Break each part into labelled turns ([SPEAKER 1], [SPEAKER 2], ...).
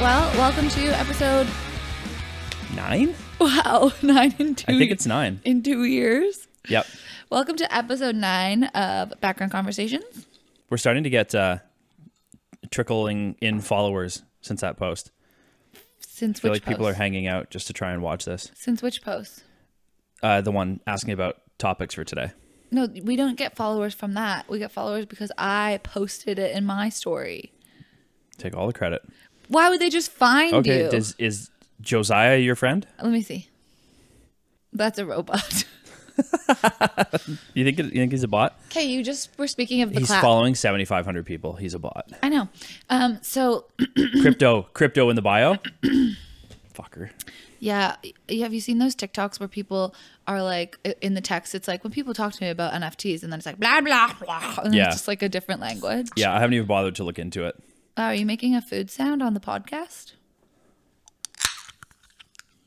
[SPEAKER 1] Well, welcome to episode
[SPEAKER 2] Nine?
[SPEAKER 1] wow nine in two.
[SPEAKER 2] I think it's nine.
[SPEAKER 1] in two years.
[SPEAKER 2] Yep.
[SPEAKER 1] Welcome to episode nine of Background Conversations.
[SPEAKER 2] We're starting to get uh, trickling in followers since that post.
[SPEAKER 1] Since
[SPEAKER 2] I feel
[SPEAKER 1] which
[SPEAKER 2] like people are
[SPEAKER 1] post?
[SPEAKER 2] hanging out just to try and watch this.
[SPEAKER 1] Since which post?
[SPEAKER 2] Uh, the one asking about topics for today.
[SPEAKER 1] No, we don't get followers from that. We get followers because I posted it in my story.
[SPEAKER 2] Take all the credit.
[SPEAKER 1] Why would they just find
[SPEAKER 2] Okay.
[SPEAKER 1] you?
[SPEAKER 2] Does, is Josiah your friend?
[SPEAKER 1] Let me see. That's a robot.
[SPEAKER 2] You think, you think he's a bot?
[SPEAKER 1] Okay, you just were speaking of the
[SPEAKER 2] He's
[SPEAKER 1] clap.
[SPEAKER 2] following 7,500 people. He's a bot.
[SPEAKER 1] I know. Um, so
[SPEAKER 2] crypto. Crypto in the bio? Fucker.
[SPEAKER 1] Yeah, y- have you seen those TikToks where people are like i- in the text? It's like when people talk to me about NFTs, and then it's like blah blah blah, and
[SPEAKER 2] Yeah.
[SPEAKER 1] it's just like a different language.
[SPEAKER 2] Yeah, I haven't even bothered to look into it.
[SPEAKER 1] Oh, are you making a food sound on the podcast?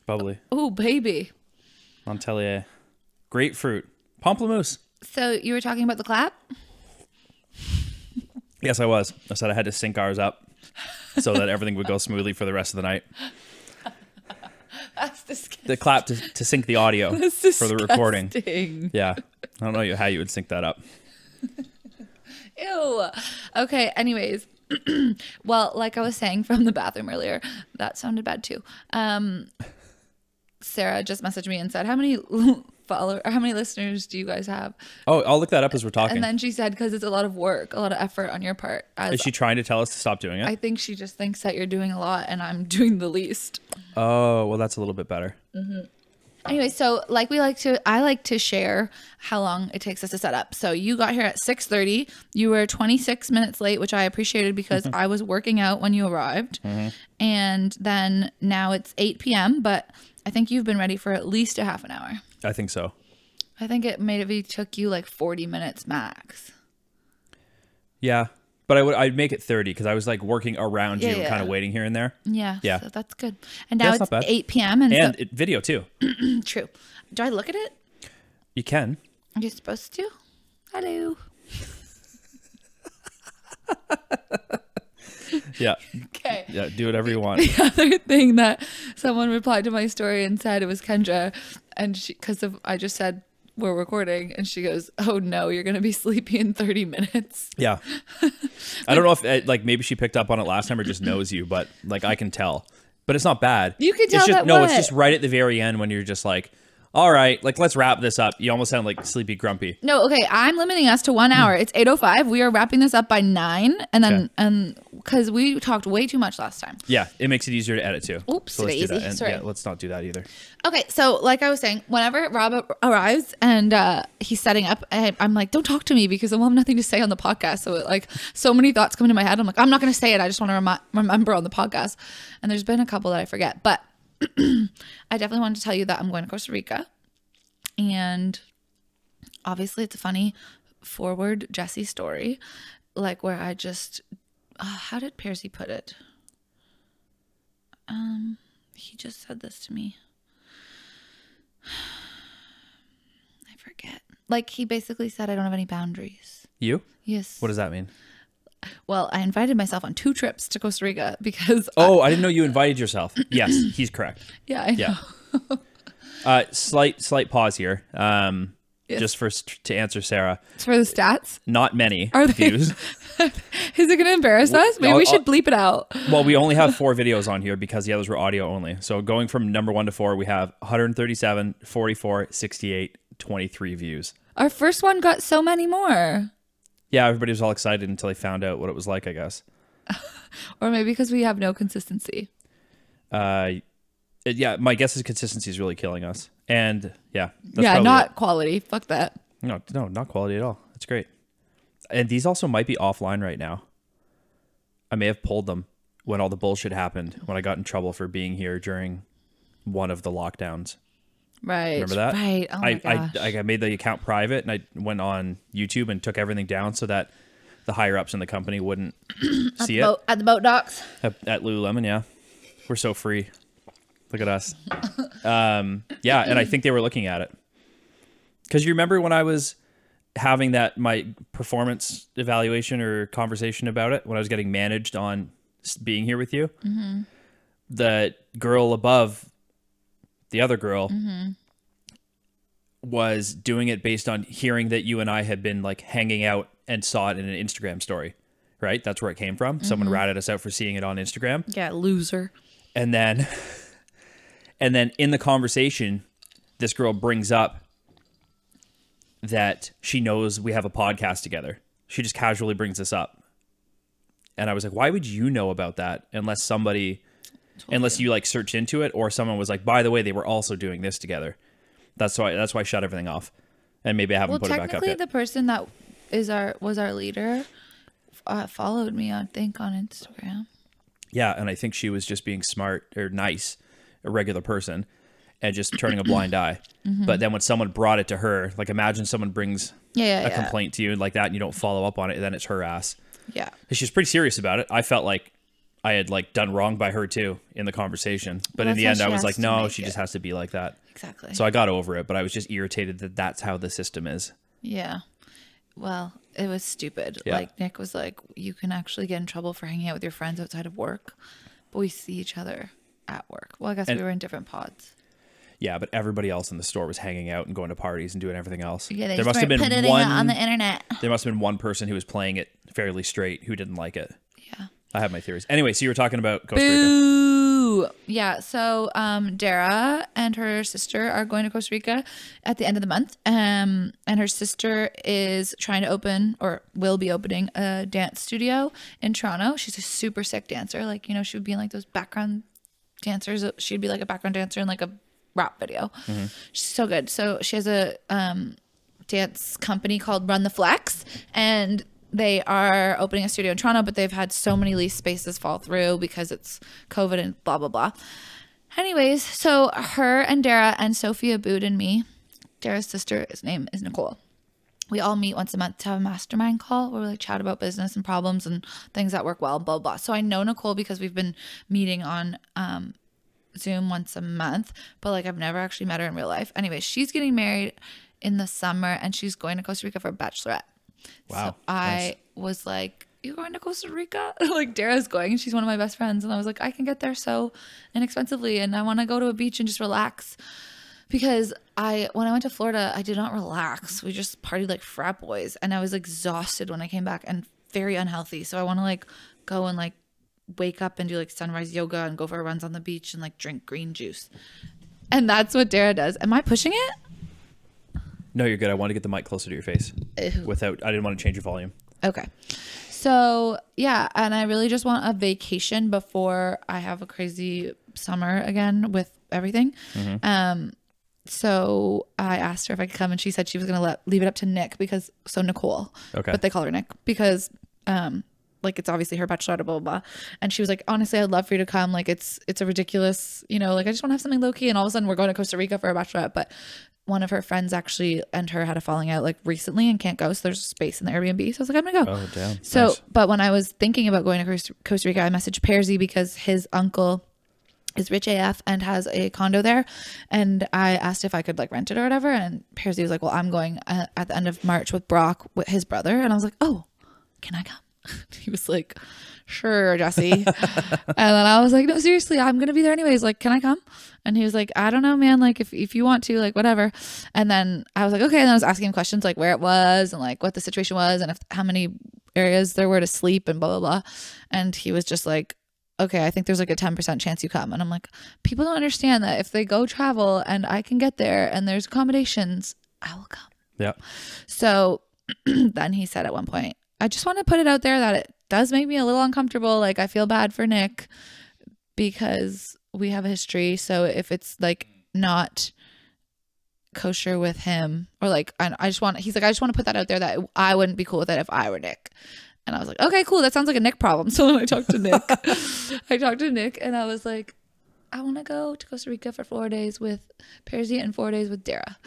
[SPEAKER 2] Probably.
[SPEAKER 1] Oh, baby.
[SPEAKER 2] Montelier. Grapefruit. Pomplamoose.
[SPEAKER 1] So you were talking about the clap?
[SPEAKER 2] Yes, I was. I said I had to sync ours up so that everything would go smoothly for the rest of the night.
[SPEAKER 1] That's disgusting.
[SPEAKER 2] The clap to, to sync the audio for the recording.
[SPEAKER 1] Ew.
[SPEAKER 2] Yeah. I don't know you- how you would sync that up.
[SPEAKER 1] Okay. Anyways, well, like I was saying from the bathroom earlier, that sounded bad too. Um, Sarah just messaged me and said, "How many follower? How many listeners do you guys have?"
[SPEAKER 2] Oh, I'll look that up as we're talking.
[SPEAKER 1] And then she said, because it's a lot of work, a lot of effort on your part. As
[SPEAKER 2] Is she trying to tell us to stop doing it?
[SPEAKER 1] I think she just thinks that you're doing a lot and I'm doing the least.
[SPEAKER 2] oh, well, that's a little bit better.
[SPEAKER 1] Anyway, so like we like to, I like to share how long it takes us to set up. So you got here at 6.30. You were 26 minutes late, which I appreciated because
[SPEAKER 2] Mm-hmm.
[SPEAKER 1] I was working out when you arrived. And then now it's 8 p.m., but I think you've been ready for at least a half an hour.
[SPEAKER 2] I think so.
[SPEAKER 1] I think it maybe took you like 40 minutes max.
[SPEAKER 2] Yeah. But I would I'd make it 30 because I was like working around you
[SPEAKER 1] Yeah,
[SPEAKER 2] and
[SPEAKER 1] yeah.
[SPEAKER 2] kind of waiting here and there.
[SPEAKER 1] Yeah,
[SPEAKER 2] Yeah.
[SPEAKER 1] so that's good. And now
[SPEAKER 2] That's
[SPEAKER 1] it's
[SPEAKER 2] not bad.
[SPEAKER 1] 8 p.m. And, so-
[SPEAKER 2] And it, video too.
[SPEAKER 1] True. Do I look at it?
[SPEAKER 2] You can.
[SPEAKER 1] Are you supposed to? Hello.
[SPEAKER 2] Yeah.
[SPEAKER 1] Okay.
[SPEAKER 2] Yeah. Do whatever you want.
[SPEAKER 1] The other thing that someone replied to my story and said it was Kendra, and she because of I just said we're recording, and she goes, "Oh no, you're gonna be sleepy in 30 minutes."
[SPEAKER 2] Yeah. I don't know if uh, like maybe she picked up on it last time or just knows you, but like I can tell. But it's not bad.
[SPEAKER 1] You can tell
[SPEAKER 2] It's just
[SPEAKER 1] that
[SPEAKER 2] no,
[SPEAKER 1] what?
[SPEAKER 2] it's just right at the very end when you're just like, all right, like let's wrap this up. You almost sound like sleepy grumpy.
[SPEAKER 1] No, okay. I'm limiting us to one hour. It's 8:05. We are wrapping this up by nine, and then
[SPEAKER 2] Okay.
[SPEAKER 1] and because we talked way too much last time.
[SPEAKER 2] Yeah, it makes it easier to edit too.
[SPEAKER 1] Oops,
[SPEAKER 2] so let's
[SPEAKER 1] today
[SPEAKER 2] do that.
[SPEAKER 1] easy.
[SPEAKER 2] And
[SPEAKER 1] Sorry.
[SPEAKER 2] yeah, let's not do that either.
[SPEAKER 1] Okay, so like I was saying, whenever Rob a- arrives and uh, he's setting up, and I'm like, "Don't talk to me because I will have nothing to say on the podcast." So it, like, so many thoughts come into my head. I'm like, "I'm not going to say it. I just want to remi- remember on the podcast." And there's been a couple that I forget, but I definitely wanted to tell you that I'm going to Costa Rica, and obviously it's a funny forward Jesse story, like where I just, uh, how did Piercy put it? Um, he just said this to me. I forget. Like he basically said, I don't have any boundaries.
[SPEAKER 2] You?
[SPEAKER 1] Yes.
[SPEAKER 2] What does that mean?
[SPEAKER 1] Well, I invited myself on two trips to Costa Rica because.
[SPEAKER 2] Oh, I didn't know you invited yourself. Yes, he's correct.
[SPEAKER 1] yeah, I know.
[SPEAKER 2] Yeah. Uh, slight slight pause here. Um,
[SPEAKER 1] Yes.
[SPEAKER 2] just first to answer Sarah.
[SPEAKER 1] It's for the stats.
[SPEAKER 2] Not many
[SPEAKER 1] Are they-
[SPEAKER 2] views.
[SPEAKER 1] Is it going to embarrass us? Maybe
[SPEAKER 2] I'll-
[SPEAKER 1] we should bleep it out.
[SPEAKER 2] Well, we only have four videos on here because the others were audio only. So going from number one to four, we have 137, 44, 68, 23 views.
[SPEAKER 1] Our first one got so many more.
[SPEAKER 2] Yeah, everybody was all excited until they found out what it was like, I guess.
[SPEAKER 1] Or maybe because we have no consistency.
[SPEAKER 2] Uh, it- yeah, my guess is consistency is really killing us. And yeah, that's
[SPEAKER 1] yeah,
[SPEAKER 2] probably
[SPEAKER 1] not quality. Fuck that.
[SPEAKER 2] it. no, no, not quality at all. That's great. And these also might be offline right now. I may have pulled them when all the bullshit happened when I got in trouble for being here during one of the lockdowns.
[SPEAKER 1] Right.
[SPEAKER 2] Remember that?
[SPEAKER 1] Right. Oh my
[SPEAKER 2] I, I,
[SPEAKER 1] gosh.
[SPEAKER 2] I, I made the account private and I went on YouTube and took everything down so that the higher ups in the company wouldn't see it
[SPEAKER 1] Boat- at the boat docks.
[SPEAKER 2] at, at Lululemon. Yeah, we're so free. Look at us. um, yeah, and I think they were looking at it because you remember when I was having that my performance
[SPEAKER 1] Mm-hmm.
[SPEAKER 2] evaluation or conversation about it when I was getting managed on s- being here with you. the girl above the other girl was doing it based on hearing that you and I had been like hanging out and saw it in an Instagram story, right? That's where it came from. Someone ratted us out for seeing it on Instagram
[SPEAKER 1] Yeah, loser.
[SPEAKER 2] and then and then in the conversation this girl brings up that she knows we have a podcast together she just casually brings this up and i was like why would you know about that unless somebody unless you like search into it or someone was like by the way they were also doing this together that's why that's why i shut everything off and maybe i haven't
[SPEAKER 1] Well,
[SPEAKER 2] put it back up
[SPEAKER 1] technically,
[SPEAKER 2] yet
[SPEAKER 1] the person that is our was our leader uh, followed me, I think, on Instagram.
[SPEAKER 2] Yeah, and I think she was just being smart or nice, a regular person, and just turning a blind eye. But then when someone brought it to her, like imagine someone brings
[SPEAKER 1] Mm-hmm. Yeah, yeah,
[SPEAKER 2] a
[SPEAKER 1] yeah.
[SPEAKER 2] complaint to you like that, and you don't follow up on it, then it's her ass.
[SPEAKER 1] yeah.
[SPEAKER 2] And she was pretty serious about it. I felt like I had like done wrong by her too in the conversation. But
[SPEAKER 1] Well,
[SPEAKER 2] in the
[SPEAKER 1] that's how
[SPEAKER 2] end, I
[SPEAKER 1] she
[SPEAKER 2] was
[SPEAKER 1] has
[SPEAKER 2] like,
[SPEAKER 1] to
[SPEAKER 2] no,
[SPEAKER 1] make
[SPEAKER 2] she
[SPEAKER 1] it.
[SPEAKER 2] just has to be like that.
[SPEAKER 1] Exactly.
[SPEAKER 2] So I got over it, but I was just irritated that that's how the system is.
[SPEAKER 1] yeah. Well, it was stupid.
[SPEAKER 2] Yeah.
[SPEAKER 1] Like Nick was like, you can actually get in trouble for hanging out with your friends outside of work, but we see each other at work. Well, I guess
[SPEAKER 2] And-
[SPEAKER 1] we were in different pods.
[SPEAKER 2] Yeah, but everybody else in the store was hanging out and going to parties and doing everything else.
[SPEAKER 1] Yeah, they
[SPEAKER 2] there
[SPEAKER 1] just
[SPEAKER 2] must have
[SPEAKER 1] weren't
[SPEAKER 2] been
[SPEAKER 1] putting it
[SPEAKER 2] one.
[SPEAKER 1] on the internet.
[SPEAKER 2] there must have been one person who was playing it fairly straight who didn't like it.
[SPEAKER 1] Yeah.
[SPEAKER 2] I have my theories. Anyway, so you were talking about Costa Rica.
[SPEAKER 1] Boo. Yeah. So, um, Dara and her sister are going to Costa Rica at the end of the month. Um, and her sister is trying to open or will be opening a dance studio in Toronto. She's a super sick dancer. Like, you know, she would be in like those background dancers. She'd be like a background dancer in like a rap video.
[SPEAKER 2] Mm-hmm.
[SPEAKER 1] She's so good. So she has a um dance company called Run the Flex and they are opening a studio in Toronto, but they've had so many lease spaces fall through because it's COVID and blah blah blah. Anyways, so her and Dara and Sophia Bood and me, Dara's sister, his name is Nicole we all meet once a month to have a mastermind call where we like chat about business and problems and things that work well, blah blah. So I know Nicole because we've been meeting on um, Zoom once a month, but like I've never actually met her in real life. Anyway, she's getting married in the summer and she's going to Costa Rica for a bachelorette.
[SPEAKER 2] Wow,
[SPEAKER 1] So I was like, You're going to Costa Rica? like Dara's going and she's one of my best friends. And I was like, I can get there so inexpensively and I wanna go to a beach and just relax because I when I went to Florida, I did not relax. We just partied like frat boys, and I was exhausted when I came back and very unhealthy. So I want to like go and like wake up and do like sunrise yoga and go for runs on the beach and like drink green juice. And that's what Dara does. Am I pushing it?
[SPEAKER 2] No, you're good. I want to get the mic closer to your face. Without, I didn't want to change your volume.
[SPEAKER 1] Okay. So, yeah, and I really just want a vacation before I have a crazy summer again with everything. Um so I asked her if I could come and she said she was going to let leave it up to Nick because so Nicole.
[SPEAKER 2] Okay.
[SPEAKER 1] But they call her Nick because um like it's obviously her bachelorette blah, blah blah and she was like honestly I'd love for you to come like it's it's a ridiculous you know like I just want to have something low key and all of a sudden we're going to Costa Rica for a bachelorette but one of her friends actually and her had a falling out like recently and can't go so there's space in the Airbnb so I was like I'm gonna go
[SPEAKER 2] Oh, damn.
[SPEAKER 1] so,
[SPEAKER 2] Nice.
[SPEAKER 1] but when I was thinking about going to Cos- Costa Rica, I messaged Perzy because his uncle is rich AF and has a condo there. And I asked if I could like rent it or whatever. And Perzy was like, Well, I'm going uh, at the end of March with Brock, with his brother. And I was like, Oh, can I come? he was like, Sure, Jesse. and then I was like, No, seriously, I'm going to be there anyways. Like, can I come? And he was like, I don't know, man. Like, if, if you want to, like, whatever. And then I was like, Okay. And then I was asking him questions like where it was and like what the situation was and if how many areas there were to sleep and blah, blah, blah. And he was just like, okay, I think there's like a 10% chance you come. And I'm like, people don't understand that if they go travel and I can get there and there's accommodations, I will come.
[SPEAKER 2] Yeah.
[SPEAKER 1] So then he said at one point, I just want to put it out there that it does make me a little uncomfortable. Like, I feel bad for Nick because we have a history. So if it's like not kosher with him, or like, I, I just want, he's like, I just want to put that out there that I wouldn't be cool with it if I were Nick. And I was like, okay, cool. That sounds like a Nick problem. So then I talked to Nick. I talked to Nick and I was like, I want to go to Costa Rica for four days with Persia and four days with Dara.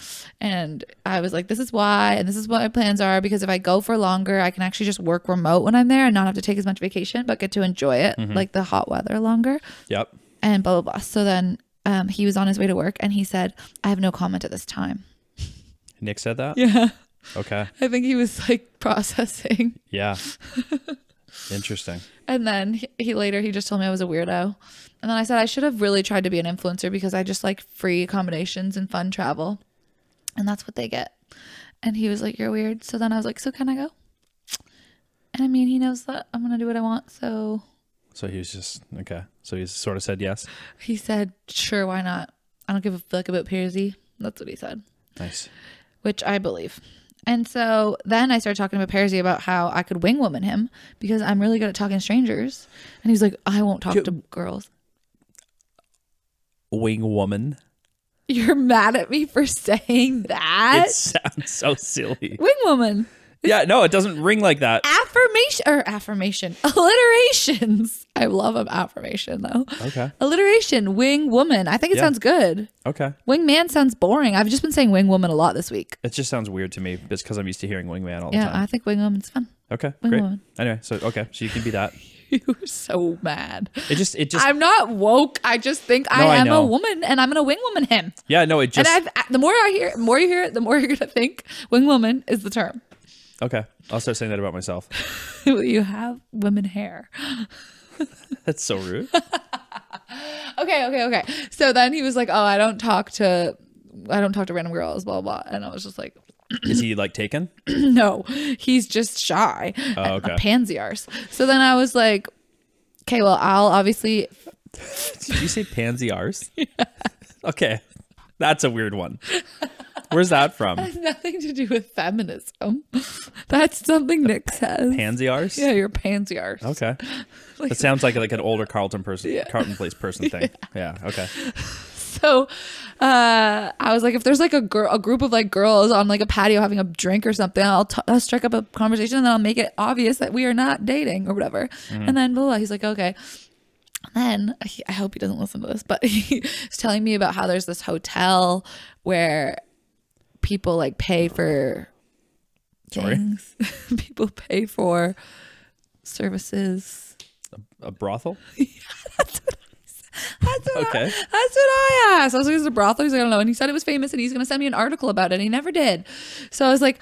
[SPEAKER 1] And I was like, this is why, and this is what my plans are because if I go for longer, I can actually just work remote when I'm there and not have to take as much vacation, but get to enjoy it, like the hot weather longer
[SPEAKER 2] Yep.
[SPEAKER 1] and blah, blah, blah. So then um, he was on his way to work and he said, I have no comment at this time.
[SPEAKER 2] Nick said that.
[SPEAKER 1] Yeah.
[SPEAKER 2] Okay.
[SPEAKER 1] I think he was like processing.
[SPEAKER 2] Yeah. Interesting.
[SPEAKER 1] And then he, he later he just told me I was a weirdo. And then I said I should have really tried to be an influencer because I just like free accommodations and fun travel. And that's what they get. And he was like, You're weird. So then I was like, So can I go? And I mean he knows that I'm gonna do what I want, so
[SPEAKER 2] So he was just okay. So he sort of said yes.
[SPEAKER 1] he said, Sure, why not? I don't give a fuck about Piersy. That's what he said.
[SPEAKER 2] Nice.
[SPEAKER 1] which I believe. And so then I started talking about Parisi about how I could wing woman him because I'm really good at talking to strangers. And he's like, I won't talk to girls.
[SPEAKER 2] Wing woman.
[SPEAKER 1] You're mad at me for saying that?
[SPEAKER 2] It sounds so silly.
[SPEAKER 1] wing woman.
[SPEAKER 2] Yeah, no, it doesn't ring like that.
[SPEAKER 1] Affirmation or affirmation. Alliterations. I love an affirmation though.
[SPEAKER 2] Okay.
[SPEAKER 1] Alliteration, wing woman. I think it
[SPEAKER 2] Yeah.
[SPEAKER 1] sounds good.
[SPEAKER 2] Okay.
[SPEAKER 1] Wing man sounds boring. I've just been saying wing woman a lot this week.
[SPEAKER 2] It just sounds weird to me just because I'm used to hearing wingman all the
[SPEAKER 1] Yeah,
[SPEAKER 2] time.
[SPEAKER 1] I think wing woman's fun.
[SPEAKER 2] okay,
[SPEAKER 1] wing
[SPEAKER 2] great.
[SPEAKER 1] woman.
[SPEAKER 2] Anyway, so okay, so you can be that.
[SPEAKER 1] you were so mad.
[SPEAKER 2] It just, it just,
[SPEAKER 1] I'm not woke. I just think
[SPEAKER 2] No, I
[SPEAKER 1] I am a
[SPEAKER 2] know.
[SPEAKER 1] woman, and I'm gonna wing woman him.
[SPEAKER 2] yeah, no, it
[SPEAKER 1] And
[SPEAKER 2] just,
[SPEAKER 1] I've the more I hear, the more you hear it, the more you're gonna think wing woman is the term.
[SPEAKER 2] okay. I'll start saying that about myself.
[SPEAKER 1] you have women hair.
[SPEAKER 2] That's so rude.
[SPEAKER 1] Okay, okay, okay. So then he was like, "Oh, I don't talk to, I don't talk to random girls, blah blah." blah. And I was just like,
[SPEAKER 2] Is he like taken?
[SPEAKER 1] "No, he's just shy,
[SPEAKER 2] Oh,
[SPEAKER 1] And a
[SPEAKER 2] okay.
[SPEAKER 1] pansy arse." So then I was like, "Okay, well, I'll obviously
[SPEAKER 2] Did you say pansy arse? Okay, that's a weird one. Where's that from?
[SPEAKER 1] has nothing to do with feminism. That's something Nick says.
[SPEAKER 2] Pansy arse?
[SPEAKER 1] yeah, you're a pansy arse."
[SPEAKER 2] Okay.
[SPEAKER 1] Like-
[SPEAKER 2] that sounds like like an older Carlton person, Carlton Place person thing. Yeah. Okay.
[SPEAKER 1] so uh, I was like, if there's like a girl, a group of like girls on like a patio having a drink or something, I'll, t- I'll strike up a conversation and then I'll make it obvious that we are not dating or whatever. And then blah, blah, blah. he's like, okay. Then he, I hope he doesn't listen to this, but he's telling me about how there's this hotel where people like pay for
[SPEAKER 2] Sorry?
[SPEAKER 1] things. people pay for services.
[SPEAKER 2] A brothel?
[SPEAKER 1] That's what, I,
[SPEAKER 2] Okay.
[SPEAKER 1] that's what I asked. I was like, is it a brothel? He's like, I don't know. And he said it was famous and he's going to send me an article about it. And he never did. So I was like,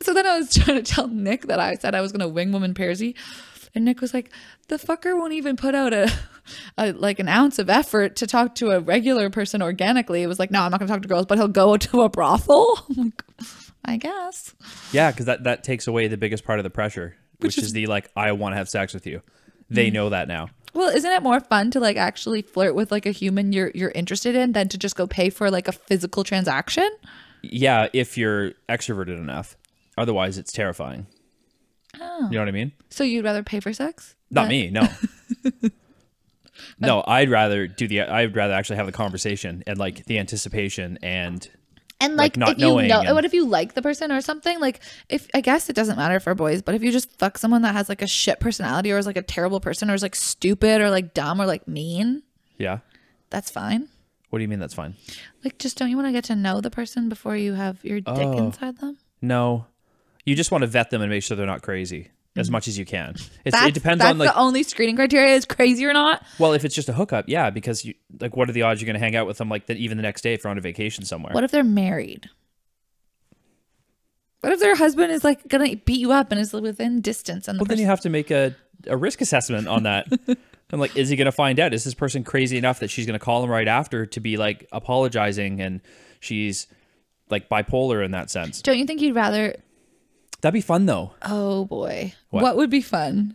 [SPEAKER 1] so then I was trying to tell Nick that I said I was going to wing woman Percy. And Nick was like, the fucker won't even put out a, a like an ounce of effort to talk to a regular person organically. It was like, no, I'm not going to talk to girls, but he'll go to a brothel. I'm like, I guess.
[SPEAKER 2] Yeah, because that that takes away the biggest part of the pressure, which, is, the like I want to have sex with you.
[SPEAKER 1] Mm-hmm.
[SPEAKER 2] They know that now.
[SPEAKER 1] Well, isn't it more fun to like actually flirt with like a human you're you're interested in than to just go pay for like a physical transaction?
[SPEAKER 2] Yeah, if you're extroverted enough. Otherwise, it's terrifying.
[SPEAKER 1] Oh.
[SPEAKER 2] You know what I mean?
[SPEAKER 1] So you'd rather pay for sex?
[SPEAKER 2] Not
[SPEAKER 1] Than-
[SPEAKER 2] me. No. no, I'd rather do the. I'd rather actually have the conversation and like the anticipation and
[SPEAKER 1] And like,
[SPEAKER 2] like, not
[SPEAKER 1] if you
[SPEAKER 2] knowing
[SPEAKER 1] know,
[SPEAKER 2] and-
[SPEAKER 1] what if you like the person or something? Like, if I guess it doesn't matter for boys, but if you just fuck someone that has like a shit personality or is like a terrible person or is like stupid or like dumb or like mean,
[SPEAKER 2] yeah.
[SPEAKER 1] that's fine.
[SPEAKER 2] What do you mean? That's fine.
[SPEAKER 1] Like, just don't you want to get to know the person before you have your dick
[SPEAKER 2] Oh.
[SPEAKER 1] inside them?
[SPEAKER 2] No, you just want to vet them and make sure they're not crazy as much as you can. It's,
[SPEAKER 1] Mm-hmm. That's,
[SPEAKER 2] it depends
[SPEAKER 1] that's
[SPEAKER 2] on like
[SPEAKER 1] the only screening criteria is crazy or not.
[SPEAKER 2] Well, if it's just a hookup, yeah, because you like, what are the odds you're going to hang out with them like that even the next day if you're on a vacation somewhere?
[SPEAKER 1] What if they're married? What if their husband is like gonna beat you up and is within distance? And the
[SPEAKER 2] well, then
[SPEAKER 1] person-
[SPEAKER 2] you have to make a, a risk assessment on that. and like, is he going to find out? Is this person crazy enough that she's going to call him right after to be like apologizing and she's like bipolar in that sense?
[SPEAKER 1] don't you think you'd rather
[SPEAKER 2] That'd be fun though.
[SPEAKER 1] Oh boy.
[SPEAKER 2] What?
[SPEAKER 1] What, would be fun?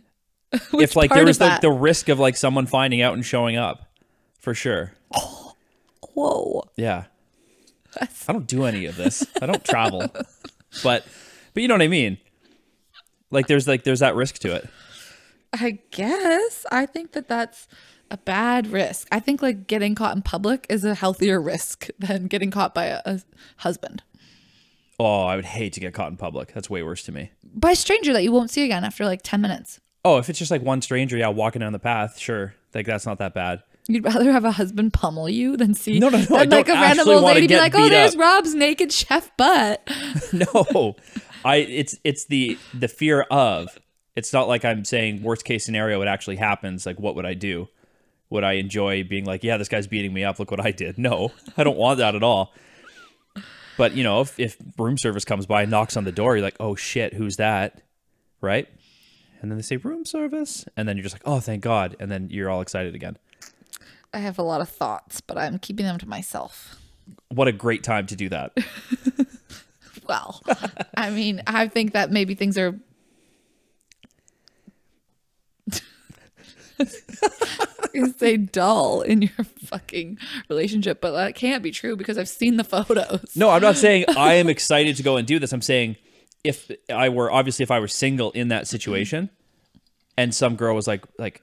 [SPEAKER 2] if like there
[SPEAKER 1] part
[SPEAKER 2] was
[SPEAKER 1] of
[SPEAKER 2] like
[SPEAKER 1] that?
[SPEAKER 2] the risk of like someone finding out and showing up for sure.
[SPEAKER 1] Whoa.
[SPEAKER 2] Yeah. I don't do any of this. I don't travel. but but you know what I mean? Like there's like there's that risk to it.
[SPEAKER 1] I guess. I think that that's a bad risk. I think like getting caught in public is a healthier risk than getting caught by a, a husband.
[SPEAKER 2] Oh, I would hate to get caught in public. That's way worse to me.
[SPEAKER 1] By a stranger that you won't see again after like 10 minutes.
[SPEAKER 2] Oh, if it's just like one stranger, yeah, walking down the path, sure. Like that's not that bad.
[SPEAKER 1] You'd rather have a husband pummel you than see
[SPEAKER 2] No, no, no, I
[SPEAKER 1] than, like
[SPEAKER 2] don't
[SPEAKER 1] a random
[SPEAKER 2] actually
[SPEAKER 1] old
[SPEAKER 2] wanna
[SPEAKER 1] lady be
[SPEAKER 2] get
[SPEAKER 1] like, "Oh,
[SPEAKER 2] beat
[SPEAKER 1] there's
[SPEAKER 2] up."
[SPEAKER 1] Rob's naked chef butt."
[SPEAKER 2] No. I it's it's the the fear of. It's not like I'm saying worst case scenario it actually happens. Like what would I do? Would I enjoy being like, yeah, this guy's beating me up. Look what I did. No, I don't want that at all. But you know, if, if room service comes by and knocks on the door, you're like, oh shit, who's that? Right? and then they say room service, and then you're just like, oh, thank God, and then you're all excited again.
[SPEAKER 1] I have a lot of thoughts, but I'm keeping them to myself.
[SPEAKER 2] What a great time to do that.
[SPEAKER 1] Well, I mean, I think that maybe things are. You say dull in your fucking relationship, but that can't be true because I've seen the photos.
[SPEAKER 2] No, I'm not saying I am excited to go and do this. I'm saying if I were obviously if I were single in that situation and some girl was like like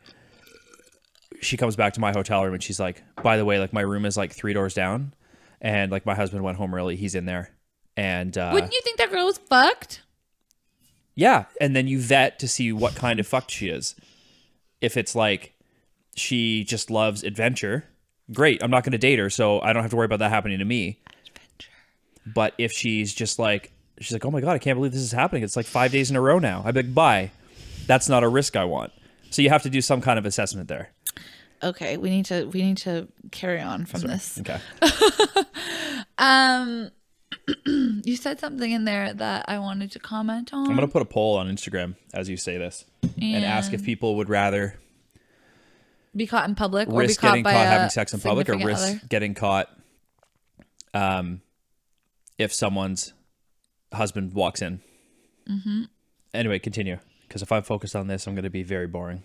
[SPEAKER 2] she comes back to my hotel room and she's like, "By the way, like my room is like 3 doors down and like my husband went home early. He's in there." And uh
[SPEAKER 1] Wouldn't you think that girl was fucked?
[SPEAKER 2] yeah, and then you vet to see what kind of fucked she is. If it's like she just loves adventure, great. I'm not going to date her, so I don't have to worry about that happening to me. But if she's just like, she's like, oh my God, I can't believe this is happening. It's like five days in a row now. I'd be like, bye. That's not a risk I want. So you have to do some kind of assessment there.
[SPEAKER 1] Okay, we need to we need to carry on from this.
[SPEAKER 2] Okay.
[SPEAKER 1] Um, you said something in there that I wanted to comment on.
[SPEAKER 2] I'm going to put a poll on Instagram as you say this and ask if people would rather
[SPEAKER 1] be caught in public or be
[SPEAKER 2] risk
[SPEAKER 1] caught
[SPEAKER 2] getting
[SPEAKER 1] by
[SPEAKER 2] caught
[SPEAKER 1] a
[SPEAKER 2] having sex in public or
[SPEAKER 1] significant
[SPEAKER 2] risk
[SPEAKER 1] other.
[SPEAKER 2] getting caught um, if someone's husband walks in. Mm-hmm. Anyway, continue. Because if I'm focused on this, I'm going to be very boring.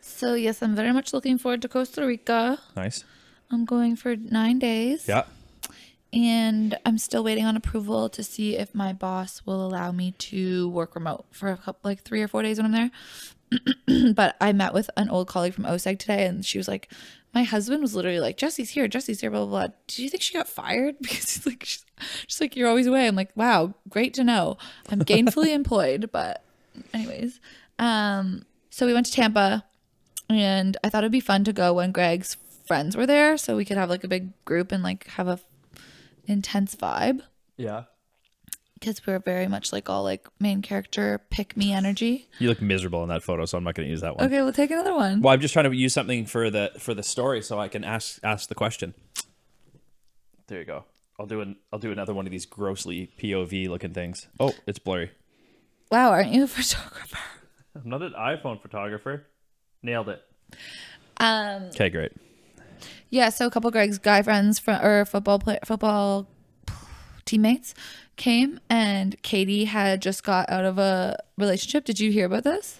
[SPEAKER 1] So yes, I'm very much looking forward to Costa Rica.
[SPEAKER 2] Nice.
[SPEAKER 1] I'm going for nine days,
[SPEAKER 2] Yeah.
[SPEAKER 1] and I'm still waiting on approval to see if my boss will allow me to work remote for a couple, like three or four days when I'm there. but I met with an old colleague from OSEG today, and she was like, "My husband was literally like, Jesse's here, Jesse's here, blah blah blah. Do you think she got fired because he's like, she's, she's like, you're always away." I'm like, "Wow, great to know. I'm gainfully employed." But, anyways, um, so we went to Tampa, and I thought it'd be fun to go when Greg's friends were there, so we could have like a big group and like have a intense vibe
[SPEAKER 2] Yeah.
[SPEAKER 1] because we were very much like all like main character pick me energy.
[SPEAKER 2] You look miserable in that photo, so I'm not going to use that one.
[SPEAKER 1] Okay, we'll take another one.
[SPEAKER 2] Well, I'm just trying to use something for the for the story, so I can ask ask the question. There you go. I'll do an I'll do another one of these grossly POV looking things. Oh, it's blurry.
[SPEAKER 1] Wow, aren't you a photographer?
[SPEAKER 2] I'm not an iPhone photographer. Nailed it.
[SPEAKER 1] Um,
[SPEAKER 2] Okay, great.
[SPEAKER 1] yeah. So a couple of Greg's guy friends from or football play, football teammates came, and Katie had just got out of a relationship. Did you hear about this?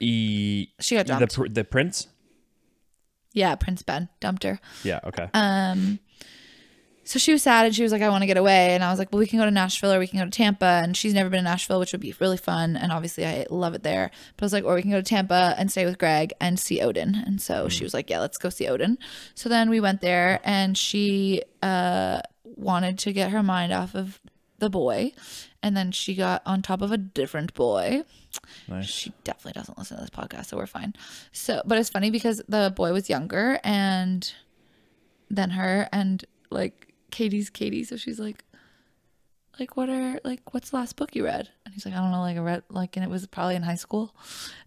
[SPEAKER 2] E-
[SPEAKER 1] She got
[SPEAKER 2] the
[SPEAKER 1] dumped.
[SPEAKER 2] pr- the prince.
[SPEAKER 1] yeah, Prince Ben dumped her.
[SPEAKER 2] Yeah. Okay.
[SPEAKER 1] Um, so she was sad and she was like, I want to get away. And I was like, well, we can go to Nashville or we can go to Tampa. And she's never been to Nashville, which would be really fun. And obviously, I love it there. But I was like, or we can go to Tampa and stay with Greg and see Odin. And so she was like, yeah, let's go see Odin. So then we went there and she uh, wanted to get her mind off of the boy. And then she got on top of a different boy.
[SPEAKER 2] nice.
[SPEAKER 1] She definitely doesn't listen to this podcast, so we're fine. So, but it's funny because the boy was younger and than her, and like Katie's Katie, so she's like, like what are like what's the last book you read? And he's like, I don't know, like I read like, and it was probably in high school.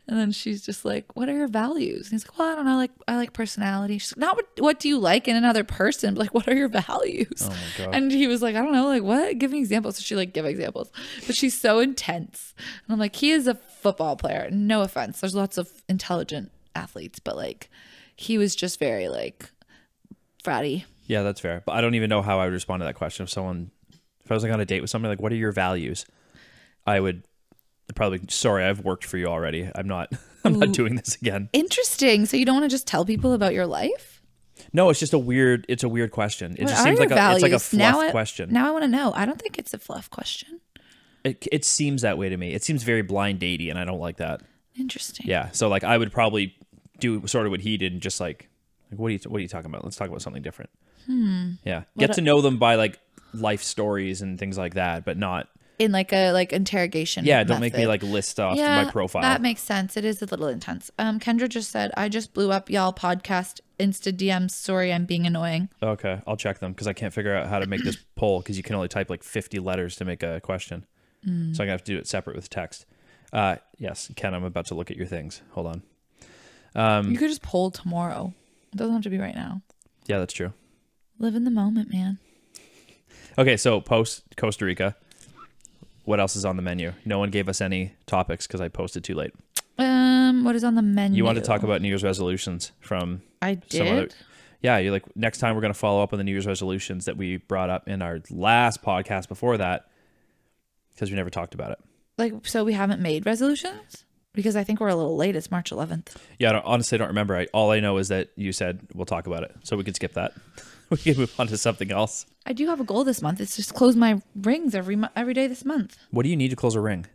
[SPEAKER 1] And then she's just like, what are your values? And he's like, well, I don't know, like I like personality. She's like, not what what do you like in another person, but like what are your values?
[SPEAKER 2] Oh my god.
[SPEAKER 1] And he was like, I don't know, like what? Give me examples. So she like give examples, but she's so intense. And I'm like, he is a football player. No offense. There's lots of intelligent athletes, but like, he was just very like fratty.
[SPEAKER 2] yeah, that's fair. But I don't even know how I would respond to that question if someone if I was like on a date with somebody like, what are your values? I would probably sorry, I've worked for you already. I'm not. I'm not doing this again.
[SPEAKER 1] Interesting. So you don't want to just tell people about your life?
[SPEAKER 2] No, it's just a weird. It's a weird question. It
[SPEAKER 1] What
[SPEAKER 2] just
[SPEAKER 1] are
[SPEAKER 2] seems
[SPEAKER 1] your
[SPEAKER 2] like a, it's like a
[SPEAKER 1] values?
[SPEAKER 2] fluff
[SPEAKER 1] now I-
[SPEAKER 2] question.
[SPEAKER 1] Now I want to know. I don't think it's a fluff question.
[SPEAKER 2] it, it seems that way to me. It seems very blind datey, and I don't like that.
[SPEAKER 1] Interesting.
[SPEAKER 2] Yeah. So like, I would probably do sort of what he did, and just like, like what are you what are you talking about? Let's talk about something different. Hmm. Yeah. Get to know them by like life stories and things like that, but not.
[SPEAKER 1] In like a like interrogation.
[SPEAKER 2] Yeah. Don't make me
[SPEAKER 1] method.
[SPEAKER 2] like list off my profile.
[SPEAKER 1] That makes sense. It is a little intense. Um, Kendra just said, I just blew up y'all podcast Insta DM. Sorry, I'm being annoying.
[SPEAKER 2] okay, I'll check them because I can't figure out how to make this poll because you can only type like 50 letters to make a question.
[SPEAKER 1] Hmm.
[SPEAKER 2] So I'm gonna have to do it separate with text. Uh, yes, Ken, I'm about to look at your things. Hold on. Um,
[SPEAKER 1] you could just poll tomorrow. It doesn't have to be right now.
[SPEAKER 2] Yeah, that's true.
[SPEAKER 1] Live in the moment, man.
[SPEAKER 2] Okay, so post Costa Rica, What else is on the menu? No one gave us any topics because I posted too late.
[SPEAKER 1] Um, what is on the menu?
[SPEAKER 2] You wanted to talk about New Year's resolutions from
[SPEAKER 1] I
[SPEAKER 2] some other.
[SPEAKER 1] did.
[SPEAKER 2] Yeah, you're like next time we're gonna follow up on the New Year's resolutions that we brought up in our last podcast before that because we never talked about it.
[SPEAKER 1] Like, so we haven't made resolutions because I think we're a little late. It's March 11th.
[SPEAKER 2] Yeah, I don't, honestly don't remember. I, all I know is that you said we'll talk about it, so we could skip that. we can move on to something else.
[SPEAKER 1] I do have a goal this month. It's just close my rings every mo- every day this month.
[SPEAKER 2] What do you need to close a ring?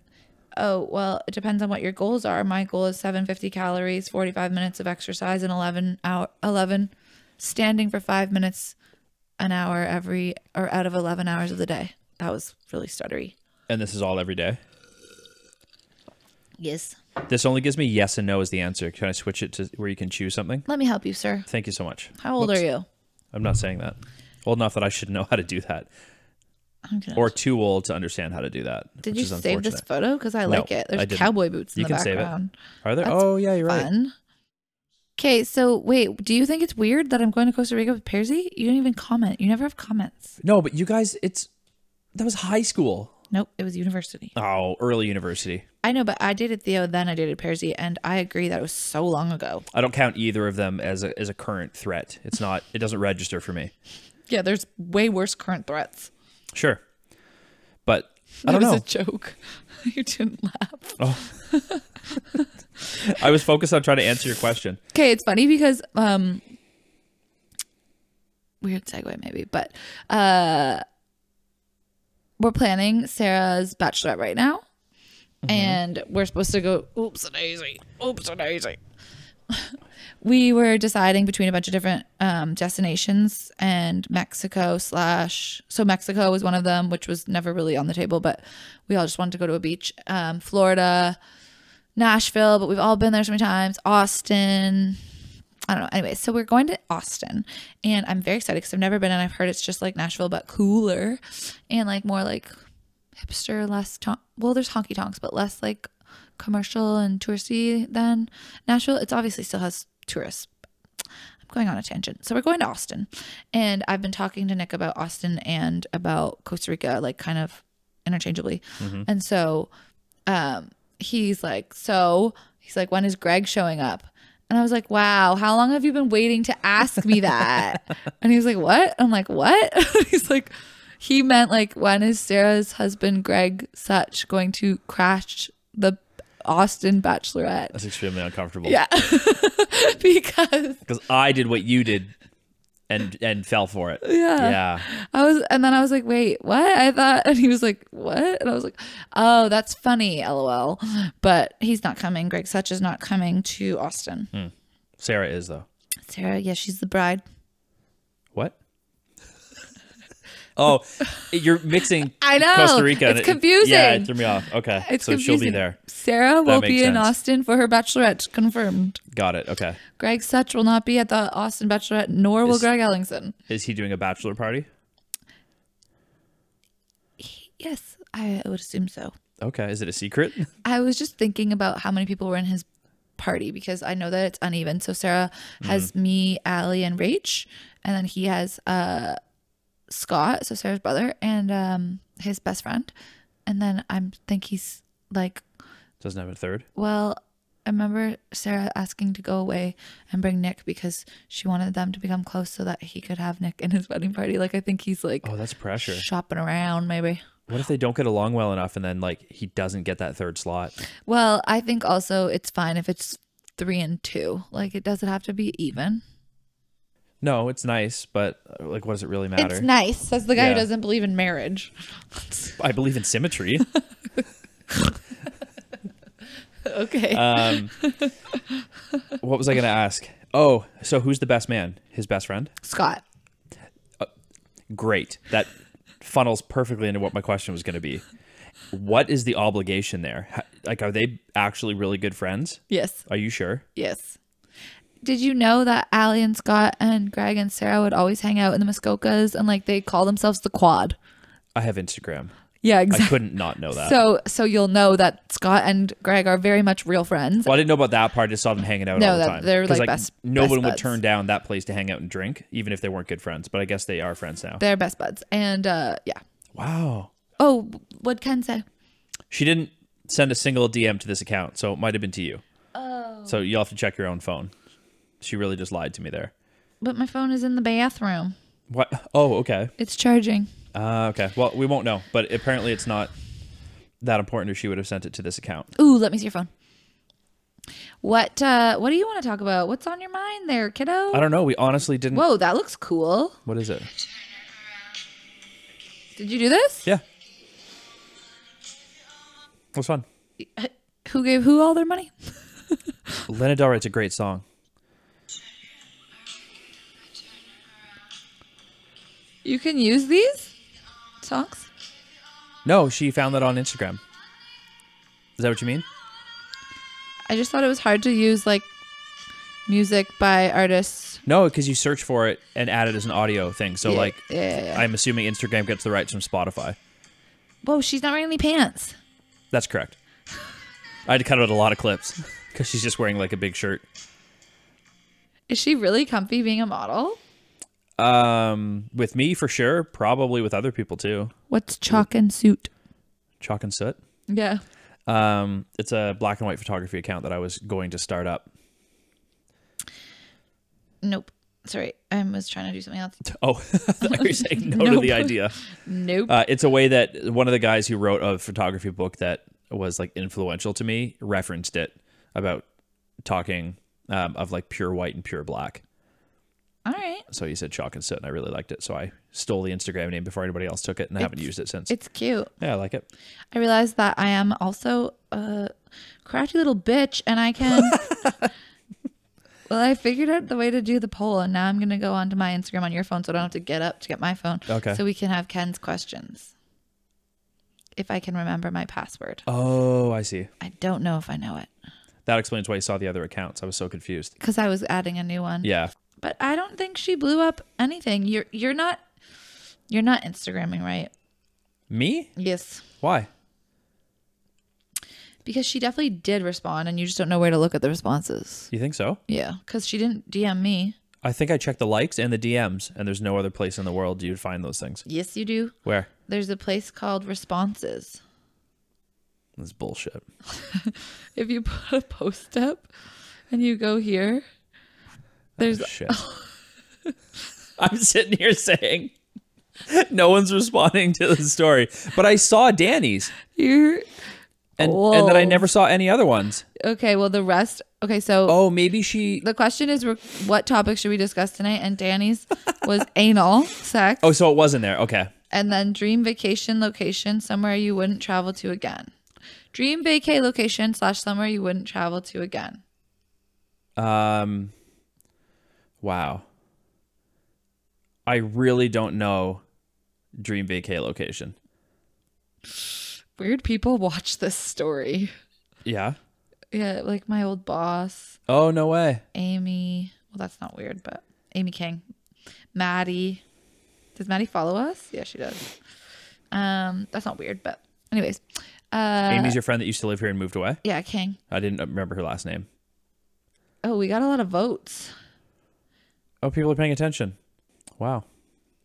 [SPEAKER 1] Oh well, it depends on what your goals are. My goal is 750 calories, 45 minutes of exercise, and 11 hour 11 standing for five minutes an hour every or out of 11 hours of the day. That was really stuttery.
[SPEAKER 2] And this is all every day.
[SPEAKER 1] Yes.
[SPEAKER 2] This only gives me yes and no as the answer. Can I switch it to where you can choose something?
[SPEAKER 1] Let me help you, sir.
[SPEAKER 2] Thank you so much.
[SPEAKER 1] How old are you?
[SPEAKER 2] I'm not saying that. Old enough that I should know how to do that,
[SPEAKER 1] I'm gonna-
[SPEAKER 2] or too old to understand how to do that.
[SPEAKER 1] Did
[SPEAKER 2] which
[SPEAKER 1] you
[SPEAKER 2] is
[SPEAKER 1] save this
[SPEAKER 2] unfortunate.
[SPEAKER 1] photo? Because I
[SPEAKER 2] No,
[SPEAKER 1] like it.
[SPEAKER 2] I
[SPEAKER 1] There's
[SPEAKER 2] didn't.
[SPEAKER 1] cowboy boots in
[SPEAKER 2] You
[SPEAKER 1] the
[SPEAKER 2] can save it.
[SPEAKER 1] background.
[SPEAKER 2] Are there?
[SPEAKER 1] That's
[SPEAKER 2] oh yeah, you're right.
[SPEAKER 1] Fun. Okay, so wait, do you think it's weird that I'm going to Costa Rica with Perzy? You don't even comment. You never have comments.
[SPEAKER 2] No, but you guys, it's that was high school.
[SPEAKER 1] Nope, it was university.
[SPEAKER 2] Oh, early university.
[SPEAKER 1] I know, but I dated Theo, then I dated Perzy, and I agree that it was so long ago.
[SPEAKER 2] I don't count either of them as a as a current threat. It's not. It doesn't register for me.
[SPEAKER 1] Yeah, there's way worse current threats.
[SPEAKER 2] Sure, but I
[SPEAKER 1] That
[SPEAKER 2] don't
[SPEAKER 1] was
[SPEAKER 2] know.
[SPEAKER 1] a joke. you didn't laugh.
[SPEAKER 2] I was focused on trying to answer your question.
[SPEAKER 1] Okay, it's funny because um weird segue maybe, but uh we're planning Sarah's bachelorette right now. Mm-hmm. And we're supposed to go oops and daisy. Oops and daisy. we were deciding between a bunch of different um destinations and Mexico slash so Mexico was one of them, which was never really on the table, but we all just wanted to go to a beach. Um Florida, Nashville, but we've all been there so many times. Austin. I don't know. Anyway, so we're going to Austin, and I'm very excited because I've never been, and I've heard it's just like Nashville but cooler, and like more like hipster, less ton- well, there's honky tonks, but less like commercial and touristy than Nashville. It's obviously still has tourists. I'm going on a tangent. So we're going to Austin, and I've been talking to Nick about Austin and about Costa Rica, like kind of interchangeably, and so um, he's like, so he's like, when is Greg showing up? And I was like, wow, how long have you been waiting to ask me that? and he was like, what? I'm like, what? he's like, he meant like, when is Sarah's husband Greg Such going to crash the Austin Bachelorette?
[SPEAKER 2] That's extremely uncomfortable.
[SPEAKER 1] Yeah, because
[SPEAKER 2] because I did what you did, and and fell for it.
[SPEAKER 1] Yeah.
[SPEAKER 2] Yeah.
[SPEAKER 1] I was, and then I was like, wait, what? I thought, and he was like, what? And I was like, oh, that's funny, lol. But he's not coming. Greg Such is not coming to Austin.
[SPEAKER 2] Sarah is though.
[SPEAKER 1] Sarah, yeah, she's the bride.
[SPEAKER 2] What? oh, you're mixing.
[SPEAKER 1] I know.
[SPEAKER 2] Costa Rica. and
[SPEAKER 1] It's
[SPEAKER 2] it- Yeah,
[SPEAKER 1] confusing.
[SPEAKER 2] it threw me off. Okay,
[SPEAKER 1] It's
[SPEAKER 2] so
[SPEAKER 1] confusing.
[SPEAKER 2] she'll be there.
[SPEAKER 1] Sarah will
[SPEAKER 2] makes
[SPEAKER 1] be in
[SPEAKER 2] sense.
[SPEAKER 1] Austin for her bachelorette, confirmed.
[SPEAKER 2] Got it. Okay.
[SPEAKER 1] Greg Such will not be at the Austin bachelorette, nor will
[SPEAKER 2] Is-
[SPEAKER 1] Greg Ellingson.
[SPEAKER 2] Is he doing a bachelor party?
[SPEAKER 1] Yes, I would assume so.
[SPEAKER 2] Okay. Is it a secret?
[SPEAKER 1] I was just thinking about how many people were in his party because I know that it's uneven. So Sarah has me, Allie, and Rach, and then he has uh Scott, so Sarah's brother, and um his best friend. And then I think he's like,
[SPEAKER 2] Doesn't have a third.
[SPEAKER 1] well, I remember Sarah asking to go away and bring Nick because she wanted them to become close so that he could have Nick in his wedding party. Like I think he's like
[SPEAKER 2] Oh, that's pressure.
[SPEAKER 1] shopping around maybe.
[SPEAKER 2] What if they don't get along well enough, and then like he doesn't get that third slot?
[SPEAKER 1] Well, I think also it's fine if it's three and two. Like it doesn't have to be even.
[SPEAKER 2] No, it's nice, but uh, like, what does it really matter?
[SPEAKER 1] It's nice, says the guy
[SPEAKER 2] Yeah.
[SPEAKER 1] who doesn't believe in marriage.
[SPEAKER 2] I believe in symmetry.
[SPEAKER 1] okay.
[SPEAKER 2] Um, what was I going to ask? Oh, so who's the best man? His best friend?
[SPEAKER 1] Scott.
[SPEAKER 2] Great. That funnels perfectly into what my question was going to be. What is the obligation there? Ha- Like, are they actually really good friends?
[SPEAKER 1] Yes.
[SPEAKER 2] Are you sure?
[SPEAKER 1] Yes. Did you know that Allie and Scott and Greg and Sarah would always hang out in the Muskokas and like they call themselves the quad?
[SPEAKER 2] I have Instagram.
[SPEAKER 1] Yeah,
[SPEAKER 2] I
[SPEAKER 1] exactly.
[SPEAKER 2] couldn't not know that.
[SPEAKER 1] So so you'll know that Scott and Greg are very much real friends.
[SPEAKER 2] well, I didn't know about that part. I just saw them hanging out
[SPEAKER 1] No,
[SPEAKER 2] all the
[SPEAKER 1] that-
[SPEAKER 2] time.
[SPEAKER 1] they're,
[SPEAKER 2] 'Cause,
[SPEAKER 1] like, best-
[SPEAKER 2] no
[SPEAKER 1] best
[SPEAKER 2] one would
[SPEAKER 1] buds.
[SPEAKER 2] turn down that place to hang out and drink, even if they weren't good friends. But I guess they are friends now.
[SPEAKER 1] They're best buds. And uh yeah.
[SPEAKER 2] wow.
[SPEAKER 1] Oh, what Ken say?
[SPEAKER 2] She didn't send a single DM to this account, so it might have been to you. Oh. So you'll have to check your own phone. She really just lied to me there.
[SPEAKER 1] But my phone is in the bathroom.
[SPEAKER 2] What? Oh, okay.
[SPEAKER 1] It's charging.
[SPEAKER 2] Uh, okay. Well, we won't know, but apparently it's not that important if she would have sent it to this account.
[SPEAKER 1] Ooh, let me see your phone. What uh what do you want to talk about? What's on your mind there,
[SPEAKER 2] I
[SPEAKER 1] kiddo?
[SPEAKER 2] don't know. We honestly didn't.
[SPEAKER 1] Whoa, that looks cool.
[SPEAKER 2] What is it?
[SPEAKER 1] Did you do this?
[SPEAKER 2] Yeah. It was fun.
[SPEAKER 1] Who gave who all their money?
[SPEAKER 2] Lana Del Rey's a great song.
[SPEAKER 1] You can use these songs?
[SPEAKER 2] No, she found that on Instagram. Is that what you mean?
[SPEAKER 1] I just thought it was hard to use like music by artists.
[SPEAKER 2] No, because you search for it and add it as an audio thing. So,
[SPEAKER 1] Yeah,
[SPEAKER 2] like,
[SPEAKER 1] yeah, yeah, yeah.
[SPEAKER 2] I'm assuming Instagram gets the rights from Spotify.
[SPEAKER 1] Whoa, she's not wearing any pants.
[SPEAKER 2] That's correct. I had to cut out a lot of clips because she's just wearing like a big shirt.
[SPEAKER 1] Is she really comfy being a model?
[SPEAKER 2] Um, with me for sure, probably with other people too.
[SPEAKER 1] What's chalk and suit?
[SPEAKER 2] Chalk and soot.
[SPEAKER 1] Yeah.
[SPEAKER 2] Um, it's a black and white photography account that I was going to start up.
[SPEAKER 1] Nope. Sorry, I was trying to do something else.
[SPEAKER 2] Oh, I thought you were saying no to
[SPEAKER 1] Nope.
[SPEAKER 2] the idea.
[SPEAKER 1] Nope.
[SPEAKER 2] Uh, it's a way that one of the guys who wrote a photography book that was like influential to me referenced it about talking um, of like pure white and pure black.
[SPEAKER 1] all right.
[SPEAKER 2] So he said chalk and soot, and I really liked it. So I stole the Instagram name before anybody else took it, and I haven't used it since.
[SPEAKER 1] It's cute.
[SPEAKER 2] yeah, I like it.
[SPEAKER 1] I realized that I am also a crafty little bitch and I can. well, I figured out the way to do the poll and now I'm going to go onto my Instagram on your phone so I don't have to get up to get my phone.
[SPEAKER 2] Okay.
[SPEAKER 1] So we can have Ken's questions. If I can remember my password,
[SPEAKER 2] Oh, I see.
[SPEAKER 1] I don't know if I know it
[SPEAKER 2] That explains why you saw the other accounts. I was so confused.
[SPEAKER 1] because I was adding a new one.
[SPEAKER 2] Yeah.
[SPEAKER 1] But I don't think she blew up anything. You're you're not you're not Instagramming, right?
[SPEAKER 2] Me?
[SPEAKER 1] Yes.
[SPEAKER 2] Why?
[SPEAKER 1] Because she definitely did respond and you just don't know where to look at the responses.
[SPEAKER 2] You think so?
[SPEAKER 1] Yeah, because she didn't DM me.
[SPEAKER 2] I think I checked the likes and the DMs, and there's no other place in the world you'd find those things.
[SPEAKER 1] Yes, you do.
[SPEAKER 2] Where?
[SPEAKER 1] There's a place called responses.
[SPEAKER 2] This is bullshit.
[SPEAKER 1] If you put a post up and you go here, there's
[SPEAKER 2] Shit.
[SPEAKER 1] Oh,
[SPEAKER 2] I'm sitting here saying no one's responding to the story, but I saw Danny's,
[SPEAKER 1] you're
[SPEAKER 2] and and then I
[SPEAKER 1] Whoa.
[SPEAKER 2] never saw any other ones.
[SPEAKER 1] okay. Well, the rest. Okay, so
[SPEAKER 2] Oh, maybe she.
[SPEAKER 1] the question is, re- what topic should we discuss tonight? And Danny's was anal sex,
[SPEAKER 2] Oh, so it wasn't there. Okay.
[SPEAKER 1] and then dream vacation location somewhere you wouldn't travel to again. Dream vacay location slash somewhere you wouldn't travel to again.
[SPEAKER 2] Um. Wow. I really don't know Dream Vacay location.
[SPEAKER 1] Weird people watch this story.
[SPEAKER 2] Yeah.
[SPEAKER 1] Yeah, like my old boss.
[SPEAKER 2] Oh no way.
[SPEAKER 1] Amy. Well, that's not weird, but Amy King, Maddie. Does Maddie follow us? Yeah, she does. Um, that's not weird, but anyways, uh,
[SPEAKER 2] Amy's your friend that used to live here and moved away.
[SPEAKER 1] yeah, King.
[SPEAKER 2] I didn't remember her last name.
[SPEAKER 1] Oh, we got a lot of votes.
[SPEAKER 2] Oh, people are paying attention. Wow.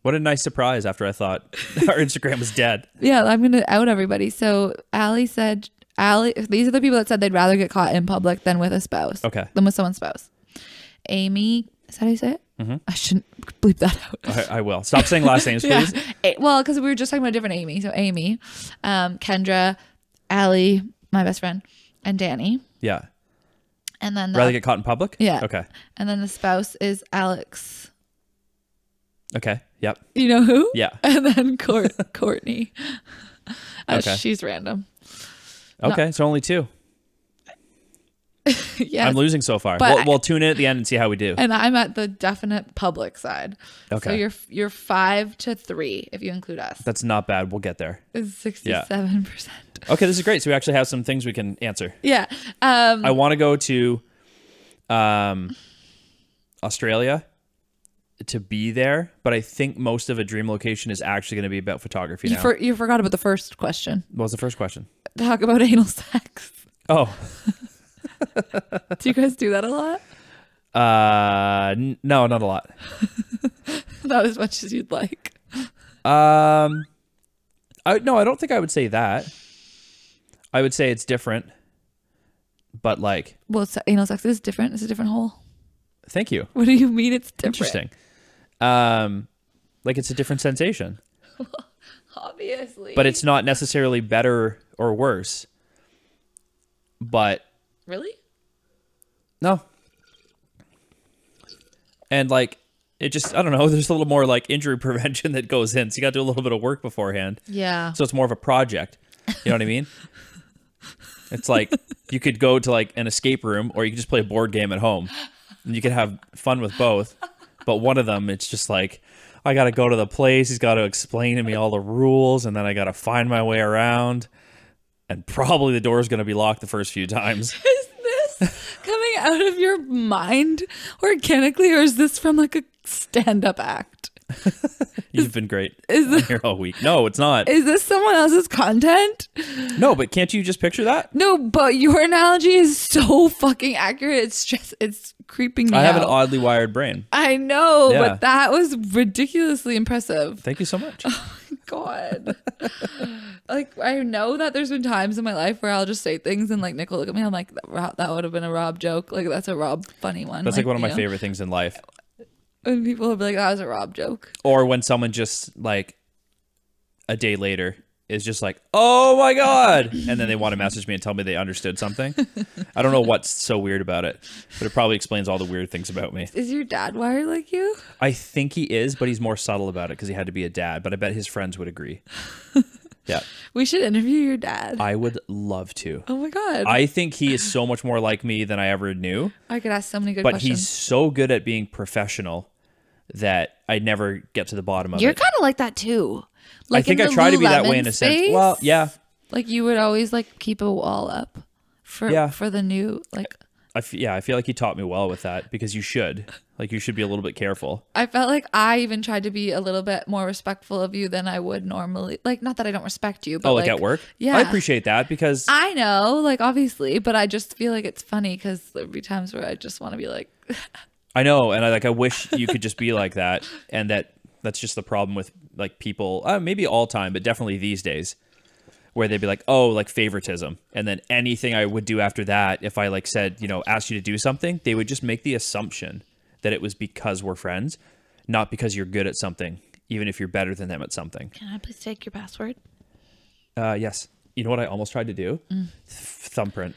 [SPEAKER 2] What a nice surprise after I thought our Instagram was dead.
[SPEAKER 1] Yeah, I'm gonna out everybody. So Allie said, Allie. These are the people that said they'd rather get caught in public than with a spouse.
[SPEAKER 2] Okay.
[SPEAKER 1] Than with someone's spouse. Amy. Is that how you say it? I shouldn't bleep that out.
[SPEAKER 2] I, I will. Stop saying last names,
[SPEAKER 1] Yeah.
[SPEAKER 2] please.
[SPEAKER 1] A- well, because we were just talking about a different Amy. So Amy, um, Kendra, Allie, my best friend, and Danny.
[SPEAKER 2] Yeah.
[SPEAKER 1] And then the,
[SPEAKER 2] Rather get caught in public?
[SPEAKER 1] Yeah.
[SPEAKER 2] Okay.
[SPEAKER 1] and then the spouse is Alex.
[SPEAKER 2] Okay. Yep.
[SPEAKER 1] You know who?
[SPEAKER 2] Yeah.
[SPEAKER 1] And then Court Courtney. Uh,
[SPEAKER 2] Okay.
[SPEAKER 1] She's random.
[SPEAKER 2] Okay. so only two.
[SPEAKER 1] yeah.
[SPEAKER 2] I'm losing so far.
[SPEAKER 1] But
[SPEAKER 2] we'll,
[SPEAKER 1] I-
[SPEAKER 2] we'll tune in at the end and see how we do.
[SPEAKER 1] and I'm at the definite public side. So
[SPEAKER 2] Okay.
[SPEAKER 1] you're you're five to three if you include us.
[SPEAKER 2] That's not bad. We'll get there.
[SPEAKER 1] Is sixty seven percent.
[SPEAKER 2] Okay. This is great. So we actually have some things we can answer.
[SPEAKER 1] Yeah. Um.
[SPEAKER 2] I want to go to um, Australia to be there, but I think most of a dream location is actually going to be about photography
[SPEAKER 1] you
[SPEAKER 2] now.
[SPEAKER 1] for, you forgot about the first question.
[SPEAKER 2] what was the first question?
[SPEAKER 1] Talk about anal sex.
[SPEAKER 2] Oh,
[SPEAKER 1] Do you guys do that a lot?
[SPEAKER 2] uh, n- no, not a lot.
[SPEAKER 1] Not as much as you'd like.
[SPEAKER 2] Um, I, no, I don't think I would say that. I would say it's different, but like,
[SPEAKER 1] Well, it's, anal sex is different. It's a different hole.
[SPEAKER 2] thank you.
[SPEAKER 1] What do you mean it's different?
[SPEAKER 2] Interesting. Um, like it's a different sensation,
[SPEAKER 1] Obviously.
[SPEAKER 2] but it's not necessarily better or worse. But
[SPEAKER 1] really?
[SPEAKER 2] No. And like it just I don't know, there's a little more like injury prevention that goes in. So you gotta do a little bit of work beforehand.
[SPEAKER 1] Yeah.
[SPEAKER 2] So it's more of a project. You know what I mean? It's like you could go to like an escape room or you could just play a board game at home. And you could have fun with both. But one of them it's just like I gotta go to the place, he's gotta explain to me all the rules, and then I gotta find my way around. And probably the door's gonna be locked the first few times.
[SPEAKER 1] is this coming out of your mind organically, or is this from like a stand-up act?
[SPEAKER 2] You've been great.
[SPEAKER 1] is
[SPEAKER 2] I'm here all week? No, it's not.
[SPEAKER 1] Is this someone else's content?
[SPEAKER 2] no, but can't you just picture that?
[SPEAKER 1] No, but your analogy is so fucking accurate. It's just it's creeping me
[SPEAKER 2] I have an
[SPEAKER 1] out.
[SPEAKER 2] oddly wired brain.
[SPEAKER 1] I know,
[SPEAKER 2] Yeah.
[SPEAKER 1] but that was ridiculously impressive.
[SPEAKER 2] Thank you so much.
[SPEAKER 1] God. like, I know that there's been times in my life where I'll just say things and, like, Nick will look at me. I'm like, that, Rob, that would have been a Rob joke. Like, that's a Rob funny one.
[SPEAKER 2] That's like one of my
[SPEAKER 1] you know?
[SPEAKER 2] favorite things in life.
[SPEAKER 1] When people will be like, that was a Rob joke.
[SPEAKER 2] Or when someone just like a day later is just like, "Oh my god," and then they want to message me and tell me they understood something. I don't know what's so weird about it, but it probably explains all the weird things about me.
[SPEAKER 1] Is your dad wired like you?
[SPEAKER 2] I think he is, but he's more subtle about it because he had to be a dad. But I bet his friends would agree. Yeah,
[SPEAKER 1] We should interview your dad.
[SPEAKER 2] I would love to.
[SPEAKER 1] oh my God. I,
[SPEAKER 2] I think he is so much more like me than I ever knew.
[SPEAKER 1] could ask so many good
[SPEAKER 2] but
[SPEAKER 1] questions.
[SPEAKER 2] he's so good at being professional that I never get to the bottom of
[SPEAKER 1] You're
[SPEAKER 2] it.
[SPEAKER 1] kind of like that too. Like
[SPEAKER 2] I think
[SPEAKER 1] in
[SPEAKER 2] I
[SPEAKER 1] the
[SPEAKER 2] try to be that way
[SPEAKER 1] Lululemon
[SPEAKER 2] in a sense.
[SPEAKER 1] space,
[SPEAKER 2] Well, yeah,
[SPEAKER 1] Like, you would always, like, keep a wall up for,
[SPEAKER 2] Yeah.
[SPEAKER 1] for the new, like,
[SPEAKER 2] I f- yeah, I feel like he taught me well with that because you should, like, you should be a little bit careful.
[SPEAKER 1] I felt like I even tried to be a little bit more respectful of you than I would normally. Like, not that I don't respect you, but
[SPEAKER 2] Oh, like, at work.
[SPEAKER 1] yeah.
[SPEAKER 2] I appreciate that because
[SPEAKER 1] I know, like obviously, but I just feel like it's funny because there'll be times where I just want to be like,
[SPEAKER 2] I know, and I like, I wish you could just be like that, and that that's just the problem with like people, uh, maybe all time, but definitely these days. Where they'd be like, oh, like favoritism. And then anything I would do after that, if I like said, you know, asked you to do something, they would just make the assumption that it was because we're friends, not because you're good at something, even if you're better than them at something.
[SPEAKER 1] "Can I please take your password?"
[SPEAKER 2] Uh, yes. You know what I almost tried to do?
[SPEAKER 1] Mm.
[SPEAKER 2] Thumbprint.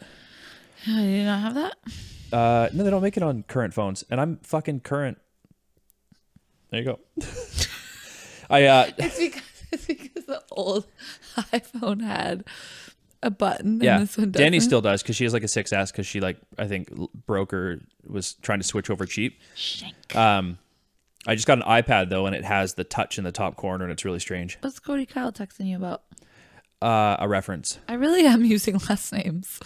[SPEAKER 1] I did not "Oh, have that.
[SPEAKER 2] Uh, no, they don't make it on current phones, and I'm fucking current. There you go. I uh,
[SPEAKER 1] It's because it's because the old iPhone had a button.
[SPEAKER 2] yeah.
[SPEAKER 1] and this one doesn't.
[SPEAKER 2] Danny still does because she has like a 6S because she like I think l- broke or was trying to switch over cheap.
[SPEAKER 1] Shank.
[SPEAKER 2] Um, I just got an iPad though, and it has the touch in the top corner, and it's really strange.
[SPEAKER 1] What's Cody Kyle texting you about?
[SPEAKER 2] Uh, a reference.
[SPEAKER 1] I really am using last names.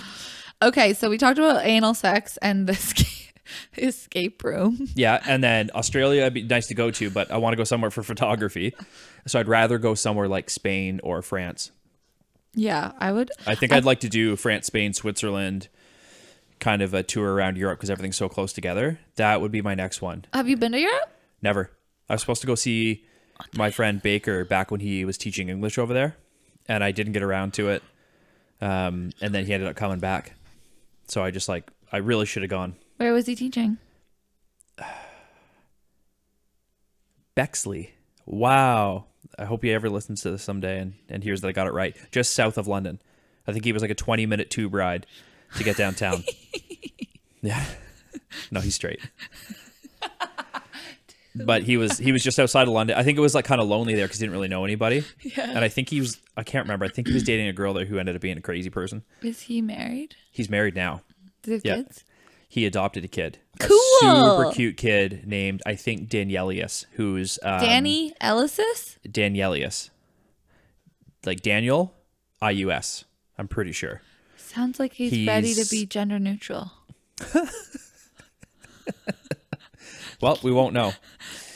[SPEAKER 1] Okay, so we talked about anal sex and the escape, escape room.
[SPEAKER 2] Yeah, and then Australia would be nice to go to, but I want to go somewhere for photography, so I'd rather go somewhere like Spain or France.
[SPEAKER 1] Yeah, I would.
[SPEAKER 2] I think I'd like to do France, Spain, Switzerland, kind of a tour around Europe because everything's so close together. That would be my next one.
[SPEAKER 1] Have you been to Europe?
[SPEAKER 2] Never. I was supposed to go see my friend Baker back when he was teaching English over there, and I didn't get around to it. Um, and then he ended up coming back, so I just like I really should have gone.
[SPEAKER 1] Where was he teaching?
[SPEAKER 2] Bexley. Wow. I hope he ever listens to this someday and, and hears that I got it right. Just south of London. I think he was like a 20 minute tube ride to get downtown. yeah. No, he's straight. But he was he was just outside of London. I think it was like kind of lonely there because he didn't really know anybody.
[SPEAKER 1] Yeah.
[SPEAKER 2] And I think he was I can't remember. I think he was dating a girl there who ended up being a crazy person.
[SPEAKER 1] Is he married?
[SPEAKER 2] He's married now.
[SPEAKER 1] Does he have
[SPEAKER 2] Yeah.
[SPEAKER 1] kids?
[SPEAKER 2] He adopted a kid. A
[SPEAKER 1] Cool.
[SPEAKER 2] super cute kid named I think Danielius, who's um,
[SPEAKER 1] Danny Ellisis?
[SPEAKER 2] Danielius. Like Daniel IUS, I'm pretty sure.
[SPEAKER 1] Sounds like he's, ready to
[SPEAKER 2] he's-
[SPEAKER 1] be gender neutral.
[SPEAKER 2] Well, we won't know.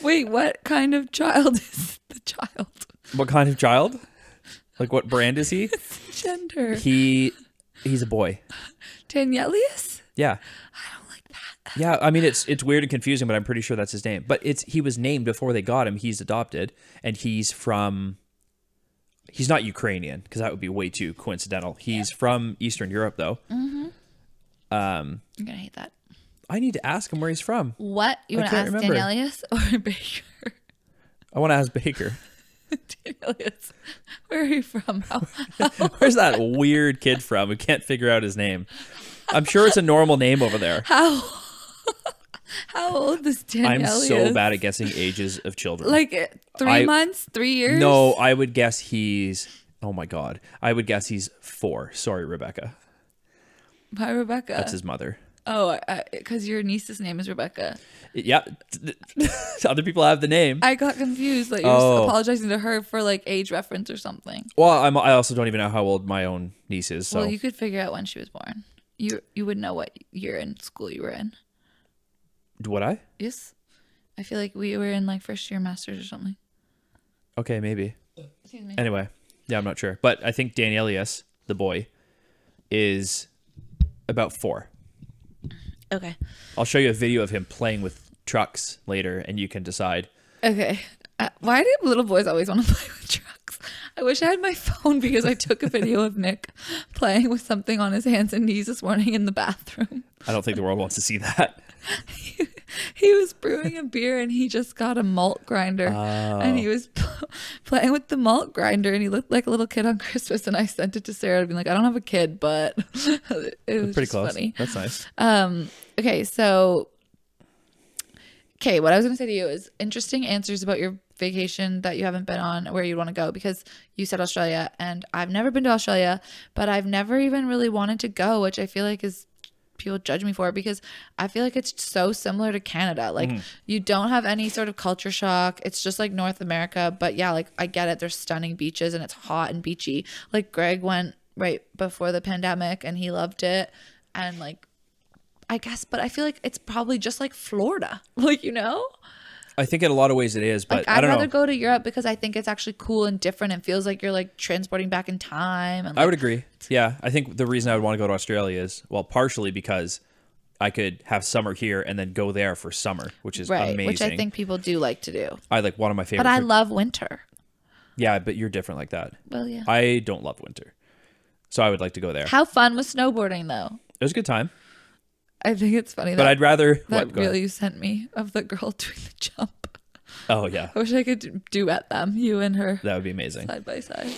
[SPEAKER 1] Wait, what kind of child is the child?
[SPEAKER 2] What kind of child? Like what brand is he?
[SPEAKER 1] Gender.
[SPEAKER 2] He he's a boy.
[SPEAKER 1] Danielius?
[SPEAKER 2] Yeah. I don't like that. Yeah, I mean it's it's weird and confusing, but I'm pretty sure that's his name. But it's he was named before they got him. He's adopted and he's from he's not Ukrainian because that would be way too coincidental. He's from Eastern Europe though.
[SPEAKER 1] I'm gonna hate that.
[SPEAKER 2] I need to ask him where he's from.
[SPEAKER 1] What you want to
[SPEAKER 2] can't
[SPEAKER 1] ask
[SPEAKER 2] remember.
[SPEAKER 1] Danelius or Baker?
[SPEAKER 2] I want to ask Baker.
[SPEAKER 1] Danelius, where are you from? How,
[SPEAKER 2] Where's that weird kid from who can't figure out his name? I'm sure it's a normal name over there.
[SPEAKER 1] how old is Danelius?
[SPEAKER 2] I'm so bad at guessing ages of children.
[SPEAKER 1] Like uh, three
[SPEAKER 2] I-
[SPEAKER 1] months, three years.
[SPEAKER 2] no, I would guess he's. Oh my god, I would guess he's four. Sorry, Rebecca.
[SPEAKER 1] by Rebecca.
[SPEAKER 2] That's his mother.
[SPEAKER 1] oh, because your niece's name is Rebecca.
[SPEAKER 2] Yeah, other people have the name.
[SPEAKER 1] I got confused that you're
[SPEAKER 2] Oh.
[SPEAKER 1] apologizing to her for like age reference or something.
[SPEAKER 2] Well, I'm, I also don't even know how old my own niece is. So
[SPEAKER 1] Well, you could figure out when she was born. You you would know what year in school you were in.
[SPEAKER 2] would I?
[SPEAKER 1] Yes, I feel like we were in like first year masters or something.
[SPEAKER 2] Okay, maybe.
[SPEAKER 1] Excuse me.
[SPEAKER 2] Anyway, yeah, I'm not sure, but I think Danielius, the boy, is about four.
[SPEAKER 1] Okay.
[SPEAKER 2] I'll show you a video of him playing with trucks later, and you can decide.
[SPEAKER 1] Okay. Uh, why do little boys always want to play with trucks? I wish I had my phone because I took a video of Nick playing with something on his hands and knees this morning in the bathroom.
[SPEAKER 2] I don't think the world wants to see that.
[SPEAKER 1] He was brewing a beer and he just got a malt grinder
[SPEAKER 2] Oh.
[SPEAKER 1] and he was playing with the malt grinder and he looked like a little kid on Christmas and I sent it to Sarah to be like I don't have a kid but it was
[SPEAKER 2] Pretty
[SPEAKER 1] just
[SPEAKER 2] close.
[SPEAKER 1] funny.
[SPEAKER 2] That's nice.
[SPEAKER 1] Um, okay, so okay, what I was gonna say to you is interesting answers about your vacation that you haven't been on, where you'd want to go, because you said Australia, and I've never been to Australia, but I've never even really wanted to go, which I feel like is people judge me for because I feel like it's so similar to Canada. Like you don't have any sort of culture shock. It's just like North America, but yeah, like I get it. There's stunning beaches and it's hot and beachy. Like Greg went right before the pandemic and he loved it and like I guess, but I feel like it's probably just like Florida. Like, you know?
[SPEAKER 2] I think in a lot of ways it is, but
[SPEAKER 1] Like
[SPEAKER 2] I
[SPEAKER 1] I'd
[SPEAKER 2] don't
[SPEAKER 1] rather
[SPEAKER 2] know.
[SPEAKER 1] go to Europe because I think it's actually cool and different and feels like you're like transporting back in time and
[SPEAKER 2] I
[SPEAKER 1] like,
[SPEAKER 2] would agree. Yeah, I think the reason I would want to go to Australia is well, partially because I could have summer here and then go there for summer, which is
[SPEAKER 1] right,
[SPEAKER 2] amazing.
[SPEAKER 1] which I think people do like to do.
[SPEAKER 2] I like one of my favorite.
[SPEAKER 1] But I
[SPEAKER 2] trip-
[SPEAKER 1] love winter.
[SPEAKER 2] yeah, but you're different like that.
[SPEAKER 1] Well, yeah.
[SPEAKER 2] I don't love winter, so I would like to go there.
[SPEAKER 1] How fun was snowboarding though?
[SPEAKER 2] It was a good time,
[SPEAKER 1] I think it's funny
[SPEAKER 2] but
[SPEAKER 1] that,
[SPEAKER 2] I'd rather.
[SPEAKER 1] that
[SPEAKER 2] what, go
[SPEAKER 1] reel
[SPEAKER 2] ahead.
[SPEAKER 1] you sent me of the girl doing the jump.
[SPEAKER 2] Oh yeah,
[SPEAKER 1] I wish I could duet them, you and her
[SPEAKER 2] that would be amazing.
[SPEAKER 1] side by side.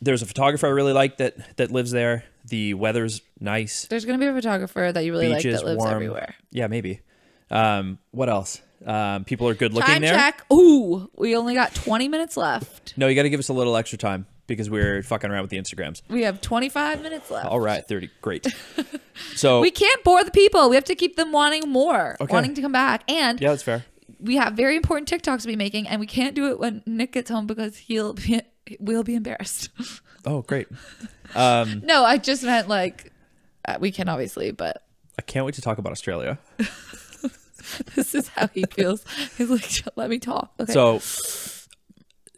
[SPEAKER 2] There's a photographer I really like that that lives there. The weather's nice.
[SPEAKER 1] There's gonna be a photographer that you really like
[SPEAKER 2] Beaches
[SPEAKER 1] that lives
[SPEAKER 2] warm.
[SPEAKER 1] everywhere.
[SPEAKER 2] Yeah, maybe. Um, what else? Um, people are good looking
[SPEAKER 1] Time
[SPEAKER 2] there.
[SPEAKER 1] check. Ooh, we only got 20 minutes left.
[SPEAKER 2] No, you got to give us a little extra time because we're fucking around with the Instagrams.
[SPEAKER 1] We have 25 minutes left.
[SPEAKER 2] All right, 30. Great. So,
[SPEAKER 1] We can't bore the people. We have to keep them wanting more,
[SPEAKER 2] Okay.
[SPEAKER 1] wanting to come back. And
[SPEAKER 2] yeah, that's fair.
[SPEAKER 1] we have very important TikToks to be making, and we can't do it when Nick gets home because he'll be we'll be embarrassed.
[SPEAKER 2] Oh, great. Um,
[SPEAKER 1] no, I just meant like uh, we can obviously, but
[SPEAKER 2] I can't wait to talk about Australia.
[SPEAKER 1] this is how he feels. He's like, "Don't let me talk. Okay.
[SPEAKER 2] So,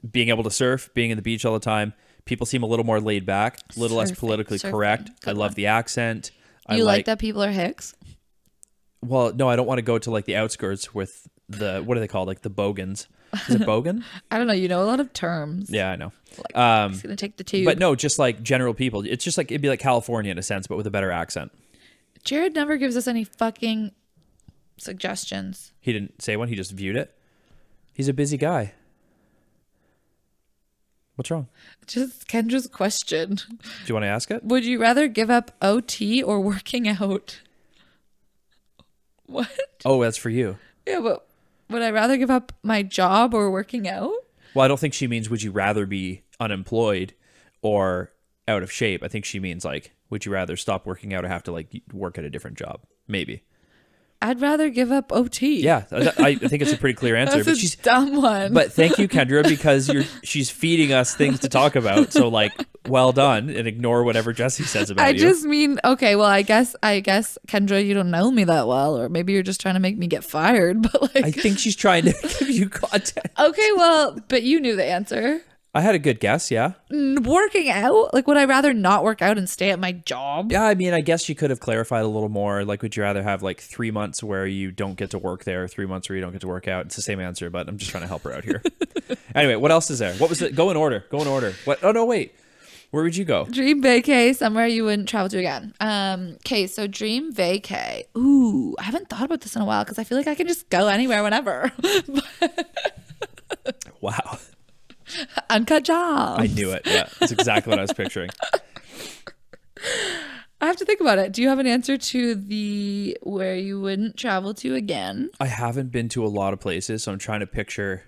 [SPEAKER 2] being able to surf, being in the beach all the time, people seem a little more laid back, a little less
[SPEAKER 1] Surfing,
[SPEAKER 2] politically
[SPEAKER 1] surfing.
[SPEAKER 2] correct. I
[SPEAKER 1] Good
[SPEAKER 2] love
[SPEAKER 1] one.
[SPEAKER 2] the accent. I
[SPEAKER 1] you like, that people are hicks?
[SPEAKER 2] Well, no, I don't want to go to like the outskirts with the what are they called? Like the bogans. Is it bogan?
[SPEAKER 1] I don't know. You know a lot of terms.
[SPEAKER 2] yeah, I know.
[SPEAKER 1] Like,
[SPEAKER 2] Um,
[SPEAKER 1] He's gonna take the tube.
[SPEAKER 2] But no, just like general people. It's just like it'd be like California in a sense, but with a better accent.
[SPEAKER 1] Jared never gives us any fucking suggestions.
[SPEAKER 2] He didn't say one, he just viewed it. He's a busy guy. What's wrong?
[SPEAKER 1] Just Kendra's question.
[SPEAKER 2] Do you want to ask it?
[SPEAKER 1] Would you rather give up OT or working out? What?
[SPEAKER 2] Oh, that's for you.
[SPEAKER 1] Yeah, but would I rather give up my job or working out?
[SPEAKER 2] Well, I don't think she means would you rather be unemployed or out of shape. I think she means like would you rather stop working out or have to like work at a different job? Maybe.
[SPEAKER 1] I'd rather give up OT.
[SPEAKER 2] Yeah, I, I think it's a pretty clear answer.
[SPEAKER 1] That's a
[SPEAKER 2] But she's
[SPEAKER 1] dumb one.
[SPEAKER 2] but thank you, Kendra, because you're she's feeding us things to talk about. So like, well done, and ignore whatever Jesse says about
[SPEAKER 1] I
[SPEAKER 2] you.
[SPEAKER 1] just mean okay, well I guess I guess Kendra, you don't know me that well, or maybe you're just trying to make me get fired, but
[SPEAKER 2] I
[SPEAKER 1] like
[SPEAKER 2] think she's trying to give you content.
[SPEAKER 1] Okay, well, but you knew the answer.
[SPEAKER 2] I had a good guess, yeah.
[SPEAKER 1] N- Working out? Like, would I rather not work out and stay at my job?
[SPEAKER 2] Yeah, I mean, I guess you could have clarified a little more. Like, would you rather have like three months where you don't get to work there, three months where you don't get to work out? It's the same answer, but I'm just trying to help her out here. anyway, what else is there? What was it? Go in order. Go in order. What? Oh no, wait. Where would you go?
[SPEAKER 1] Dream vacay, somewhere you wouldn't travel to again. Um, okay, so dream vacay. Ooh, I haven't thought about this in a while because I feel like I can just go anywhere whenever.
[SPEAKER 2] Wow,
[SPEAKER 1] Uncut job.
[SPEAKER 2] I
[SPEAKER 1] I,
[SPEAKER 2] knew it. Yeah, that's exactly what I was picturing.
[SPEAKER 1] have to think about it. Do you have an answer to the where you wouldn't travel to again?
[SPEAKER 2] I haven't been to a lot of places, so I'm trying to picture.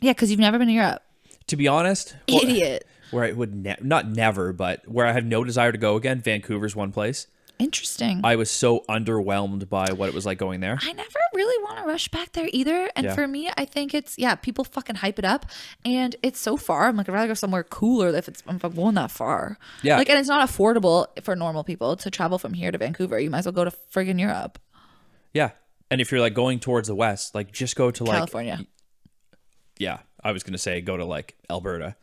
[SPEAKER 1] Yeah, because you've never been to Europe.
[SPEAKER 2] To be honest, well,
[SPEAKER 1] Idiot.
[SPEAKER 2] where I would ne- not never, but where I have no desire to go again. Vancouver's one place.
[SPEAKER 1] Interesting.
[SPEAKER 2] I was so underwhelmed by what it was like going there.
[SPEAKER 1] I never really want to rush back there either. And
[SPEAKER 2] Yeah.
[SPEAKER 1] for me, I think it's yeah, people fucking hype it up, and it's so far. I'm like, I'd rather go somewhere cooler if it's if I'm going that far.
[SPEAKER 2] Yeah.
[SPEAKER 1] like, and it's not affordable for normal people to travel from here to Vancouver. You might as well go to friggin' Europe,
[SPEAKER 2] Yeah. And if you're like going towards the west, like just go to like
[SPEAKER 1] California.
[SPEAKER 2] yeah, I was gonna say go to like Alberta,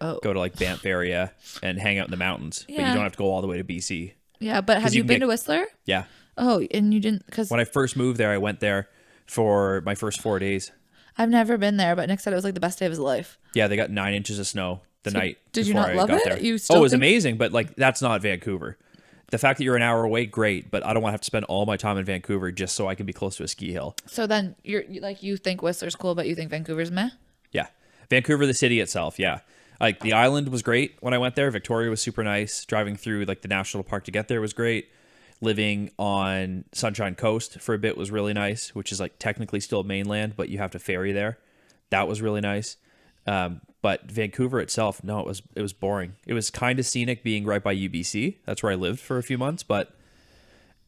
[SPEAKER 1] Oh,
[SPEAKER 2] go to like Banff area and hang out in the mountains, but you
[SPEAKER 1] Yeah.
[SPEAKER 2] don't have to go all the way to BC.
[SPEAKER 1] yeah. But have
[SPEAKER 2] you
[SPEAKER 1] you
[SPEAKER 2] can
[SPEAKER 1] been
[SPEAKER 2] get-
[SPEAKER 1] to Whistler?
[SPEAKER 2] Yeah,
[SPEAKER 1] Oh, and you didn't because
[SPEAKER 2] when I first moved there, I went there for my first four days.
[SPEAKER 1] I've never been there. But Nick said it was like the best day of his life.
[SPEAKER 2] Yeah, they got nine inches of snow the night.
[SPEAKER 1] did you
[SPEAKER 2] before
[SPEAKER 1] not
[SPEAKER 2] I
[SPEAKER 1] love
[SPEAKER 2] got
[SPEAKER 1] it?
[SPEAKER 2] There.
[SPEAKER 1] You
[SPEAKER 2] oh,
[SPEAKER 1] still
[SPEAKER 2] it was
[SPEAKER 1] think-
[SPEAKER 2] amazing, but like that's not Vancouver. The fact that you're an hour away, great, but I don't want to have to spend all my time in Vancouver just so I can be close to a ski hill.
[SPEAKER 1] So then you're you- like you think Whistler's cool, but you think Vancouver's meh.
[SPEAKER 2] Yeah. Vancouver, the city itself. Yeah. Like the island was great when I went there. Victoria was super nice. Driving through like the national park to get there was great. Living on Sunshine Coast for a bit was really nice, which is like technically still mainland, but you have to ferry there. That was really nice. Um, but Vancouver itself, no, it was it was boring. It was kind of scenic being right by UBC. That's where I lived for a few months, but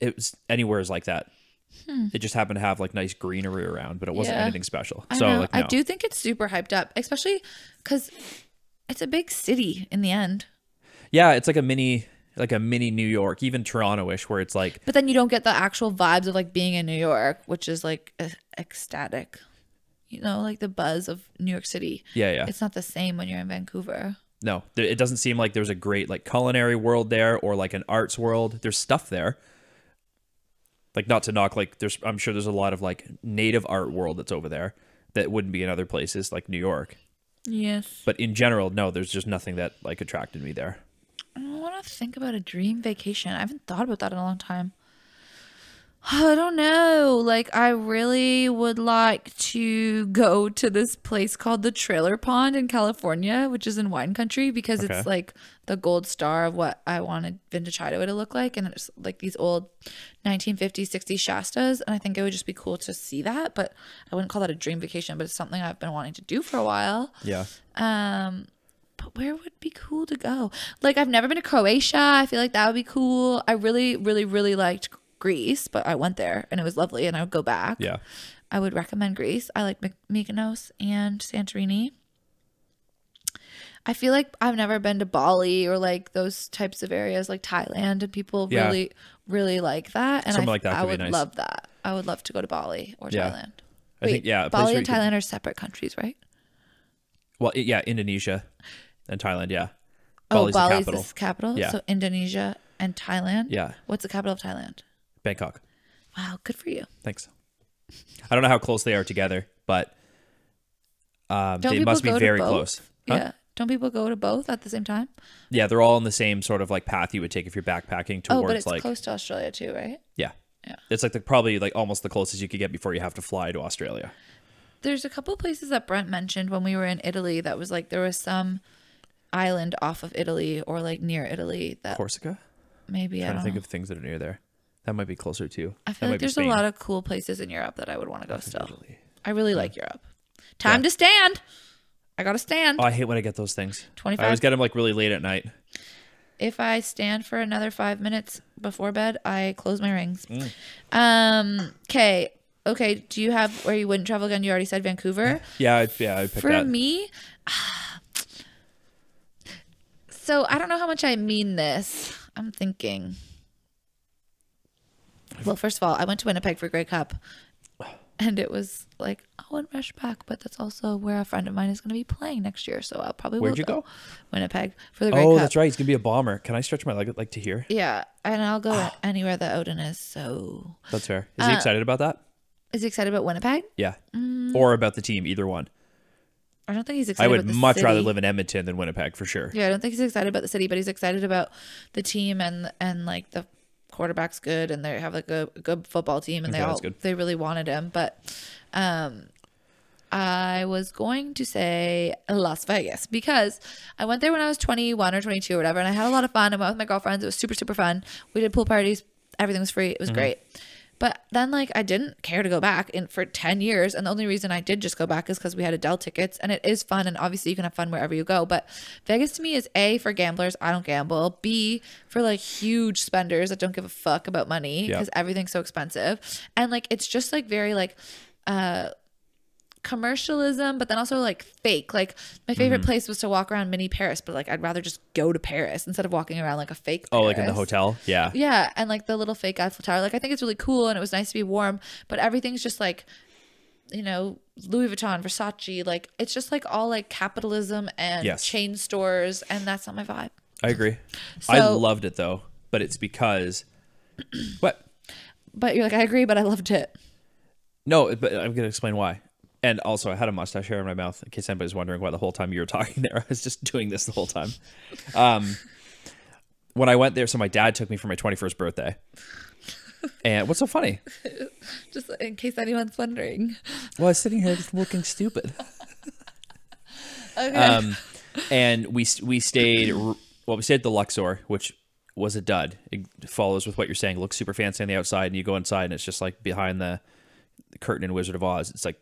[SPEAKER 2] it was anywhere is like that. It just happened to have like nice greenery around, but it wasn't
[SPEAKER 1] Hmm. Yeah.
[SPEAKER 2] anything special.
[SPEAKER 1] I
[SPEAKER 2] so
[SPEAKER 1] know.
[SPEAKER 2] like,
[SPEAKER 1] I
[SPEAKER 2] no.
[SPEAKER 1] do think it's super hyped up, especially because it's a big city in the end.
[SPEAKER 2] Yeah, it's like a mini like a mini New York, even Toronto-ish, where it's like
[SPEAKER 1] But then you don't get the actual vibes of like being in New York, which is like e- ecstatic. You know, like the buzz of New York City.
[SPEAKER 2] yeah, yeah.
[SPEAKER 1] It's not the same when you're in Vancouver.
[SPEAKER 2] No, th- it doesn't seem like there's a great like culinary world there or like an arts world. There's stuff there. Like not to knock like there's I'm sure there's a lot of like native art world that's over there that wouldn't be in other places like New York.
[SPEAKER 1] Yes.
[SPEAKER 2] But in general, no, there's just nothing that like attracted me there.
[SPEAKER 1] I want to think about a dream vacation. I haven't thought about that in a long time. I don't know. Like, I really would like to go to this place called the Trailer Pond in California, which is in wine country, because
[SPEAKER 2] Okay.
[SPEAKER 1] it's like the gold star of what I wanted Vintage Hideaway to look like. And it's like these old 1950s, 60s Shastas. And I think it would just be cool to see that. But I wouldn't call that a dream vacation, but it's something I've been wanting to do for a while.
[SPEAKER 2] Yeah.
[SPEAKER 1] Um, but where would be cool to go? Like I've never been to Croatia. I feel like that would be cool. I really, really, really liked Greece, but I went there and it was lovely, and I would go back.
[SPEAKER 2] Yeah.
[SPEAKER 1] I would recommend Greece. I like Myk- Mykonos and Santorini. I feel like I've never been to Bali or like those types of areas like Thailand, and people
[SPEAKER 2] Yeah.
[SPEAKER 1] really, really like that. And
[SPEAKER 2] Something
[SPEAKER 1] I,
[SPEAKER 2] like that
[SPEAKER 1] I
[SPEAKER 2] could be
[SPEAKER 1] would
[SPEAKER 2] nice.
[SPEAKER 1] love that. I would love to go to Bali or
[SPEAKER 2] Yeah.
[SPEAKER 1] Thailand.
[SPEAKER 2] I think yeah, a place
[SPEAKER 1] Bali
[SPEAKER 2] where
[SPEAKER 1] and
[SPEAKER 2] you could-
[SPEAKER 1] Thailand are separate countries, right?
[SPEAKER 2] well, i- yeah, Indonesia and Thailand, yeah.
[SPEAKER 1] Oh,
[SPEAKER 2] Bali's the
[SPEAKER 1] Bali's
[SPEAKER 2] capital.
[SPEAKER 1] the capital.
[SPEAKER 2] Yeah.
[SPEAKER 1] So Indonesia and Thailand.
[SPEAKER 2] Yeah.
[SPEAKER 1] What's the capital of Thailand?
[SPEAKER 2] Bangkok.
[SPEAKER 1] Wow, good for you.
[SPEAKER 2] Thanks. I don't know how close they are together, but um,
[SPEAKER 1] Don't
[SPEAKER 2] they
[SPEAKER 1] people
[SPEAKER 2] must be
[SPEAKER 1] go to
[SPEAKER 2] very
[SPEAKER 1] both?
[SPEAKER 2] close. Huh?
[SPEAKER 1] Yeah. Don't people go to both at the same time?
[SPEAKER 2] Yeah, they're all in the same sort of like path you would take if you're backpacking
[SPEAKER 1] Oh,
[SPEAKER 2] towards
[SPEAKER 1] but it's
[SPEAKER 2] like
[SPEAKER 1] close to Australia too, right?
[SPEAKER 2] yeah.
[SPEAKER 1] Yeah.
[SPEAKER 2] It's like the probably like almost the closest you could get before you have to fly to Australia.
[SPEAKER 1] There's a couple places that Brent mentioned when we were in Italy that was like there was some island off of Italy or like near Italy that
[SPEAKER 2] Corsica?
[SPEAKER 1] maybe I
[SPEAKER 2] trying
[SPEAKER 1] don't
[SPEAKER 2] to think
[SPEAKER 1] know.
[SPEAKER 2] of things that are near there. That might be closer too.
[SPEAKER 1] I
[SPEAKER 2] That
[SPEAKER 1] feel
[SPEAKER 2] might
[SPEAKER 1] like
[SPEAKER 2] be
[SPEAKER 1] there's a
[SPEAKER 2] Spain.
[SPEAKER 1] lot of cool places in Europe that I would want to go still.
[SPEAKER 2] Italy.
[SPEAKER 1] I really like Europe. Time to stand. I gotta stand.
[SPEAKER 2] Oh, I hate when I get those things.
[SPEAKER 1] 25
[SPEAKER 2] I always get them like really late at night.
[SPEAKER 1] if I stand for another five minutes before bed, I close my rings.
[SPEAKER 2] Mm.
[SPEAKER 1] Um. Okay. Okay. Do you have where you wouldn't travel again? You already said Vancouver.
[SPEAKER 2] Yeah, I, yeah, I picked
[SPEAKER 1] For
[SPEAKER 2] that.
[SPEAKER 1] me, so I don't know how much I mean this. I'm thinking. Well, first of all, I went to Winnipeg for Grey Cup. and it was like oh and rush back but that's also where a friend of mine is going to be playing next year so i'll probably
[SPEAKER 2] Where'd
[SPEAKER 1] will
[SPEAKER 2] you go?
[SPEAKER 1] winnipeg for the Grey
[SPEAKER 2] Oh,
[SPEAKER 1] cup
[SPEAKER 2] that's right. He's gonna be a bomber. Can I stretch my leg like to here?
[SPEAKER 1] yeah and i'll
[SPEAKER 2] Oh.
[SPEAKER 1] go anywhere that odin is so
[SPEAKER 2] That's fair.
[SPEAKER 1] Uh,
[SPEAKER 2] Is he excited about that?
[SPEAKER 1] is he excited about winnipeg
[SPEAKER 2] Yeah. Or about the team, either one.
[SPEAKER 1] i don't think he's mm. excited
[SPEAKER 2] I would
[SPEAKER 1] about the
[SPEAKER 2] much rather
[SPEAKER 1] city.
[SPEAKER 2] live in Edmonton than Winnipeg for sure.
[SPEAKER 1] yeah i don't think he's excited about the city but he's excited about the team and and like the quarterback's good and they have like a good football team and they
[SPEAKER 2] Okay,
[SPEAKER 1] all
[SPEAKER 2] that's good.
[SPEAKER 1] they really wanted him but um I was going to say Las Vegas because I went there when I was 21 or 22 or whatever, and I had a lot of fun. I went with my girlfriends. It was super, super fun. We did pool parties. Everything was free. It was great. But then, like, I didn't care to go back in for 10 years. And the only reason I did just go back is because we had Adele tickets, and it is fun. And obviously, you can have fun wherever you go. But Vegas to me is A, for gamblers. I don't gamble. B, for like huge spenders that don't give a fuck about money
[SPEAKER 2] Yeah.
[SPEAKER 1] because everything's so expensive. And like, it's just like very, like, commercialism, but then also like fake. Like my favorite
[SPEAKER 2] Mm-hmm.
[SPEAKER 1] place was to walk around mini Paris, but like I'd rather just go to Paris instead of walking around like a fake.
[SPEAKER 2] Oh, like in the
[SPEAKER 1] Paris.
[SPEAKER 2] hotel? Yeah.
[SPEAKER 1] Yeah, and like the little fake Eiffel Tower. Like I think it's really cool, and it was nice to be warm, but everything's just like, you know, Louis Vuitton, Versace. Like it's just like all like capitalism and
[SPEAKER 2] Yes.
[SPEAKER 1] chain stores, and that's not my vibe.
[SPEAKER 2] I agree. I
[SPEAKER 1] So-
[SPEAKER 2] loved it though, but it's because but
[SPEAKER 1] But you're like, I agree, but I loved it.
[SPEAKER 2] no, but I'm gonna explain why. And also I had a mustache hair in my mouth in case anybody's wondering why the whole time you were talking there. I was just doing this the whole time. Um when I went there, so my dad took me for my twenty first birthday. And what's so funny?
[SPEAKER 1] Just in case anyone's wondering.
[SPEAKER 2] Well, I was sitting here just looking stupid.
[SPEAKER 1] Okay.
[SPEAKER 2] um, and we we stayed well. We stayed at the Luxor, which was a dud. It follows with what you're saying. It looks super fancy on the outside, and you go inside, and it's just like behind the, the curtain in Wizard of Oz. It's like,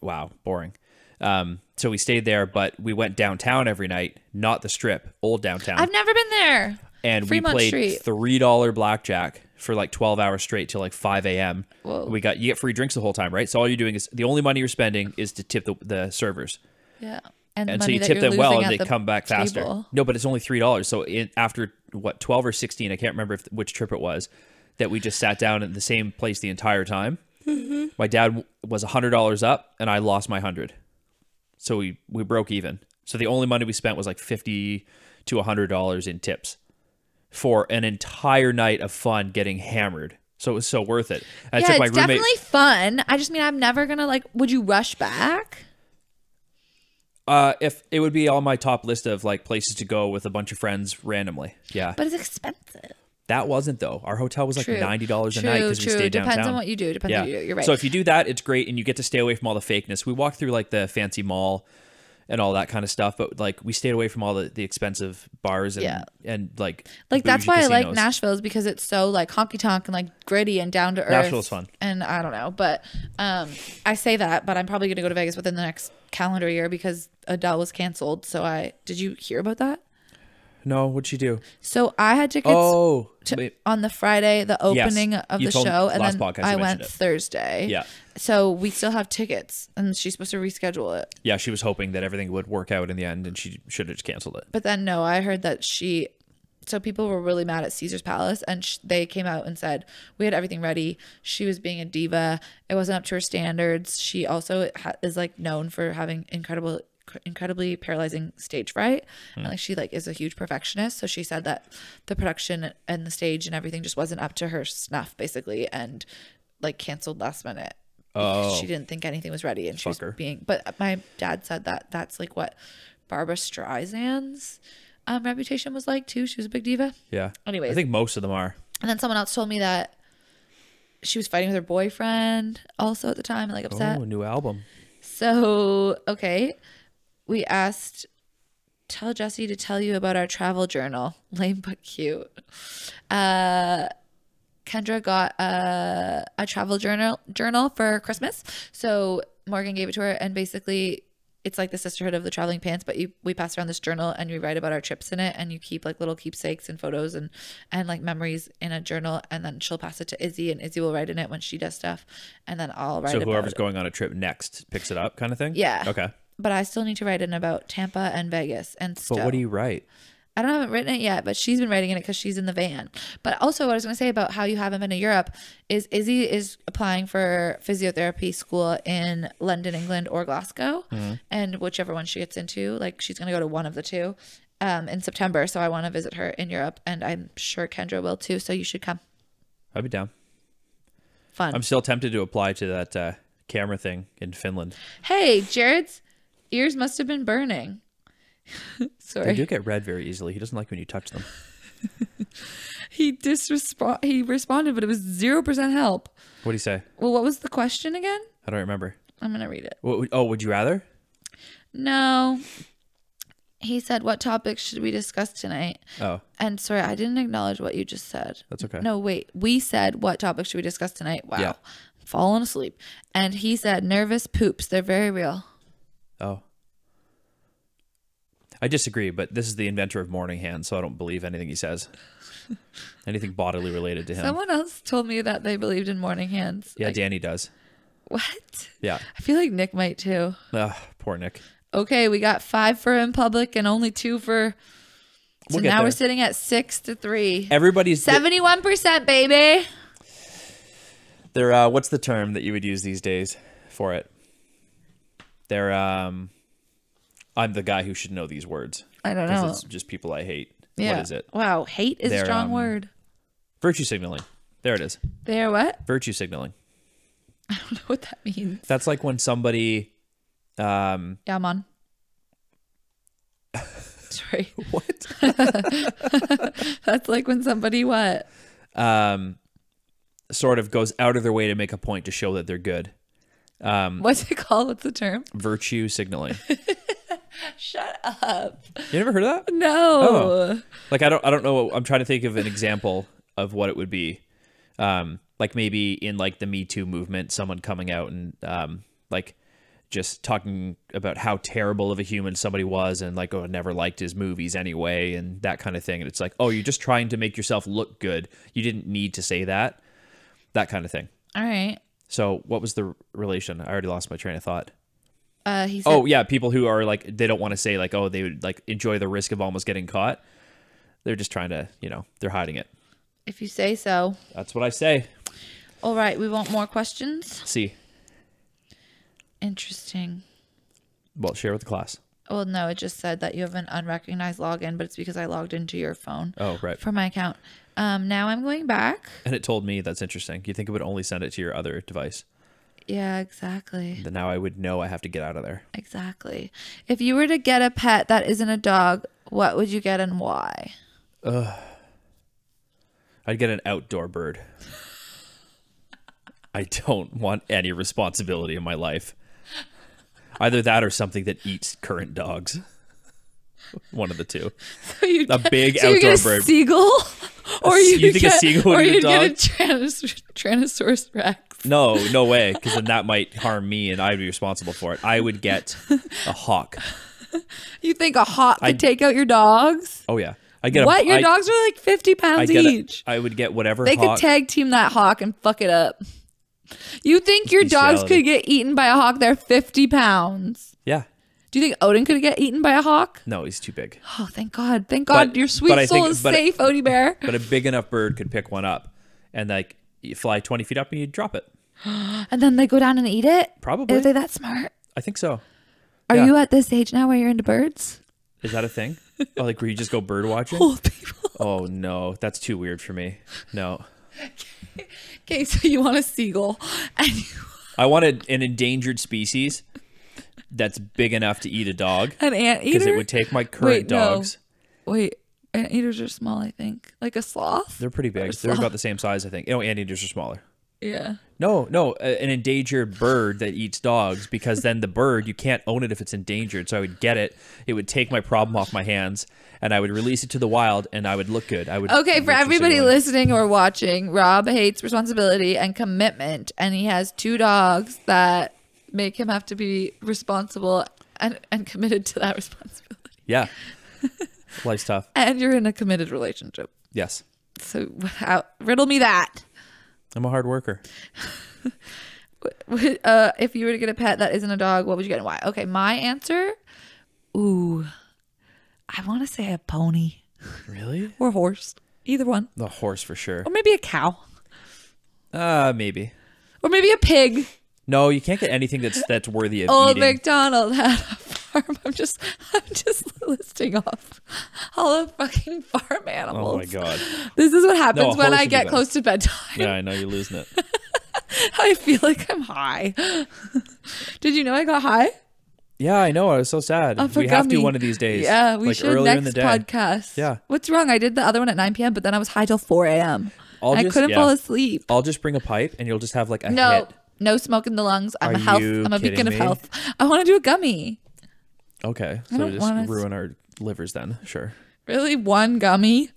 [SPEAKER 2] wow, boring. Um, so we stayed there, but we went downtown every night, not the Strip, old downtown,
[SPEAKER 1] I've never been there.
[SPEAKER 2] and
[SPEAKER 1] Fremont
[SPEAKER 2] we played
[SPEAKER 1] Street.
[SPEAKER 2] three dollar blackjack for like 12 hours straight till like 5 a.m.
[SPEAKER 1] Whoa.
[SPEAKER 2] We got you get free drinks the whole time, right? So all you're doing is the only money you're spending is to tip the, the servers
[SPEAKER 1] Yeah. And,
[SPEAKER 2] and so
[SPEAKER 1] money
[SPEAKER 2] you
[SPEAKER 1] that
[SPEAKER 2] tip
[SPEAKER 1] you're
[SPEAKER 2] them well
[SPEAKER 1] losing
[SPEAKER 2] and
[SPEAKER 1] at
[SPEAKER 2] they
[SPEAKER 1] the
[SPEAKER 2] come back faster
[SPEAKER 1] table.
[SPEAKER 2] no but it's only three dollars so in, after what 12 or 16 i can't remember if, which trip it was that we just sat down at the same place the entire time
[SPEAKER 1] Mm-hmm.
[SPEAKER 2] my dad w- was $100 up and i lost my 100 so we we broke even so the only money we spent was like 50 to $100 in tips for an entire night of fun getting hammered so it was so worth it i
[SPEAKER 1] yeah,
[SPEAKER 2] took my
[SPEAKER 1] it's
[SPEAKER 2] roommate
[SPEAKER 1] definitely fun. I just mean I'm never gonna like. Would you rush back?
[SPEAKER 2] uh if it would be on my top list of like places to go with a bunch of friends randomly yeah
[SPEAKER 1] But it's expensive.
[SPEAKER 2] That wasn't though. Our hotel was like
[SPEAKER 1] True.
[SPEAKER 2] ninety dollars a
[SPEAKER 1] True,
[SPEAKER 2] night because we
[SPEAKER 1] true.
[SPEAKER 2] stayed
[SPEAKER 1] Depends on
[SPEAKER 2] downtown.
[SPEAKER 1] what you do. Depends on what you do. You're right.
[SPEAKER 2] So if you do that, it's great, and you get to stay away from all the fakeness. We walked through like the fancy mall and all that kind of stuff, but like we stayed away from all the, the expensive bars and
[SPEAKER 1] Yeah.
[SPEAKER 2] and like
[SPEAKER 1] Like that's why
[SPEAKER 2] bougie
[SPEAKER 1] I like
[SPEAKER 2] casinos.
[SPEAKER 1] Nashville is because it's so like honky tonk and like gritty and down to earth.
[SPEAKER 2] Nashville's fun.
[SPEAKER 1] And I don't know, but um, I say that, but I'm probably gonna go to Vegas within the next calendar year because Adele was canceled. So I did you hear about that?
[SPEAKER 2] No, what'd she do?
[SPEAKER 1] So I had tickets.
[SPEAKER 2] oh,
[SPEAKER 1] to-
[SPEAKER 2] wait.
[SPEAKER 1] on the Friday, the opening of
[SPEAKER 2] you
[SPEAKER 1] the
[SPEAKER 2] told me
[SPEAKER 1] show, and
[SPEAKER 2] last
[SPEAKER 1] then
[SPEAKER 2] podcast you
[SPEAKER 1] I
[SPEAKER 2] mentioned
[SPEAKER 1] went
[SPEAKER 2] it.
[SPEAKER 1] Thursday.
[SPEAKER 2] Yeah.
[SPEAKER 1] So we still have tickets, and she's supposed to reschedule it.
[SPEAKER 2] yeah. She was hoping that everything would work out in the end, and she should have just canceled it.
[SPEAKER 1] But then no, I heard that she. So people were really mad at Caesar's Palace, and sh- they came out and said we had everything ready. She was being a diva. It wasn't up to her standards. She also ha- is like known for having incredible, incredibly paralyzing stage fright, and like she like is a huge perfectionist. So she said that the production and the stage and everything just wasn't up to her snuff, basically, and like canceled last minute. because She didn't think anything was ready, and she was
[SPEAKER 2] Fucker.
[SPEAKER 1] being. But my dad said that that's like what Barbara Streisand's um, reputation was like too. She was a big diva.
[SPEAKER 2] Yeah.
[SPEAKER 1] Anyways.
[SPEAKER 2] I think most of them are.
[SPEAKER 1] And then someone else told me that she was fighting with her boyfriend also at the time, like upset.
[SPEAKER 2] Oh, new album.
[SPEAKER 1] So okay, we asked. Tell Jesse to tell you about our travel journal. Lame but cute. Uh, Kendra got a, a travel journal journal for Christmas. So Morgan gave it to her, and basically, it's like the sisterhood of the traveling pants. But you, we pass around this journal, and we write about our trips in it, and you keep like little keepsakes and photos and and like memories in a journal, and then she'll pass it to Izzy, and Izzy will write in it when she does stuff, and then I'll write.
[SPEAKER 2] So
[SPEAKER 1] about
[SPEAKER 2] whoever's
[SPEAKER 1] it.
[SPEAKER 2] going on a trip next picks it up, kind of thing.
[SPEAKER 1] Yeah.
[SPEAKER 2] Okay.
[SPEAKER 1] but I still need to write in about Tampa and Vegas and
[SPEAKER 2] But
[SPEAKER 1] stuff.
[SPEAKER 2] what do you write?
[SPEAKER 1] I don't haven't written it yet, but she's been writing in it because she's in the van. But also, what I was going to say about how you haven't been to Europe is Izzy is applying for physiotherapy school in London, England, or Glasgow,
[SPEAKER 2] Mm-hmm.
[SPEAKER 1] and whichever one she gets into, like she's going to go to one of the two um, in September. So I want to visit her in Europe, and I'm sure Kendra will too. So you should come.
[SPEAKER 2] I'd be down.
[SPEAKER 1] Fun.
[SPEAKER 2] I'm still tempted to apply to that uh, camera thing in Finland.
[SPEAKER 1] hey, Jared's ears must have been burning.
[SPEAKER 2] They
[SPEAKER 1] Sorry.
[SPEAKER 2] do get red very easily. He doesn't like when you touch them.
[SPEAKER 1] He disrespond. He responded, but it was zero percent help.
[SPEAKER 2] What do you say?
[SPEAKER 1] Well, what was the question again?
[SPEAKER 2] I don't remember.
[SPEAKER 1] I'm gonna read it.
[SPEAKER 2] What, would- oh, would you rather?
[SPEAKER 1] No. He said, "What topics should we discuss tonight?"
[SPEAKER 2] Oh,
[SPEAKER 1] And sorry, I didn't acknowledge what you just said.
[SPEAKER 2] that's okay.
[SPEAKER 1] No, wait. We said, "What topics should we discuss tonight?" Wow,
[SPEAKER 2] Yeah.
[SPEAKER 1] falling asleep. And he said, "Nervous poops. They're very real."
[SPEAKER 2] Oh. I disagree, but this is the inventor of morning hand, so I don't believe anything he says. anything bodily related to him.
[SPEAKER 1] Someone else told me that they believed in morning hands.
[SPEAKER 2] yeah,
[SPEAKER 1] Like,
[SPEAKER 2] Danny does.
[SPEAKER 1] what?
[SPEAKER 2] Yeah.
[SPEAKER 1] I feel like Nick might too.
[SPEAKER 2] Ugh, poor Nick.
[SPEAKER 1] Okay, we got five for in public and only two for. So
[SPEAKER 2] We'll get
[SPEAKER 1] now
[SPEAKER 2] there.
[SPEAKER 1] we're sitting at six to three.
[SPEAKER 2] Everybody's
[SPEAKER 1] Seventy-one percent, baby.
[SPEAKER 2] They're uh, what's the term that you would use these days for it? They're um, I'm the guy who should know these words
[SPEAKER 1] I don't
[SPEAKER 2] 'cause
[SPEAKER 1] know.
[SPEAKER 2] it's just people I hate.
[SPEAKER 1] Yeah.
[SPEAKER 2] What is it?
[SPEAKER 1] Wow, hate is a
[SPEAKER 2] They're,
[SPEAKER 1] strong
[SPEAKER 2] um,
[SPEAKER 1] word.
[SPEAKER 2] Virtue signaling. There it is.
[SPEAKER 1] They're what?
[SPEAKER 2] Virtue signaling.
[SPEAKER 1] I don't know what that means.
[SPEAKER 2] That's like when somebody um
[SPEAKER 1] Yeah, I'm on. Sorry.
[SPEAKER 2] what?
[SPEAKER 1] That's like when somebody what?
[SPEAKER 2] um sort of goes out of their way to make a point to show that they're good. Um,
[SPEAKER 1] What's it called? What's the term?
[SPEAKER 2] Virtue signaling.
[SPEAKER 1] Shut up.
[SPEAKER 2] you never heard of that? Oh.
[SPEAKER 1] No.
[SPEAKER 2] Like I don't I don't know I'm trying to think of an example of what it would be. Um like maybe in like the Me Too movement, someone coming out and um like just talking about how terrible of a human somebody was and like oh I never liked his movies anyway and that kind of thing. And it's like, oh, you're just trying to make yourself look good. You didn't need to say that. That kind of thing.
[SPEAKER 1] All right.
[SPEAKER 2] So what was the relation? I already lost my train of thought.
[SPEAKER 1] Uh, he said,
[SPEAKER 2] Oh yeah, people who are like they don't want to say like oh they would like enjoy the risk of almost getting caught. They're just trying to you know they're hiding it.
[SPEAKER 1] if you say so.
[SPEAKER 2] That's what I say.
[SPEAKER 1] All right, we want more questions.
[SPEAKER 2] See,
[SPEAKER 1] Interesting.
[SPEAKER 2] well share with the class.
[SPEAKER 1] Well, no, it just said that you have an unrecognized login, but it's because I logged into your phone
[SPEAKER 2] Oh right,
[SPEAKER 1] for my account. Um, now I'm going back.
[SPEAKER 2] and it told me that's interesting. You think it would only send it to your other device?
[SPEAKER 1] Yeah, exactly.
[SPEAKER 2] Then now I would know I have to get out of there.
[SPEAKER 1] Exactly. If you were to get a pet that isn't a dog, what would you get and why?
[SPEAKER 2] I'd get an outdoor bird. I don't want any responsibility in my life. Either that or something that eats current dogs. One of the two.
[SPEAKER 1] So you'd
[SPEAKER 2] A
[SPEAKER 1] get-
[SPEAKER 2] big
[SPEAKER 1] so you'd get
[SPEAKER 2] outdoor
[SPEAKER 1] a
[SPEAKER 2] bird.
[SPEAKER 1] seagull, or
[SPEAKER 2] se-
[SPEAKER 1] you'd
[SPEAKER 2] you think a
[SPEAKER 1] get,
[SPEAKER 2] seagull
[SPEAKER 1] or
[SPEAKER 2] would eat a
[SPEAKER 1] you'd get a
[SPEAKER 2] dog?
[SPEAKER 1] tyrannos- tyrannosaurus rex.
[SPEAKER 2] No, no way, because then that might harm me, and I'd be responsible for it. I would get a hawk.
[SPEAKER 1] You think a hawk could
[SPEAKER 2] I-
[SPEAKER 1] take out your dogs?
[SPEAKER 2] Oh yeah, I get a,
[SPEAKER 1] What? Your
[SPEAKER 2] I-
[SPEAKER 1] dogs are like fifty
[SPEAKER 2] I
[SPEAKER 1] pounds
[SPEAKER 2] get a-
[SPEAKER 1] each.
[SPEAKER 2] I would get whatever
[SPEAKER 1] they
[SPEAKER 2] hawk.
[SPEAKER 1] could tag team that hawk and fuck it up. You think your dogs
[SPEAKER 2] bestiality.
[SPEAKER 1] could get eaten by a hawk? They're fifty pounds.
[SPEAKER 2] yeah,
[SPEAKER 1] Do you think Odin could get eaten by a hawk?
[SPEAKER 2] no, he's too big,
[SPEAKER 1] Oh, thank God! Thank God,
[SPEAKER 2] But-
[SPEAKER 1] your
[SPEAKER 2] but I
[SPEAKER 1] sweet soul
[SPEAKER 2] think-
[SPEAKER 1] is
[SPEAKER 2] but-
[SPEAKER 1] safe, Odie Bear.
[SPEAKER 2] but a big enough bird could pick one up, and like you fly twenty feet up and you drop it.
[SPEAKER 1] And then they go down and eat it?
[SPEAKER 2] Probably.
[SPEAKER 1] Are they that smart?
[SPEAKER 2] I think so.
[SPEAKER 1] Are
[SPEAKER 2] Yeah.
[SPEAKER 1] you at this age now where you're into birds?
[SPEAKER 2] Is that a thing? oh, like where you just go bird watching?
[SPEAKER 1] Old people.
[SPEAKER 2] Oh no, that's too weird for me. No,
[SPEAKER 1] Okay, so you want a seagull. And you
[SPEAKER 2] I wanted an endangered species that's big enough to eat a dog
[SPEAKER 1] an
[SPEAKER 2] because
[SPEAKER 1] anteater?
[SPEAKER 2] it would take my current
[SPEAKER 1] Wait, no.
[SPEAKER 2] dogs.
[SPEAKER 1] Wait, anteaters are small, I think. Like a sloth?
[SPEAKER 2] They're pretty big. They're about the same size, I think. No, anteaters are smaller.
[SPEAKER 1] yeah.
[SPEAKER 2] No, no, a- an endangered bird that eats dogs because then the bird, you can't own it if it's endangered. So I would get it. It would take my problem off my hands and I would release it to the wild and I would look good. I would
[SPEAKER 1] Okay, for
[SPEAKER 2] Richard
[SPEAKER 1] everybody
[SPEAKER 2] Sigler.
[SPEAKER 1] listening or watching, Rob hates responsibility and commitment, and he has two dogs that make him have to be responsible and, and committed to that responsibility.
[SPEAKER 2] Yeah. Life's tough.
[SPEAKER 1] And you're in a committed relationship.
[SPEAKER 2] Yes.
[SPEAKER 1] So, how, riddle me that.
[SPEAKER 2] I'm a hard worker.
[SPEAKER 1] Would- uh, if you were to get a pet that isn't a dog, what would you get and why? Okay, my answer. Ooh, I want to say a pony.
[SPEAKER 2] Really?
[SPEAKER 1] or horse, either one,
[SPEAKER 2] The horse for sure.
[SPEAKER 1] or maybe a cow,
[SPEAKER 2] Uh maybe.
[SPEAKER 1] or maybe a pig.
[SPEAKER 2] No, you can't get anything that's that's worthy of
[SPEAKER 1] Old
[SPEAKER 2] eating.
[SPEAKER 1] MacDonald had a farm. I'm just, I'm just listing off all the fucking farm animals.
[SPEAKER 2] oh my god.
[SPEAKER 1] This is what happens
[SPEAKER 2] a
[SPEAKER 1] when
[SPEAKER 2] horse
[SPEAKER 1] I
[SPEAKER 2] would be
[SPEAKER 1] get
[SPEAKER 2] better.
[SPEAKER 1] close to bedtime.
[SPEAKER 2] Yeah, I know you're losing it.
[SPEAKER 1] I feel like I'm high. Did you know I got high?
[SPEAKER 2] Yeah, I know. I was so sad.
[SPEAKER 1] Oh,
[SPEAKER 2] we have
[SPEAKER 1] forgot me.
[SPEAKER 2] to one of these days.
[SPEAKER 1] Yeah, we
[SPEAKER 2] like
[SPEAKER 1] should
[SPEAKER 2] earlier
[SPEAKER 1] next
[SPEAKER 2] in the day.
[SPEAKER 1] podcast.
[SPEAKER 2] Yeah.
[SPEAKER 1] What's wrong? I did the other one at 9 p.m., but then I was high till 4 a.m.
[SPEAKER 2] I'll
[SPEAKER 1] I
[SPEAKER 2] just-
[SPEAKER 1] couldn't
[SPEAKER 2] yeah.
[SPEAKER 1] fall asleep.
[SPEAKER 2] I'll just bring a pipe and you'll just have like a
[SPEAKER 1] No,
[SPEAKER 2] hit.
[SPEAKER 1] no smoke in the lungs. I'm
[SPEAKER 2] Are
[SPEAKER 1] a health.
[SPEAKER 2] you
[SPEAKER 1] I'm a beacon
[SPEAKER 2] kidding
[SPEAKER 1] of
[SPEAKER 2] me?
[SPEAKER 1] health. I want to do a gummy.
[SPEAKER 2] Okay.
[SPEAKER 1] I
[SPEAKER 2] So
[SPEAKER 1] don't wanna
[SPEAKER 2] just ruin our livers then. Sure.
[SPEAKER 1] Really, one gummy?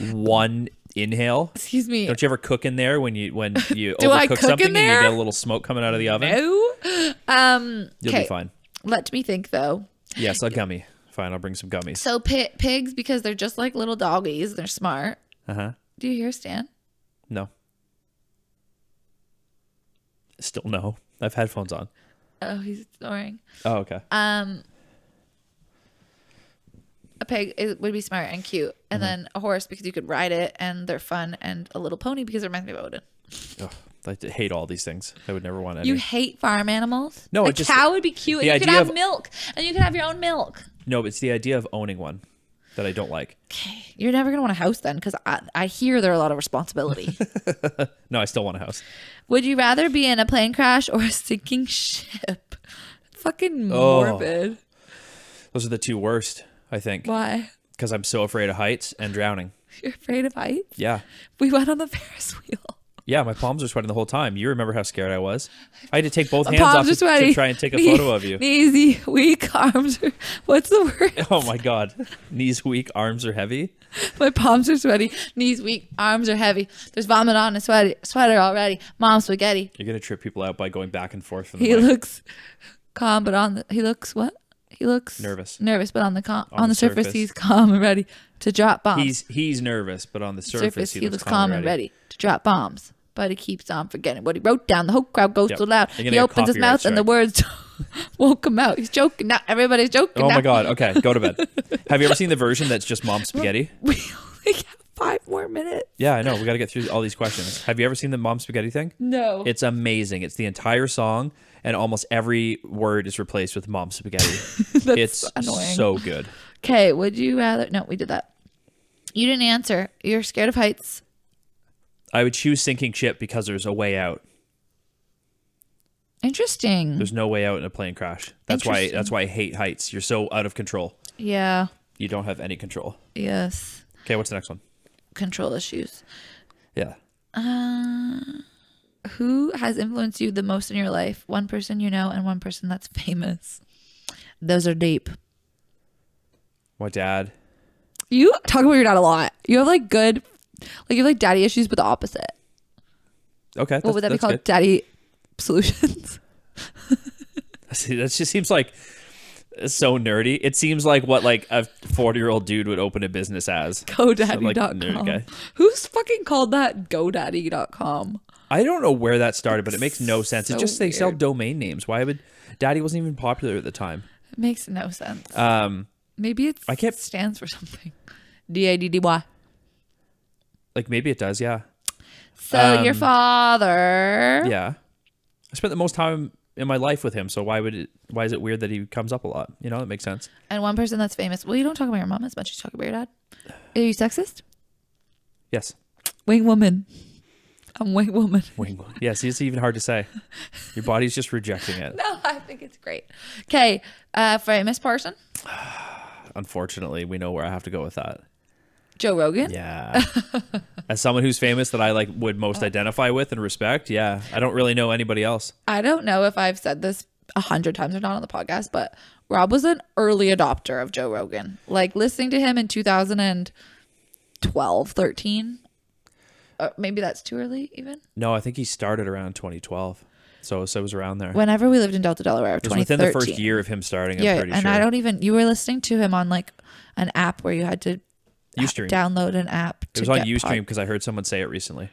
[SPEAKER 2] One inhale.
[SPEAKER 1] Excuse me.
[SPEAKER 2] Don't you ever cook in there when you when you
[SPEAKER 1] Do I
[SPEAKER 2] overcook
[SPEAKER 1] cook in
[SPEAKER 2] something
[SPEAKER 1] there?
[SPEAKER 2] and you get a little smoke coming out of the oven?
[SPEAKER 1] No. Um.
[SPEAKER 2] You'll
[SPEAKER 1] okay.
[SPEAKER 2] be fine.
[SPEAKER 1] Let me think though.
[SPEAKER 2] Yes, a gummy. Fine, I'll bring some gummies.
[SPEAKER 1] So pi pigs, because they're just like little doggies. They're smart.
[SPEAKER 2] Uh huh.
[SPEAKER 1] Do you hear Stan?
[SPEAKER 2] No. Still no. I've headphones on.
[SPEAKER 1] Oh, he's snoring.
[SPEAKER 2] Oh, okay.
[SPEAKER 1] Um, a pig is, would be smart and cute, and
[SPEAKER 2] Uh-huh.
[SPEAKER 1] then a horse because you could ride it and they're fun, and a little pony because it reminds me of Odin.
[SPEAKER 2] Ugh, I d- hate all these things. I would never want any.
[SPEAKER 1] You hate farm animals?
[SPEAKER 2] No,
[SPEAKER 1] a
[SPEAKER 2] it just-
[SPEAKER 1] cow would be cute. And
[SPEAKER 2] the
[SPEAKER 1] you could
[SPEAKER 2] idea
[SPEAKER 1] have
[SPEAKER 2] of-
[SPEAKER 1] milk, and you could have your own milk.
[SPEAKER 2] no, it's the idea of owning one that I don't like.
[SPEAKER 1] You're never gonna want a house then, because I, I hear they're a lot of responsibility.
[SPEAKER 2] No, I still want a house.
[SPEAKER 1] would you rather be in a plane crash or a sinking ship? Fucking
[SPEAKER 2] Oh.
[SPEAKER 1] morbid.
[SPEAKER 2] Those are the two worst, I think,
[SPEAKER 1] Why?
[SPEAKER 2] because I'm so afraid of heights and drowning.
[SPEAKER 1] You're afraid of heights?
[SPEAKER 2] Yeah.
[SPEAKER 1] We went on the Ferris wheel.
[SPEAKER 2] Yeah, my palms are sweating the whole time. You remember how scared I was? I had to take both hands
[SPEAKER 1] palms
[SPEAKER 2] off
[SPEAKER 1] are
[SPEAKER 2] to,
[SPEAKER 1] sweaty.
[SPEAKER 2] to try and take a
[SPEAKER 1] Knee-
[SPEAKER 2] photo of you.
[SPEAKER 1] Knees e- weak arms. Are, what's the word?
[SPEAKER 2] Oh my god. Knees weak, arms are heavy.
[SPEAKER 1] My palms are sweaty. Knees weak. Arms are heavy. There's vomit on a sweaty sweater already. Mom spaghetti.
[SPEAKER 2] You're gonna trip people out by going back and forth from the
[SPEAKER 1] He
[SPEAKER 2] mic.
[SPEAKER 1] looks calm, but on the he looks what? He looks
[SPEAKER 2] Nervous.
[SPEAKER 1] Nervous, but on the com- on,
[SPEAKER 2] the
[SPEAKER 1] the surface,
[SPEAKER 2] surface.
[SPEAKER 1] he's calm and ready to drop bombs.
[SPEAKER 2] He's he's nervous, but on the surface, he, looks,
[SPEAKER 1] calm and ready. to drop bombs. But he keeps on forgetting what he wrote down. The whole crowd goes
[SPEAKER 2] Yep.
[SPEAKER 1] so loud.
[SPEAKER 2] You're gonna
[SPEAKER 1] He
[SPEAKER 2] get
[SPEAKER 1] opens his
[SPEAKER 2] copyright
[SPEAKER 1] mouth and the
[SPEAKER 2] strike.
[SPEAKER 1] words won't come out. He's joking now. Everybody's joking
[SPEAKER 2] Oh
[SPEAKER 1] now.
[SPEAKER 2] my god. Okay, go to bed. Have you ever seen the version that's just mom spaghetti?
[SPEAKER 1] We only have five more minutes.
[SPEAKER 2] Yeah, I know. We got to get through all these questions. Have you ever seen the mom spaghetti thing?
[SPEAKER 1] No.
[SPEAKER 2] It's amazing. It's the entire song, and almost every word is replaced with mom spaghetti. it's
[SPEAKER 1] annoying.
[SPEAKER 2] so good.
[SPEAKER 1] Okay, would you rather? No, we did that. You didn't answer. You're scared of heights.
[SPEAKER 2] I would choose sinking ship because there's a way out.
[SPEAKER 1] Interesting.
[SPEAKER 2] There's no way out in a plane crash. That's why. That's why I hate heights. You're so out of control.
[SPEAKER 1] yeah.
[SPEAKER 2] You don't have any control.
[SPEAKER 1] Yes.
[SPEAKER 2] Okay, what's the next one?
[SPEAKER 1] Control issues.
[SPEAKER 2] Yeah.
[SPEAKER 1] Who has influenced you the most in your life? One person you know and one person that's famous. Those are deep.
[SPEAKER 2] My dad.
[SPEAKER 1] You talk about your dad a lot. You have like good, like you have like daddy issues, but the opposite.
[SPEAKER 2] Okay.
[SPEAKER 1] What would that be called? Daddy solutions.
[SPEAKER 2] See, that just seems like it's so nerdy. It seems like what like a forty-year-old dude would open a business as.
[SPEAKER 1] GoDaddy.com.
[SPEAKER 2] nerd guy.
[SPEAKER 1] Who's fucking called that GoDaddy.com?
[SPEAKER 2] I don't know where that started, but it makes no sense.
[SPEAKER 1] So
[SPEAKER 2] it's just they sell
[SPEAKER 1] weird.
[SPEAKER 2] domain names. Why would Daddy wasn't even popular at the time?
[SPEAKER 1] It makes no sense.
[SPEAKER 2] Um,
[SPEAKER 1] Maybe it's,
[SPEAKER 2] I can't-
[SPEAKER 1] stands for something. D A D D Y.
[SPEAKER 2] like maybe it does. Yeah,
[SPEAKER 1] So your father.
[SPEAKER 2] Um, yeah. I spent the most time in my life with him, so why would it? Why is it weird that he comes up a lot? You know, that makes sense.
[SPEAKER 1] And one person that's famous. Well, you don't talk about your mom as much as you talk about your dad. Are you sexist?
[SPEAKER 2] Yes,
[SPEAKER 1] Wing woman. I'm wing woman.
[SPEAKER 2] wing. Yes, it's even hard to say. Your body's just rejecting it.
[SPEAKER 1] No, I think it's great. Okay. Uh, famous person.
[SPEAKER 2] Unfortunately, we know where I have to go with that.
[SPEAKER 1] Joe Rogan.
[SPEAKER 2] Yeah. Oh. As someone who's famous that I like would most identify with and respect, yeah, I don't really know anybody else.
[SPEAKER 1] I don't know if I've said this a hundred times or not on the podcast, but Rob was an early adopter of Joe Rogan. Like listening to him in 2012, 13. Uh, maybe that's too early even.
[SPEAKER 2] No, I think he started around 2012, so so it was around there.
[SPEAKER 1] Whenever we lived in Delta, Delaware,
[SPEAKER 2] It
[SPEAKER 1] it
[SPEAKER 2] was within the first year of him starting. I'm
[SPEAKER 1] Yeah,
[SPEAKER 2] pretty
[SPEAKER 1] and
[SPEAKER 2] sure.
[SPEAKER 1] I don't even. You were listening to him on like an app where you had to
[SPEAKER 2] Ustream.
[SPEAKER 1] download an app.
[SPEAKER 2] it
[SPEAKER 1] To
[SPEAKER 2] was on
[SPEAKER 1] get
[SPEAKER 2] Ustream
[SPEAKER 1] pod-
[SPEAKER 2] because I heard someone say it recently.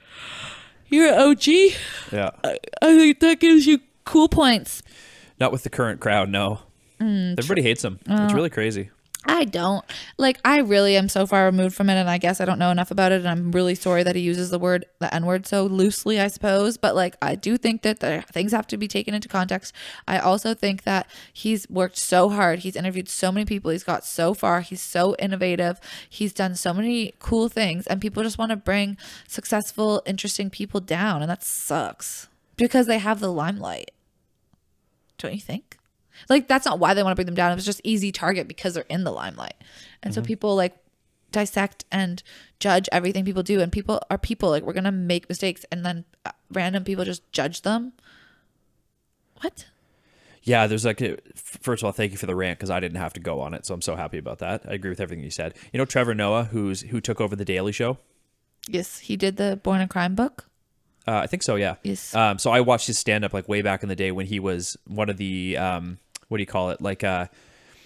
[SPEAKER 1] You're an OG.
[SPEAKER 2] Yeah.
[SPEAKER 1] I think that gives you cool points. Mm, Uh.
[SPEAKER 2] Not with the current crowd, no. Everybody hates him. it's really crazy.
[SPEAKER 1] I don't. Like, I really am so far removed from it, and I guess I don't know enough about it, and I'm really sorry that he uses the word, the N word, so loosely, I suppose. But, like, I do think that there, things have to be taken into context. I also think that he's worked so hard. He's interviewed so many people. He's got so far. He's so innovative. He's done so many cool things, and people just want to bring successful, interesting people down, and that sucks because they have the limelight. Don't you think? Like that's not why they want to bring them down. It was just easy target because they're in the limelight. And
[SPEAKER 2] Mm-hmm.
[SPEAKER 1] so people like dissect and judge everything people do and people are people like we're going to make mistakes and then uh, random people just judge them. What?
[SPEAKER 2] Yeah, there's like, a- first of all, thank you for the rant because I didn't have to go on it, so I'm so happy about that. I agree with everything you said. You know, Trevor Noah, who's who took over the Daily Show.
[SPEAKER 1] Yes, he did the Born a Crime book.
[SPEAKER 2] Uh, I think so. Yeah.
[SPEAKER 1] Yes.
[SPEAKER 2] Um, so I watched his stand up like way back in the day when he was one of the um, what do you call it? Like uh,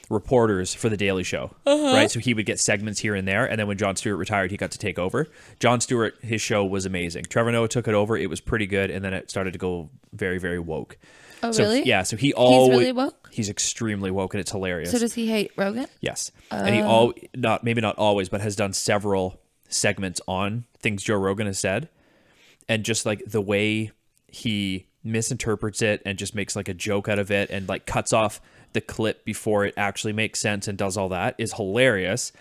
[SPEAKER 2] reporters for the Daily Show,
[SPEAKER 1] Uh-huh.
[SPEAKER 2] right? So he would get segments here and there, and then when John Stewart retired, he got to take over. John Stewart, his show was amazing. Trevor Noah took it over; it was pretty good, and then it started to go very, very woke.
[SPEAKER 1] Oh,
[SPEAKER 2] so,
[SPEAKER 1] really?
[SPEAKER 2] Yeah. So he always
[SPEAKER 1] really woke?
[SPEAKER 2] He's extremely woke, and it's hilarious.
[SPEAKER 1] So does Oh. he hate Rogan?
[SPEAKER 2] Yes. and he all not maybe not always, but has done several segments on things Joe Rogan has said. And just like the way he misinterprets it and just makes like a joke out of it and like cuts off the clip before it actually makes sense and does all that is hilarious.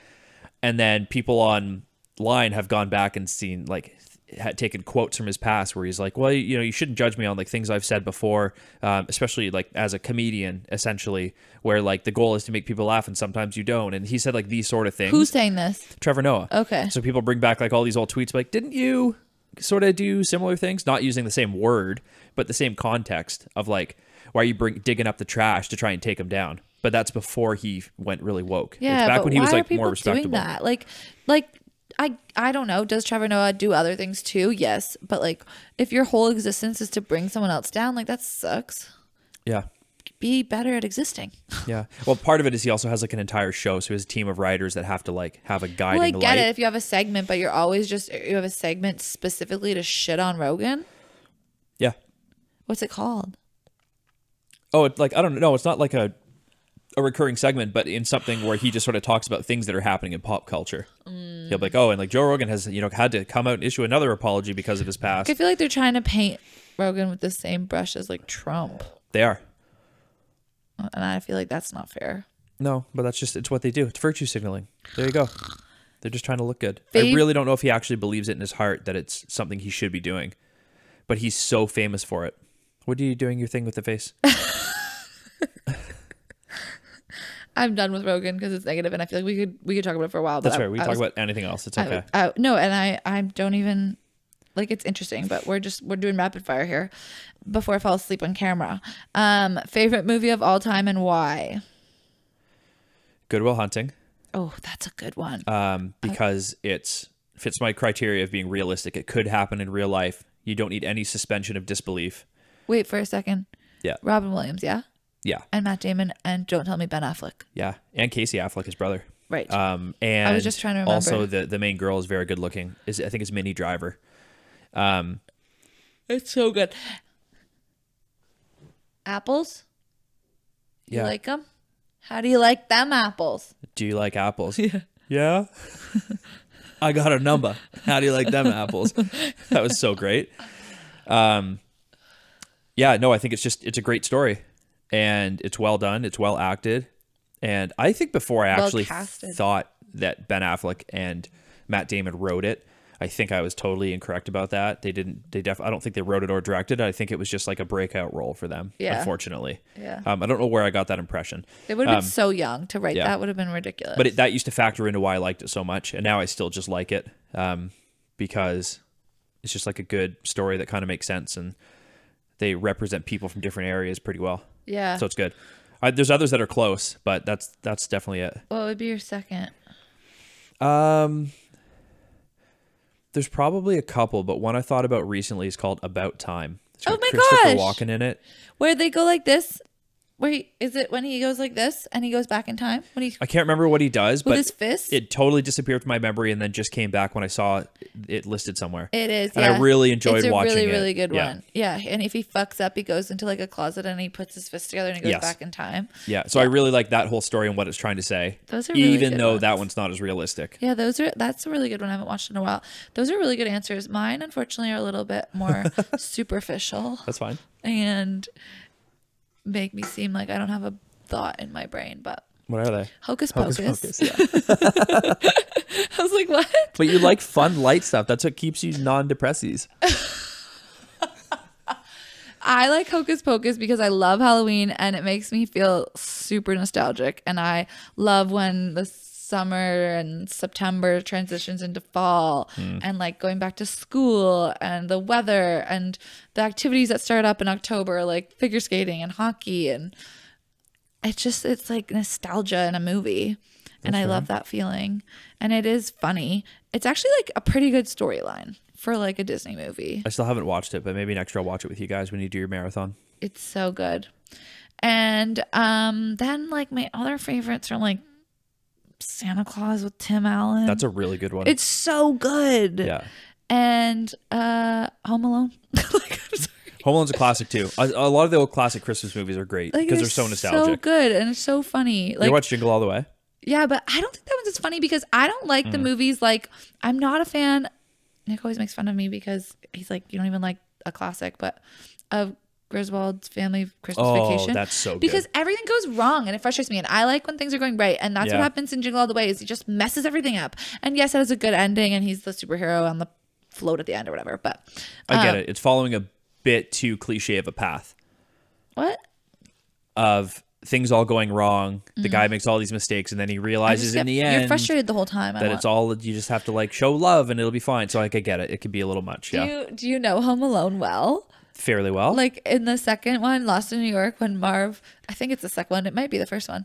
[SPEAKER 2] And then people online have gone back and seen like had taken quotes from his past where he's like, "Well, you know, you shouldn't judge me on like things I've said before, um, especially like as a comedian, essentially, where like the goal is to make people laugh and sometimes you don't." And he said like these sort of things.
[SPEAKER 1] Who's saying this?
[SPEAKER 2] Trevor Noah?
[SPEAKER 1] Okay.
[SPEAKER 2] So people bring back like all these old tweets, like, "Didn't you sort of do similar things, not using the same word, but the same context of like, why are you bring digging up the trash to try and take him down?" But that's before he went really woke.
[SPEAKER 1] Yeah,
[SPEAKER 2] it's back
[SPEAKER 1] but
[SPEAKER 2] when he was
[SPEAKER 1] why are
[SPEAKER 2] like
[SPEAKER 1] people
[SPEAKER 2] more respectable.
[SPEAKER 1] Doing that? Like, like I I don't know. Does Trevor Noah do other things too? Yes, but like if your whole existence is to bring someone else down, like that sucks.
[SPEAKER 2] Yeah.
[SPEAKER 1] Be better at existing.
[SPEAKER 2] Yeah. Well, part of it is he also has like an entire show, so he has a team of writers that have to like have a guiding
[SPEAKER 1] well, I get
[SPEAKER 2] light.
[SPEAKER 1] it if you have a segment, but you're always just you have a segment specifically to shit on Rogan.
[SPEAKER 2] Yeah.
[SPEAKER 1] What's it called?
[SPEAKER 2] Oh, it, like I don't know. It's not like a a recurring segment, but in something where he just sort of talks about things that are happening in pop culture. He'll be like, oh, and like Joe Rogan has you know had to come out and issue another apology because of his past.
[SPEAKER 1] I feel like they're trying to paint Rogan with the same brush as like Trump,
[SPEAKER 2] They are.
[SPEAKER 1] and I feel like that's not fair.
[SPEAKER 2] No, but that's just it's what they do. It's virtue signaling. There you go. They're just trying to look good. I
[SPEAKER 1] Fave-
[SPEAKER 2] really don't know if he actually believes it in his heart that it's something he should be doing, but he's so famous for it. What are you doing your thing with the face?
[SPEAKER 1] I'm done with Rogan because it's negative, and I feel like we could we could talk about it for a while.
[SPEAKER 2] That's
[SPEAKER 1] but I-
[SPEAKER 2] right. We
[SPEAKER 1] I
[SPEAKER 2] can talk
[SPEAKER 1] was
[SPEAKER 2] about anything else. It's
[SPEAKER 1] I-
[SPEAKER 2] okay.
[SPEAKER 1] I- no, and I I don't even like it's interesting, but we're just we're doing rapid fire here before I fall asleep on camera. Um, favorite movie of all time and why?
[SPEAKER 2] Goodwill Hunting,
[SPEAKER 1] Oh, that's a good one.
[SPEAKER 2] um, because it's fits my criteria of being realistic. It could happen in real life. You don't need any suspension of disbelief.
[SPEAKER 1] Wait for a second.
[SPEAKER 2] Yeah.
[SPEAKER 1] Robin Williams, yeah,
[SPEAKER 2] Yeah,
[SPEAKER 1] and Matt Damon, and don't tell me Ben Affleck.
[SPEAKER 2] yeah, and Casey Affleck, his brother.
[SPEAKER 1] Right.
[SPEAKER 2] Um, and
[SPEAKER 1] was just trying to remember.
[SPEAKER 2] Also, the the main girl is very good looking. Is I think it's Minnie Driver.
[SPEAKER 1] it's so good. Apples. You
[SPEAKER 2] Yeah.
[SPEAKER 1] like them? How do you like them apples?
[SPEAKER 2] Do you like apples? Yeah. Yeah. I got a number. How do you like them apples? that was so great. Um, yeah, no, I think it's just it's a great story, and it's well done. It's well acted, and I think before I
[SPEAKER 1] Well
[SPEAKER 2] actually
[SPEAKER 1] casted.
[SPEAKER 2] thought that Ben Affleck and Matt Damon wrote it. I think I was totally incorrect about that. They didn't. They def. I don't think they wrote it or directed. it. I think it was just like a breakout role for them.
[SPEAKER 1] Yeah.
[SPEAKER 2] Unfortunately.
[SPEAKER 1] Yeah.
[SPEAKER 2] Um, I don't know where I got that impression.
[SPEAKER 1] They would have been so young to write
[SPEAKER 2] Um, yeah.
[SPEAKER 1] that. Would have been ridiculous.
[SPEAKER 2] But it, that used to factor into why I liked it so much, and now I still just like it um, because it's just like a good story that kind of makes sense, and they represent people from different areas pretty well.
[SPEAKER 1] yeah.
[SPEAKER 2] So it's good. I, there's others that are close, but that's that's definitely it.
[SPEAKER 1] what would be your second?
[SPEAKER 2] Um, there's probably a couple, but one I thought about recently is called "About Time." It's
[SPEAKER 1] Oh
[SPEAKER 2] got
[SPEAKER 1] my gosh!
[SPEAKER 2] Christopher Walken in it.
[SPEAKER 1] where they go like this Wait, is it when he goes like this and he goes back in time? When he
[SPEAKER 2] I can't remember what he does,
[SPEAKER 1] with
[SPEAKER 2] but
[SPEAKER 1] his fist?
[SPEAKER 2] it totally disappeared from my memory and then just came back when I saw it, it listed somewhere.
[SPEAKER 1] it is.
[SPEAKER 2] and I
[SPEAKER 1] yeah.
[SPEAKER 2] really enjoyed
[SPEAKER 1] it's a
[SPEAKER 2] watching
[SPEAKER 1] really,
[SPEAKER 2] it.
[SPEAKER 1] really good
[SPEAKER 2] Yeah.
[SPEAKER 1] one. Yeah, and if he fucks up, he goes into like a closet and he puts his fist together and he goes
[SPEAKER 2] Yes.
[SPEAKER 1] back in time.
[SPEAKER 2] Yeah, so I really like that whole story and what it's trying to say.
[SPEAKER 1] Those are really
[SPEAKER 2] even
[SPEAKER 1] good
[SPEAKER 2] though that
[SPEAKER 1] ones.
[SPEAKER 2] one's not as realistic.
[SPEAKER 1] Yeah, those are that's a really good one. I haven't watched in a while. Those are really good answers. Mine, unfortunately, are a little bit more superficial
[SPEAKER 2] That's fine.
[SPEAKER 1] and make me seem like I don't have a thought in my brain. But
[SPEAKER 2] What are they?
[SPEAKER 1] hocus pocus.
[SPEAKER 2] Hocus Pocus, yeah.
[SPEAKER 1] I was like, what?
[SPEAKER 2] but you like fun, light stuff. That's what keeps you non-depressies.
[SPEAKER 1] I like hocus pocus because I love Halloween and it makes me feel super nostalgic. And I love when the summer and September transitions into fall and like going back to school and the weather and the activities that start up in October, like figure skating and hockey and it's just it's like nostalgia in a movie and i love that feeling and it is funny it's actually like a pretty good storyline for like a disney movie
[SPEAKER 2] I still haven't watched it, but maybe next year I'll watch it with you guys when you do your marathon.
[SPEAKER 1] it's so good and um then like my other favorites are like santa claus with tim allen
[SPEAKER 2] That's a really good one.
[SPEAKER 1] it's so good
[SPEAKER 2] yeah.
[SPEAKER 1] and uh home alone like, I'm sorry.
[SPEAKER 2] Home Alone's a classic too. A, a lot of the old classic Christmas movies are great
[SPEAKER 1] Like,
[SPEAKER 2] because they're so
[SPEAKER 1] so
[SPEAKER 2] nostalgic.
[SPEAKER 1] good and it's so funny like
[SPEAKER 2] you watch Jingle All the Way?
[SPEAKER 1] Yeah, but I don't think that one's as funny because I don't like
[SPEAKER 2] Mm.
[SPEAKER 1] the movies. Like, I'm not a fan. Nick always makes fun of me because he's like, you don't even like a classic, but of Griswold's Family Christmas
[SPEAKER 2] Oh,
[SPEAKER 1] Vacation.
[SPEAKER 2] that's so good.
[SPEAKER 1] Because everything goes wrong and it frustrates me. And I like when things are going right. And that's
[SPEAKER 2] Yeah.
[SPEAKER 1] what happens in Jingle All the Way is he just messes everything up. And yes, it has a good ending and he's the superhero on the float at the end or whatever. But uh,
[SPEAKER 2] I get it. It's following a bit too cliche of a path
[SPEAKER 1] what?
[SPEAKER 2] of things all going wrong. The guy makes all these mistakes and then he
[SPEAKER 1] Mm-hmm. I
[SPEAKER 2] realizes
[SPEAKER 1] just
[SPEAKER 2] in
[SPEAKER 1] get-
[SPEAKER 2] the
[SPEAKER 1] You're
[SPEAKER 2] end
[SPEAKER 1] frustrated the whole time. I
[SPEAKER 2] that
[SPEAKER 1] want-
[SPEAKER 2] it's all you just have to like show love and it'll be fine. So like I get it. It could be a little much. Yeah.
[SPEAKER 1] do, you, do you know Home Alone well?
[SPEAKER 2] Fairly well.
[SPEAKER 1] like in the second one, Lost in New York, when Marv, I think it's the second one, it might be the first one.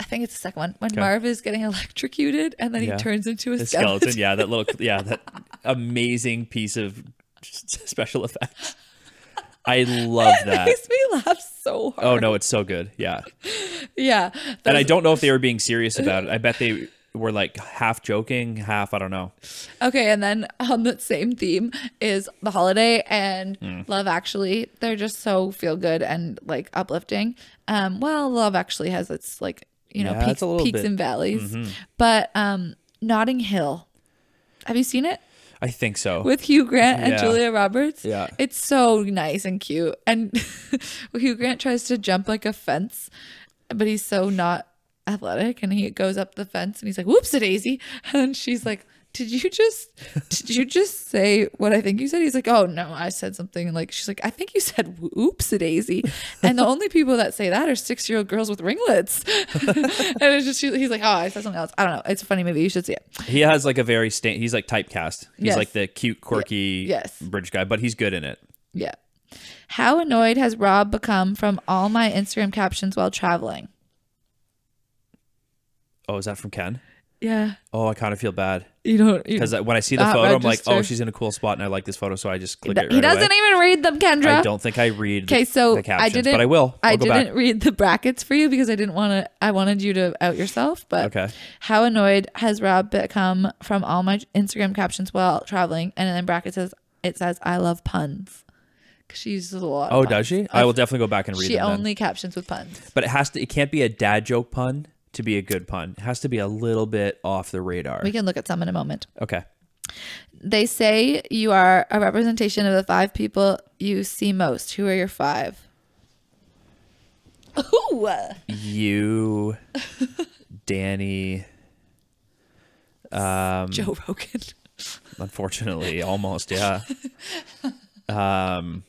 [SPEAKER 1] I think it's the second one. When Marv is getting electrocuted and then
[SPEAKER 2] Yeah.
[SPEAKER 1] he turns into a
[SPEAKER 2] the
[SPEAKER 1] skeleton.
[SPEAKER 2] skeleton. Yeah, that little yeah, that amazing piece of special effects. I love that.
[SPEAKER 1] Makes me laugh so hard.
[SPEAKER 2] Oh no, it's so good. Yeah.
[SPEAKER 1] Yeah.
[SPEAKER 2] Oh. And I
[SPEAKER 1] Those-
[SPEAKER 2] don't know if they were being serious about it. I bet they were like half joking, half I don't know.
[SPEAKER 1] okay, and then on the same theme is The Holiday and
[SPEAKER 2] Hmm.
[SPEAKER 1] Love Actually. They're just so feel good and like uplifting. Um, well, Love Actually has its like you know
[SPEAKER 2] Yeah, it's
[SPEAKER 1] peaks,
[SPEAKER 2] a little
[SPEAKER 1] peaks
[SPEAKER 2] bit- Mm-hmm.
[SPEAKER 1] and valleys, but um, Notting Hill. Have you seen it?
[SPEAKER 2] I think so.
[SPEAKER 1] with Hugh Grant and
[SPEAKER 2] Yeah.
[SPEAKER 1] Julia Roberts.
[SPEAKER 2] Yeah.
[SPEAKER 1] It's so nice and cute. And Hugh Grant tries to jump like a fence, but he's so not athletic and he goes up the fence and he's like, whoops a daisy. And she's like, did you just did you just say what I think you said? He's like, oh no, I said something like she's like, I think you said whoops a daisy, and the only people that say that are six year old girls with ringlets. and it's just he's like, oh, I said something else. I don't know. It's a funny movie. You should see it.
[SPEAKER 2] he has like a very sta- he's like typecast. He's
[SPEAKER 1] Yes.
[SPEAKER 2] like the cute, quirky
[SPEAKER 1] Yes.
[SPEAKER 2] bridge guy, but he's good in it.
[SPEAKER 1] Yeah. How annoyed has Rob become from all my Instagram captions while traveling?
[SPEAKER 2] Oh, is that from Ken?
[SPEAKER 1] Yeah.
[SPEAKER 2] Oh, I kind of feel bad
[SPEAKER 1] You don't. You,
[SPEAKER 2] because when I see the
[SPEAKER 1] That
[SPEAKER 2] photo, I'm like, oh,
[SPEAKER 1] register.
[SPEAKER 2] she's in a cool spot, and I like this photo, so I just click it. Right
[SPEAKER 1] he doesn't
[SPEAKER 2] away.
[SPEAKER 1] even read them, Kendra.
[SPEAKER 2] I don't think I read. the-
[SPEAKER 1] Okay, so
[SPEAKER 2] the
[SPEAKER 1] I
[SPEAKER 2] captions,
[SPEAKER 1] didn't.
[SPEAKER 2] but I will. I'll
[SPEAKER 1] I
[SPEAKER 2] go
[SPEAKER 1] didn't
[SPEAKER 2] Back.
[SPEAKER 1] read the brackets for you because I didn't want to. I wanted you to out yourself. But
[SPEAKER 2] Okay.
[SPEAKER 1] how annoyed has Rob become from all my Instagram captions while traveling? And then brackets says it says I love puns because she uses a lot. of
[SPEAKER 2] Oh,
[SPEAKER 1] puns.
[SPEAKER 2] does she? I will definitely go back and read.
[SPEAKER 1] She
[SPEAKER 2] them then.
[SPEAKER 1] only captions with puns.
[SPEAKER 2] but it has to. It can't be a dad joke pun to be a good pun. It has to be a little bit off the radar.
[SPEAKER 1] We can look at some in a moment.
[SPEAKER 2] okay.
[SPEAKER 1] They say you are a representation of the five people you see most. Who are your five? Ooh.
[SPEAKER 2] You, Danny. Um.
[SPEAKER 1] Joe Rogan.
[SPEAKER 2] Unfortunately, almost. Yeah. Um.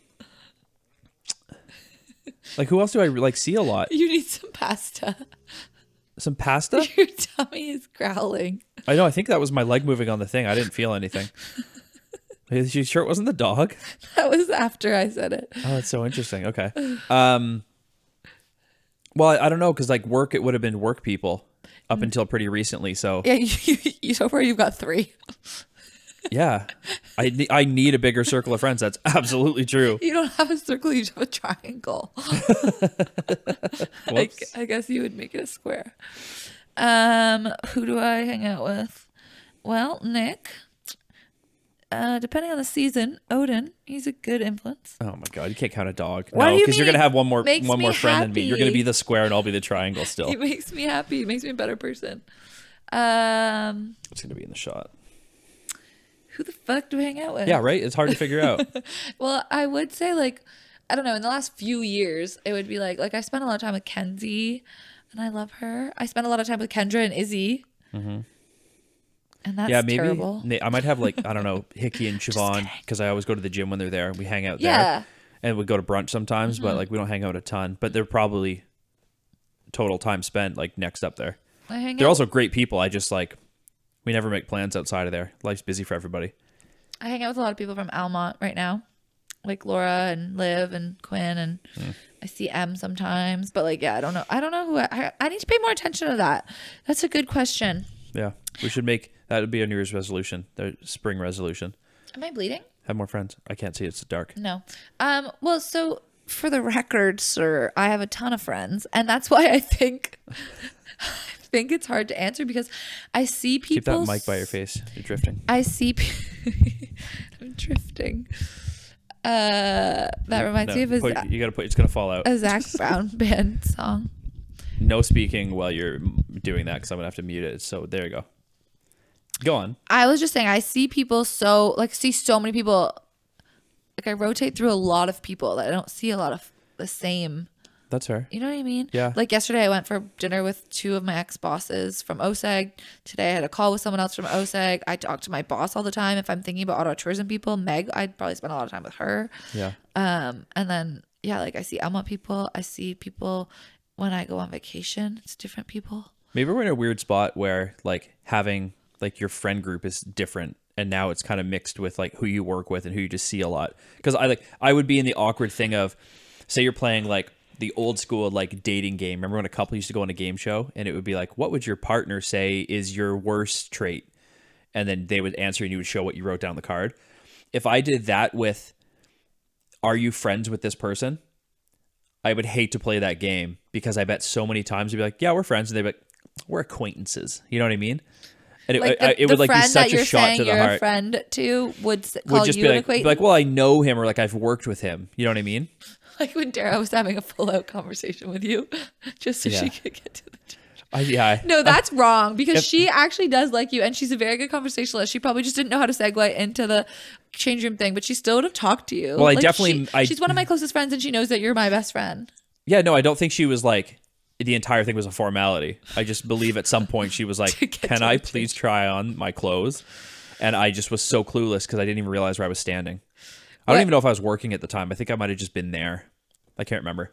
[SPEAKER 2] Like who else do I like see a lot?
[SPEAKER 1] You need some pasta.
[SPEAKER 2] Some pasta.
[SPEAKER 1] Your tummy is growling.
[SPEAKER 2] I know. I think that was my leg moving on the thing. I didn't feel anything. Are you sure it wasn't the dog?
[SPEAKER 1] That was after I said it.
[SPEAKER 2] Oh, that's so interesting. Okay. Um. Well, I, I don't know because like work, it would have been work
[SPEAKER 1] Mm-hmm.
[SPEAKER 2] people up until pretty recently. So
[SPEAKER 1] Yeah, you, you, you so far you've got three.
[SPEAKER 2] yeah, I ne- I need a bigger circle of friends. That's absolutely true.
[SPEAKER 1] You don't have a circle, you have a triangle. I,
[SPEAKER 2] Whoops.
[SPEAKER 1] I guess you would make it a square. Um, who do I hang out with? Well, Nick. Uh, depending on the season, Odin, he's a good influence.
[SPEAKER 2] Oh my god, you can't count a dog.
[SPEAKER 1] Why do
[SPEAKER 2] no,
[SPEAKER 1] you
[SPEAKER 2] because you are
[SPEAKER 1] mean
[SPEAKER 2] gonna
[SPEAKER 1] it
[SPEAKER 2] have one more
[SPEAKER 1] makes
[SPEAKER 2] one
[SPEAKER 1] me
[SPEAKER 2] more friend than me. You're gonna
[SPEAKER 1] happy?
[SPEAKER 2] be the square and I'll be the triangle still.
[SPEAKER 1] He makes me happy. He makes me a better person. Um,
[SPEAKER 2] It's gonna be in the shot.
[SPEAKER 1] who the fuck do I hang out with?
[SPEAKER 2] Yeah, right. It's hard to figure out.
[SPEAKER 1] Well, I would say like I don't know, in the last few years, it would be like like I spent a lot of time with Kenzie and I love her. I spent a lot of time with Kendra and Izzy. And that's
[SPEAKER 2] Mm-hmm. yeah, maybe
[SPEAKER 1] terrible.
[SPEAKER 2] na- I might have like I don't know Hickey and Siobhan because I always go to the gym when they're there and we hang out
[SPEAKER 1] Yeah. Mm-hmm.
[SPEAKER 2] there. And we go to brunch sometimes, but like we don't hang out a ton. But they're probably total time spent like next up there.
[SPEAKER 1] I hang
[SPEAKER 2] They're
[SPEAKER 1] out
[SPEAKER 2] also great people. I just like we never make plans outside of there. Life's busy for everybody.
[SPEAKER 1] I hang out with a lot of people from Almont right now. Like Laura and Liv and Quinn and
[SPEAKER 2] Hmm.
[SPEAKER 1] I see M sometimes, but like yeah, I don't know. I don't know who I, I I need to pay more attention to that. That's a good question.
[SPEAKER 2] Yeah, we should make that would be a New Year's resolution, the spring resolution.
[SPEAKER 1] Am I bleeding?
[SPEAKER 2] Have more friends. I can't see. It's dark.
[SPEAKER 1] No. Um, well, so for the record, sir, I have a ton of friends, and that's why I think I think it's hard to answer because I see people.
[SPEAKER 2] Keep that mic by your face. You're drifting.
[SPEAKER 1] I see. Pe- I'm drifting. Uh, that reminds
[SPEAKER 2] No,
[SPEAKER 1] me of a,
[SPEAKER 2] put-
[SPEAKER 1] Za-
[SPEAKER 2] you gotta put. It's gonna fall out.
[SPEAKER 1] a Zach Brown band song.
[SPEAKER 2] No speaking while you're doing that because I'm gonna have to mute it. So there you go. Go on.
[SPEAKER 1] I was just saying, I see people so like see so many people. Like I rotate through a lot of people that I don't see a lot of the same.
[SPEAKER 2] That's her.
[SPEAKER 1] You know what I mean?
[SPEAKER 2] Yeah.
[SPEAKER 1] Like yesterday, I went for dinner with two of my ex bosses from OSEG. Today, I had a call with someone else from OSEG. I talk to my boss all the time. If I'm thinking about auto tourism people, Meg, I'd probably spend a lot of time with her.
[SPEAKER 2] Yeah.
[SPEAKER 1] Um, and then yeah, like I see Elma people. I see people when I go on vacation. It's different people.
[SPEAKER 2] Maybe we're in a weird spot where like having like your friend group is different and now it's kind of mixed with like who you work with and who you just see a lot. Cuz I like I would be in the awkward thing of say you're playing like the old school like dating game. Remember when a couple used to go on a game show and it would be like what would your partner say is your worst trait? And then they would answer and you would show what you wrote down the card. If I did that with are you friends with this person? I would hate to play that game because I bet so many times you'd be like, yeah, we're friends. And they'd be like, we're acquaintances. You know what I mean? And it,
[SPEAKER 1] Like
[SPEAKER 2] I,
[SPEAKER 1] the,
[SPEAKER 2] it would
[SPEAKER 1] the
[SPEAKER 2] like
[SPEAKER 1] friend
[SPEAKER 2] be such
[SPEAKER 1] that you're
[SPEAKER 2] a shot
[SPEAKER 1] saying
[SPEAKER 2] to the
[SPEAKER 1] you're a
[SPEAKER 2] heart.
[SPEAKER 1] friend to would s-
[SPEAKER 2] Would
[SPEAKER 1] call
[SPEAKER 2] just
[SPEAKER 1] you
[SPEAKER 2] be
[SPEAKER 1] an
[SPEAKER 2] like, be
[SPEAKER 1] acquaintance.
[SPEAKER 2] like, well, I know him or like I've worked with him. You know what I mean?
[SPEAKER 1] like when Dara was having a full out conversation with you, just so
[SPEAKER 2] Yeah.
[SPEAKER 1] she could get to the.
[SPEAKER 2] I, yeah. I-
[SPEAKER 1] No, that's wrong because she actually does like you and she's a very good conversationalist. She probably just didn't know how to segue into the change room thing, but she still would have talked to you.
[SPEAKER 2] Well, I
[SPEAKER 1] Like,
[SPEAKER 2] definitely-
[SPEAKER 1] she-
[SPEAKER 2] I-
[SPEAKER 1] she's one of my closest friends and she knows that you're my best friend.
[SPEAKER 2] yeah. No, I don't think she was like, the entire thing was a formality. I just believe at some point she was like,
[SPEAKER 1] To get
[SPEAKER 2] can
[SPEAKER 1] to
[SPEAKER 2] I
[SPEAKER 1] the change.
[SPEAKER 2] please try on my clothes? And I just was so clueless because I didn't even realize where I was standing. I don't
[SPEAKER 1] What-
[SPEAKER 2] even know if I was working at the time. I think I might have just been there. I can't remember.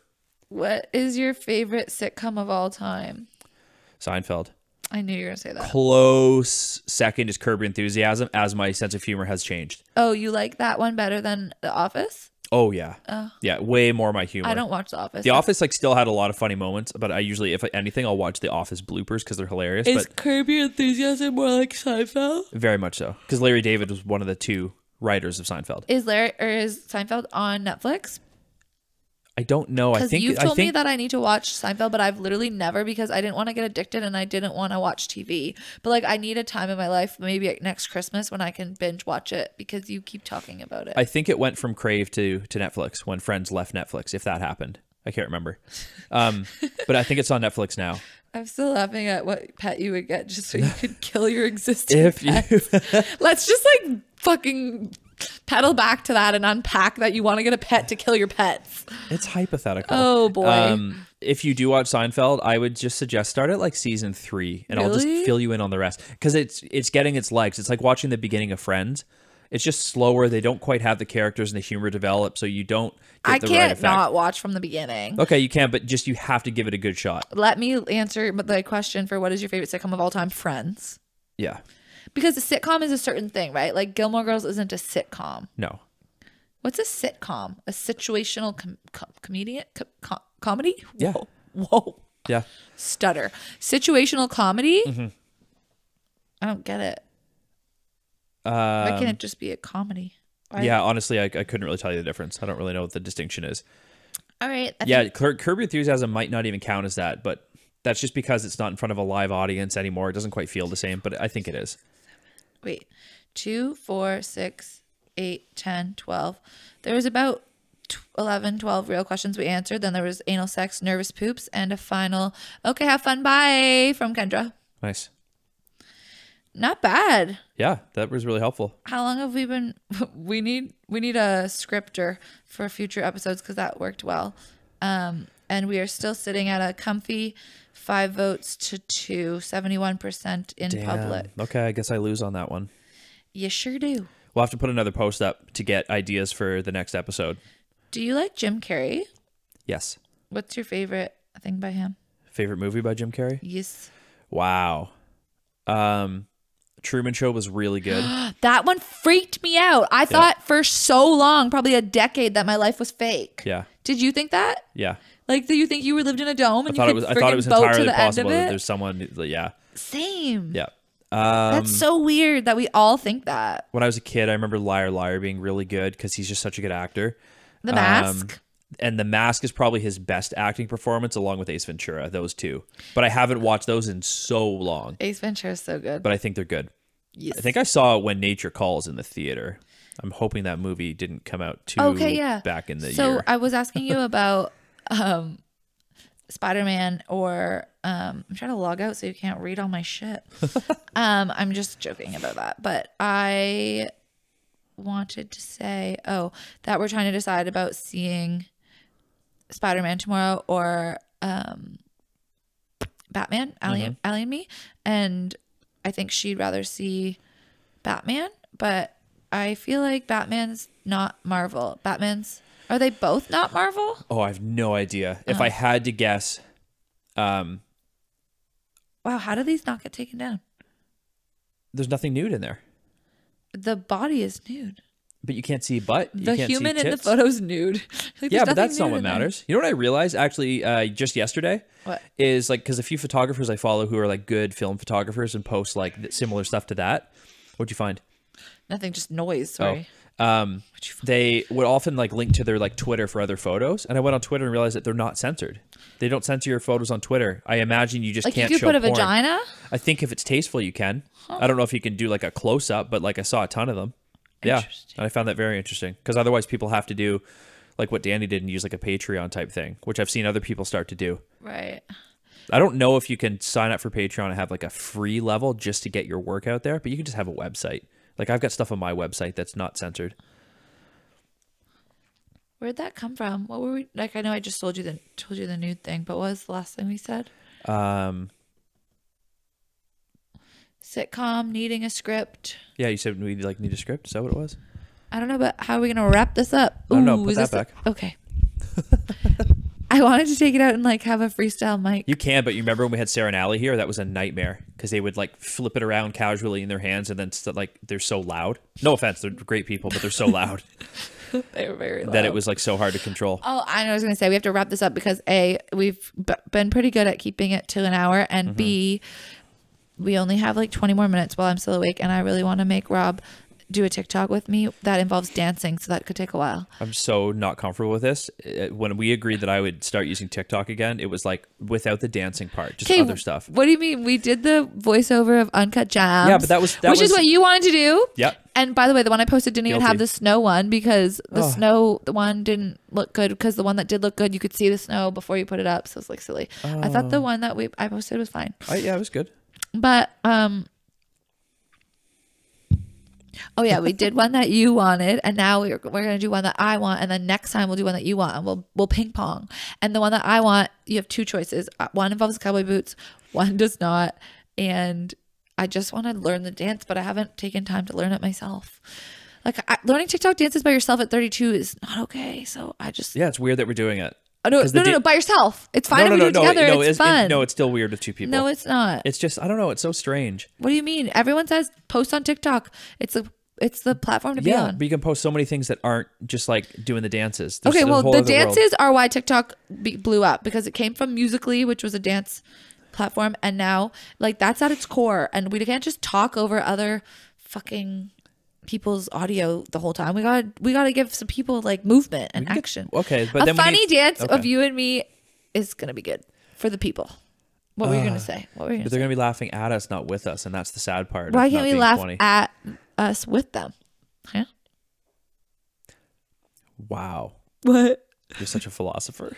[SPEAKER 1] What is your favorite sitcom of all time?
[SPEAKER 2] Seinfeld.
[SPEAKER 1] I knew you were gonna say that.
[SPEAKER 2] close second is Curb Your Enthusiasm as my sense of humor has changed.
[SPEAKER 1] Oh, you like that one better than The Office?
[SPEAKER 2] Oh yeah, yeah, way more my humor.
[SPEAKER 1] I don't watch The Office.
[SPEAKER 2] the Office like still had a lot of funny moments, but I usually, if anything, I'll watch The Office bloopers because they're hilarious.
[SPEAKER 1] is
[SPEAKER 2] but
[SPEAKER 1] Curb Your Enthusiasm more like Seinfeld?
[SPEAKER 2] very much so because Larry David was one of the two writers of Seinfeld.
[SPEAKER 1] Is Larry or is Seinfeld on Netflix?
[SPEAKER 2] I don't know. I
[SPEAKER 1] Because
[SPEAKER 2] think
[SPEAKER 1] you've
[SPEAKER 2] I
[SPEAKER 1] told me
[SPEAKER 2] think
[SPEAKER 1] that I need to watch Seinfeld, but I've literally never because I didn't want to get addicted and I didn't want to watch TV. But like, I need a time in my life, maybe like next Christmas when I can binge watch it because you keep talking about it.
[SPEAKER 2] I think it went from Crave to to Netflix when Friends left Netflix. If that happened, I can't remember. Um, but I think it's on Netflix now.
[SPEAKER 1] I, am still laughing at what pet you would get just so you could kill your existing.
[SPEAKER 2] If you
[SPEAKER 1] pet. Let's just like fucking pedal back to that and unpack that you want to get a pet to kill your pets.
[SPEAKER 2] It's hypothetical.
[SPEAKER 1] Oh, boy.
[SPEAKER 2] Um, if you do watch Seinfeld, I would just suggest start at like season three, and I'll
[SPEAKER 1] Really?
[SPEAKER 2] just fill you in on the rest because it's it's getting its legs. It's like watching the beginning of Friends. It's just slower. They don't quite have the characters and the humor develop, so you don't. Get
[SPEAKER 1] I
[SPEAKER 2] the
[SPEAKER 1] can't
[SPEAKER 2] right effect. Oh.
[SPEAKER 1] not watch from the beginning.
[SPEAKER 2] Okay, you can, but just you have to give it a good shot.
[SPEAKER 1] Let me answer the question for what is your favorite sitcom of all time? Friends.
[SPEAKER 2] Yeah.
[SPEAKER 1] because a sitcom is a certain thing, right? Like Gilmore Girls isn't a sitcom.
[SPEAKER 2] No.
[SPEAKER 1] What's a sitcom? A situational com- com- comedian co- com- comedy?
[SPEAKER 2] Yeah.
[SPEAKER 1] Whoa. Whoa.
[SPEAKER 2] Yeah.
[SPEAKER 1] Stutter.
[SPEAKER 2] Mm-hmm.
[SPEAKER 1] Situational comedy? I don't get it. Why can't it just be a comedy? Why-
[SPEAKER 2] Um, Yeah, honestly, I, I couldn't really tell you the difference. I don't really know what the distinction is.
[SPEAKER 1] All right. I
[SPEAKER 2] Yeah,
[SPEAKER 1] think-
[SPEAKER 2] Cur- Curb Your Enthusiasm might not even count as that, but that's just because it's not in front of a live audience anymore. It doesn't quite feel the same, but I think it is.
[SPEAKER 1] Wait. Two, four, six, eight, 10, 12. There was about tw- 11, 12 real questions we answered. Then there was anal sex, nervous poops, and a final, okay, have fun, bye, from Kendra.
[SPEAKER 2] Nice.
[SPEAKER 1] Not bad.
[SPEAKER 2] Yeah, that was really helpful.
[SPEAKER 1] How long have we been? We need we need a scripter for future episodes because that worked well. Um, and we are still sitting at a comfy five votes to two, 71% in public.
[SPEAKER 2] Okay, I guess I lose on that one.
[SPEAKER 1] You sure do.
[SPEAKER 2] We'll have to put another post up to get ideas for the next episode.
[SPEAKER 1] Do you like Jim Carrey?
[SPEAKER 2] Yes.
[SPEAKER 1] What's your favorite thing by him?
[SPEAKER 2] Favorite movie by Jim Carrey?
[SPEAKER 1] Yes.
[SPEAKER 2] Wow. Um Truman Show was really good.
[SPEAKER 1] That one freaked me out. I thought for so long, probably a decade, that my life was fake.
[SPEAKER 2] yeah.
[SPEAKER 1] Did you think that?
[SPEAKER 2] Yeah.
[SPEAKER 1] Like, do you think you were lived in a dome
[SPEAKER 2] I
[SPEAKER 1] and you
[SPEAKER 2] thought
[SPEAKER 1] could
[SPEAKER 2] it was I thought it was
[SPEAKER 1] boat to
[SPEAKER 2] entirely
[SPEAKER 1] the end of
[SPEAKER 2] possible that
[SPEAKER 1] it?
[SPEAKER 2] there's someone yeah.
[SPEAKER 1] Same.
[SPEAKER 2] Yeah. Um
[SPEAKER 1] That's so weird that we all think that.
[SPEAKER 2] when I was a kid, I remember Liar Liar being really good cuz he's just such a good actor.
[SPEAKER 1] The
[SPEAKER 2] Um,
[SPEAKER 1] mask.
[SPEAKER 2] and The Mask is probably his best acting performance along with Ace Ventura, those two. But I haven't watched those in so long,
[SPEAKER 1] Ace Ventura is so good.
[SPEAKER 2] but I think they're good.
[SPEAKER 1] yes.
[SPEAKER 2] I think I saw When Nature Calls in the theater. I'm hoping that movie didn't come out too
[SPEAKER 1] okay, yeah.
[SPEAKER 2] back in the
[SPEAKER 1] so
[SPEAKER 2] year.
[SPEAKER 1] I was asking you about um, Spider Man or um, I'm trying to log out so you can't read all my shit. um, I'm just joking about that, but I wanted to say, oh, that we're trying to decide about seeing Spider Man tomorrow or um, Batman, Ally,
[SPEAKER 2] Mm-hmm.
[SPEAKER 1] Ally and me, and I think she'd rather see Batman, but I feel like Batman's not Marvel. Batman's are they both not Marvel?
[SPEAKER 2] oh, I have no idea. If I
[SPEAKER 1] Uh-huh.
[SPEAKER 2] had to guess, um,
[SPEAKER 1] Wow, how do these not get taken down?
[SPEAKER 2] there's nothing nude in there.
[SPEAKER 1] The body is nude.
[SPEAKER 2] But you can't see butt. You
[SPEAKER 1] The
[SPEAKER 2] can't
[SPEAKER 1] human
[SPEAKER 2] see
[SPEAKER 1] in the
[SPEAKER 2] tits.
[SPEAKER 1] photo's nude. Like, there's
[SPEAKER 2] Yeah,
[SPEAKER 1] nothing
[SPEAKER 2] but that's not
[SPEAKER 1] nude
[SPEAKER 2] what
[SPEAKER 1] in there.
[SPEAKER 2] matters. You know what I realized actually uh, just yesterday
[SPEAKER 1] What?
[SPEAKER 2] is like because a few photographers I follow who are like good film photographers and post like th- similar stuff to that. What'd you find?
[SPEAKER 1] Nothing, just noise.
[SPEAKER 2] Oh,
[SPEAKER 1] Sorry.
[SPEAKER 2] Um,
[SPEAKER 1] What'd you find?
[SPEAKER 2] they would often like link to their like Twitter for other photos, and I went on Twitter and realized that they're not censored. They don't censor your photos on Twitter. I imagine you just
[SPEAKER 1] Like
[SPEAKER 2] can't
[SPEAKER 1] you could
[SPEAKER 2] show
[SPEAKER 1] put a
[SPEAKER 2] porn.
[SPEAKER 1] vagina.
[SPEAKER 2] I think if it's tasteful, you can. I don't know if you can do like a close up, but like I saw a ton of them. Yeah,
[SPEAKER 1] Interesting.
[SPEAKER 2] and I found that very interesting because otherwise people have to do like what Danny did and use like a Patreon type thing, which I've seen other people start to do.
[SPEAKER 1] Right.
[SPEAKER 2] I don't know if you can sign up for Patreon and have like a free level just to get your work out there, but you can just have a website. Like I've got stuff on my website that's not censored.
[SPEAKER 1] Where'd that come from? What were we like? I know I just told you the told you the nude thing, but what was the last thing we said?
[SPEAKER 2] Um,
[SPEAKER 1] Sitcom needing a script.
[SPEAKER 2] yeah, you said we like need a script. Is that what it was?
[SPEAKER 1] I don't know, but how are we gonna wrap this up?
[SPEAKER 2] I don't know. Put
[SPEAKER 1] is
[SPEAKER 2] that
[SPEAKER 1] this-
[SPEAKER 2] back.
[SPEAKER 1] Okay. I wanted to take it out and like have a freestyle mic.
[SPEAKER 2] You can, but you remember when we had Sarah and Allie here? That was a nightmare because they would like flip it around casually in their hands and then st- like they're so loud. No offense, they're great people, but they're so loud
[SPEAKER 1] They were very loud.
[SPEAKER 2] that it was like so hard to control.
[SPEAKER 1] Oh, I know. I was gonna say we have to wrap this up because a we've b- been pretty good at keeping it to an hour, and b
[SPEAKER 2] Mm-hmm.
[SPEAKER 1] we only have like 20 more minutes while I'm still awake, and I really want to make Rob do a TikTok with me that involves dancing, so that could take a while.
[SPEAKER 2] I'm so not comfortable with this. Uh, When we agreed that I would start using TikTok again, it was like without the dancing part, just other stuff.
[SPEAKER 1] What do you mean? We did the voiceover of Uncut Jams.
[SPEAKER 2] Yeah, but that was- that
[SPEAKER 1] which is
[SPEAKER 2] was-
[SPEAKER 1] what you wanted to do.
[SPEAKER 2] Yep.
[SPEAKER 1] And by the way, the one I posted didn't even
[SPEAKER 2] Guilty.
[SPEAKER 1] have the snow one because the
[SPEAKER 2] Ugh.
[SPEAKER 1] snow the one didn't look good because the one that did look good, you could see the snow before you put it up. So it's like silly. I thought
[SPEAKER 2] Oh.
[SPEAKER 1] the one that we I posted was fine.
[SPEAKER 2] I, yeah, it was good.
[SPEAKER 1] But um Oh yeah, we did one that you wanted, and now we're we're gonna do one that I want, and then next time we'll do one that you want, and we'll we'll ping pong. And the one that I want, you have two choices. Uh, One involves cowboy boots, one does not, and I just want to learn the dance, but I haven't taken time to learn it myself. Like I, learning TikTok dances by yourself at 32 is not okay. So I just
[SPEAKER 2] Yeah, it's weird that we're doing it.
[SPEAKER 1] oh, no no
[SPEAKER 2] 'cause the
[SPEAKER 1] no,
[SPEAKER 2] da-
[SPEAKER 1] no by yourself. It's fine
[SPEAKER 2] no,
[SPEAKER 1] if
[SPEAKER 2] no,
[SPEAKER 1] we
[SPEAKER 2] no,
[SPEAKER 1] do it together.
[SPEAKER 2] no,
[SPEAKER 1] it's,
[SPEAKER 2] it-
[SPEAKER 1] fun.
[SPEAKER 2] no, it's still weird with two people.
[SPEAKER 1] no, it's not.
[SPEAKER 2] it's just I don't know. It's so strange.
[SPEAKER 1] What do you mean? Everyone says post on TikTok. It's the it's the platform to
[SPEAKER 2] Yeah,
[SPEAKER 1] be
[SPEAKER 2] but
[SPEAKER 1] on.
[SPEAKER 2] you can post so many things that aren't just like doing the dances. There's
[SPEAKER 1] Okay,
[SPEAKER 2] a
[SPEAKER 1] well
[SPEAKER 2] whole
[SPEAKER 1] the
[SPEAKER 2] other world.
[SPEAKER 1] dances are why TikTok be, blew up because it came from Musically, which was a dance platform, and now like that's at its core, and we can't just talk over other fucking people's audio the whole time. We got to we got to give some people like movement and action.
[SPEAKER 2] okay, but
[SPEAKER 1] a
[SPEAKER 2] then we
[SPEAKER 1] funny
[SPEAKER 2] need-
[SPEAKER 1] dance of
[SPEAKER 2] okay.
[SPEAKER 1] you and me is gonna be good for the people. What were you gonna say? What were you gonna
[SPEAKER 2] Ah.
[SPEAKER 1] say?
[SPEAKER 2] But they're gonna be laughing at us, not with us, and that's the sad part. of
[SPEAKER 1] Why
[SPEAKER 2] not
[SPEAKER 1] can't we
[SPEAKER 2] being
[SPEAKER 1] laugh
[SPEAKER 2] 20.
[SPEAKER 1] at us with them? Huh?
[SPEAKER 2] wow,
[SPEAKER 1] What?
[SPEAKER 2] you're such a philosopher.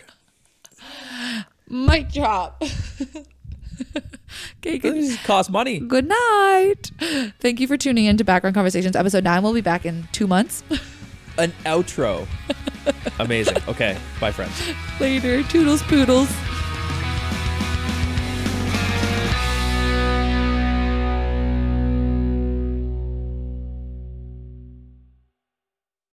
[SPEAKER 1] Mic drop. okay, good.
[SPEAKER 2] These cost money.
[SPEAKER 1] Good night. Thank you for tuning in to Background Conversations episode nine. We'll be back in two months.
[SPEAKER 2] An outro. Amazing. Okay, bye, friends.
[SPEAKER 1] Later. Toodles poodles.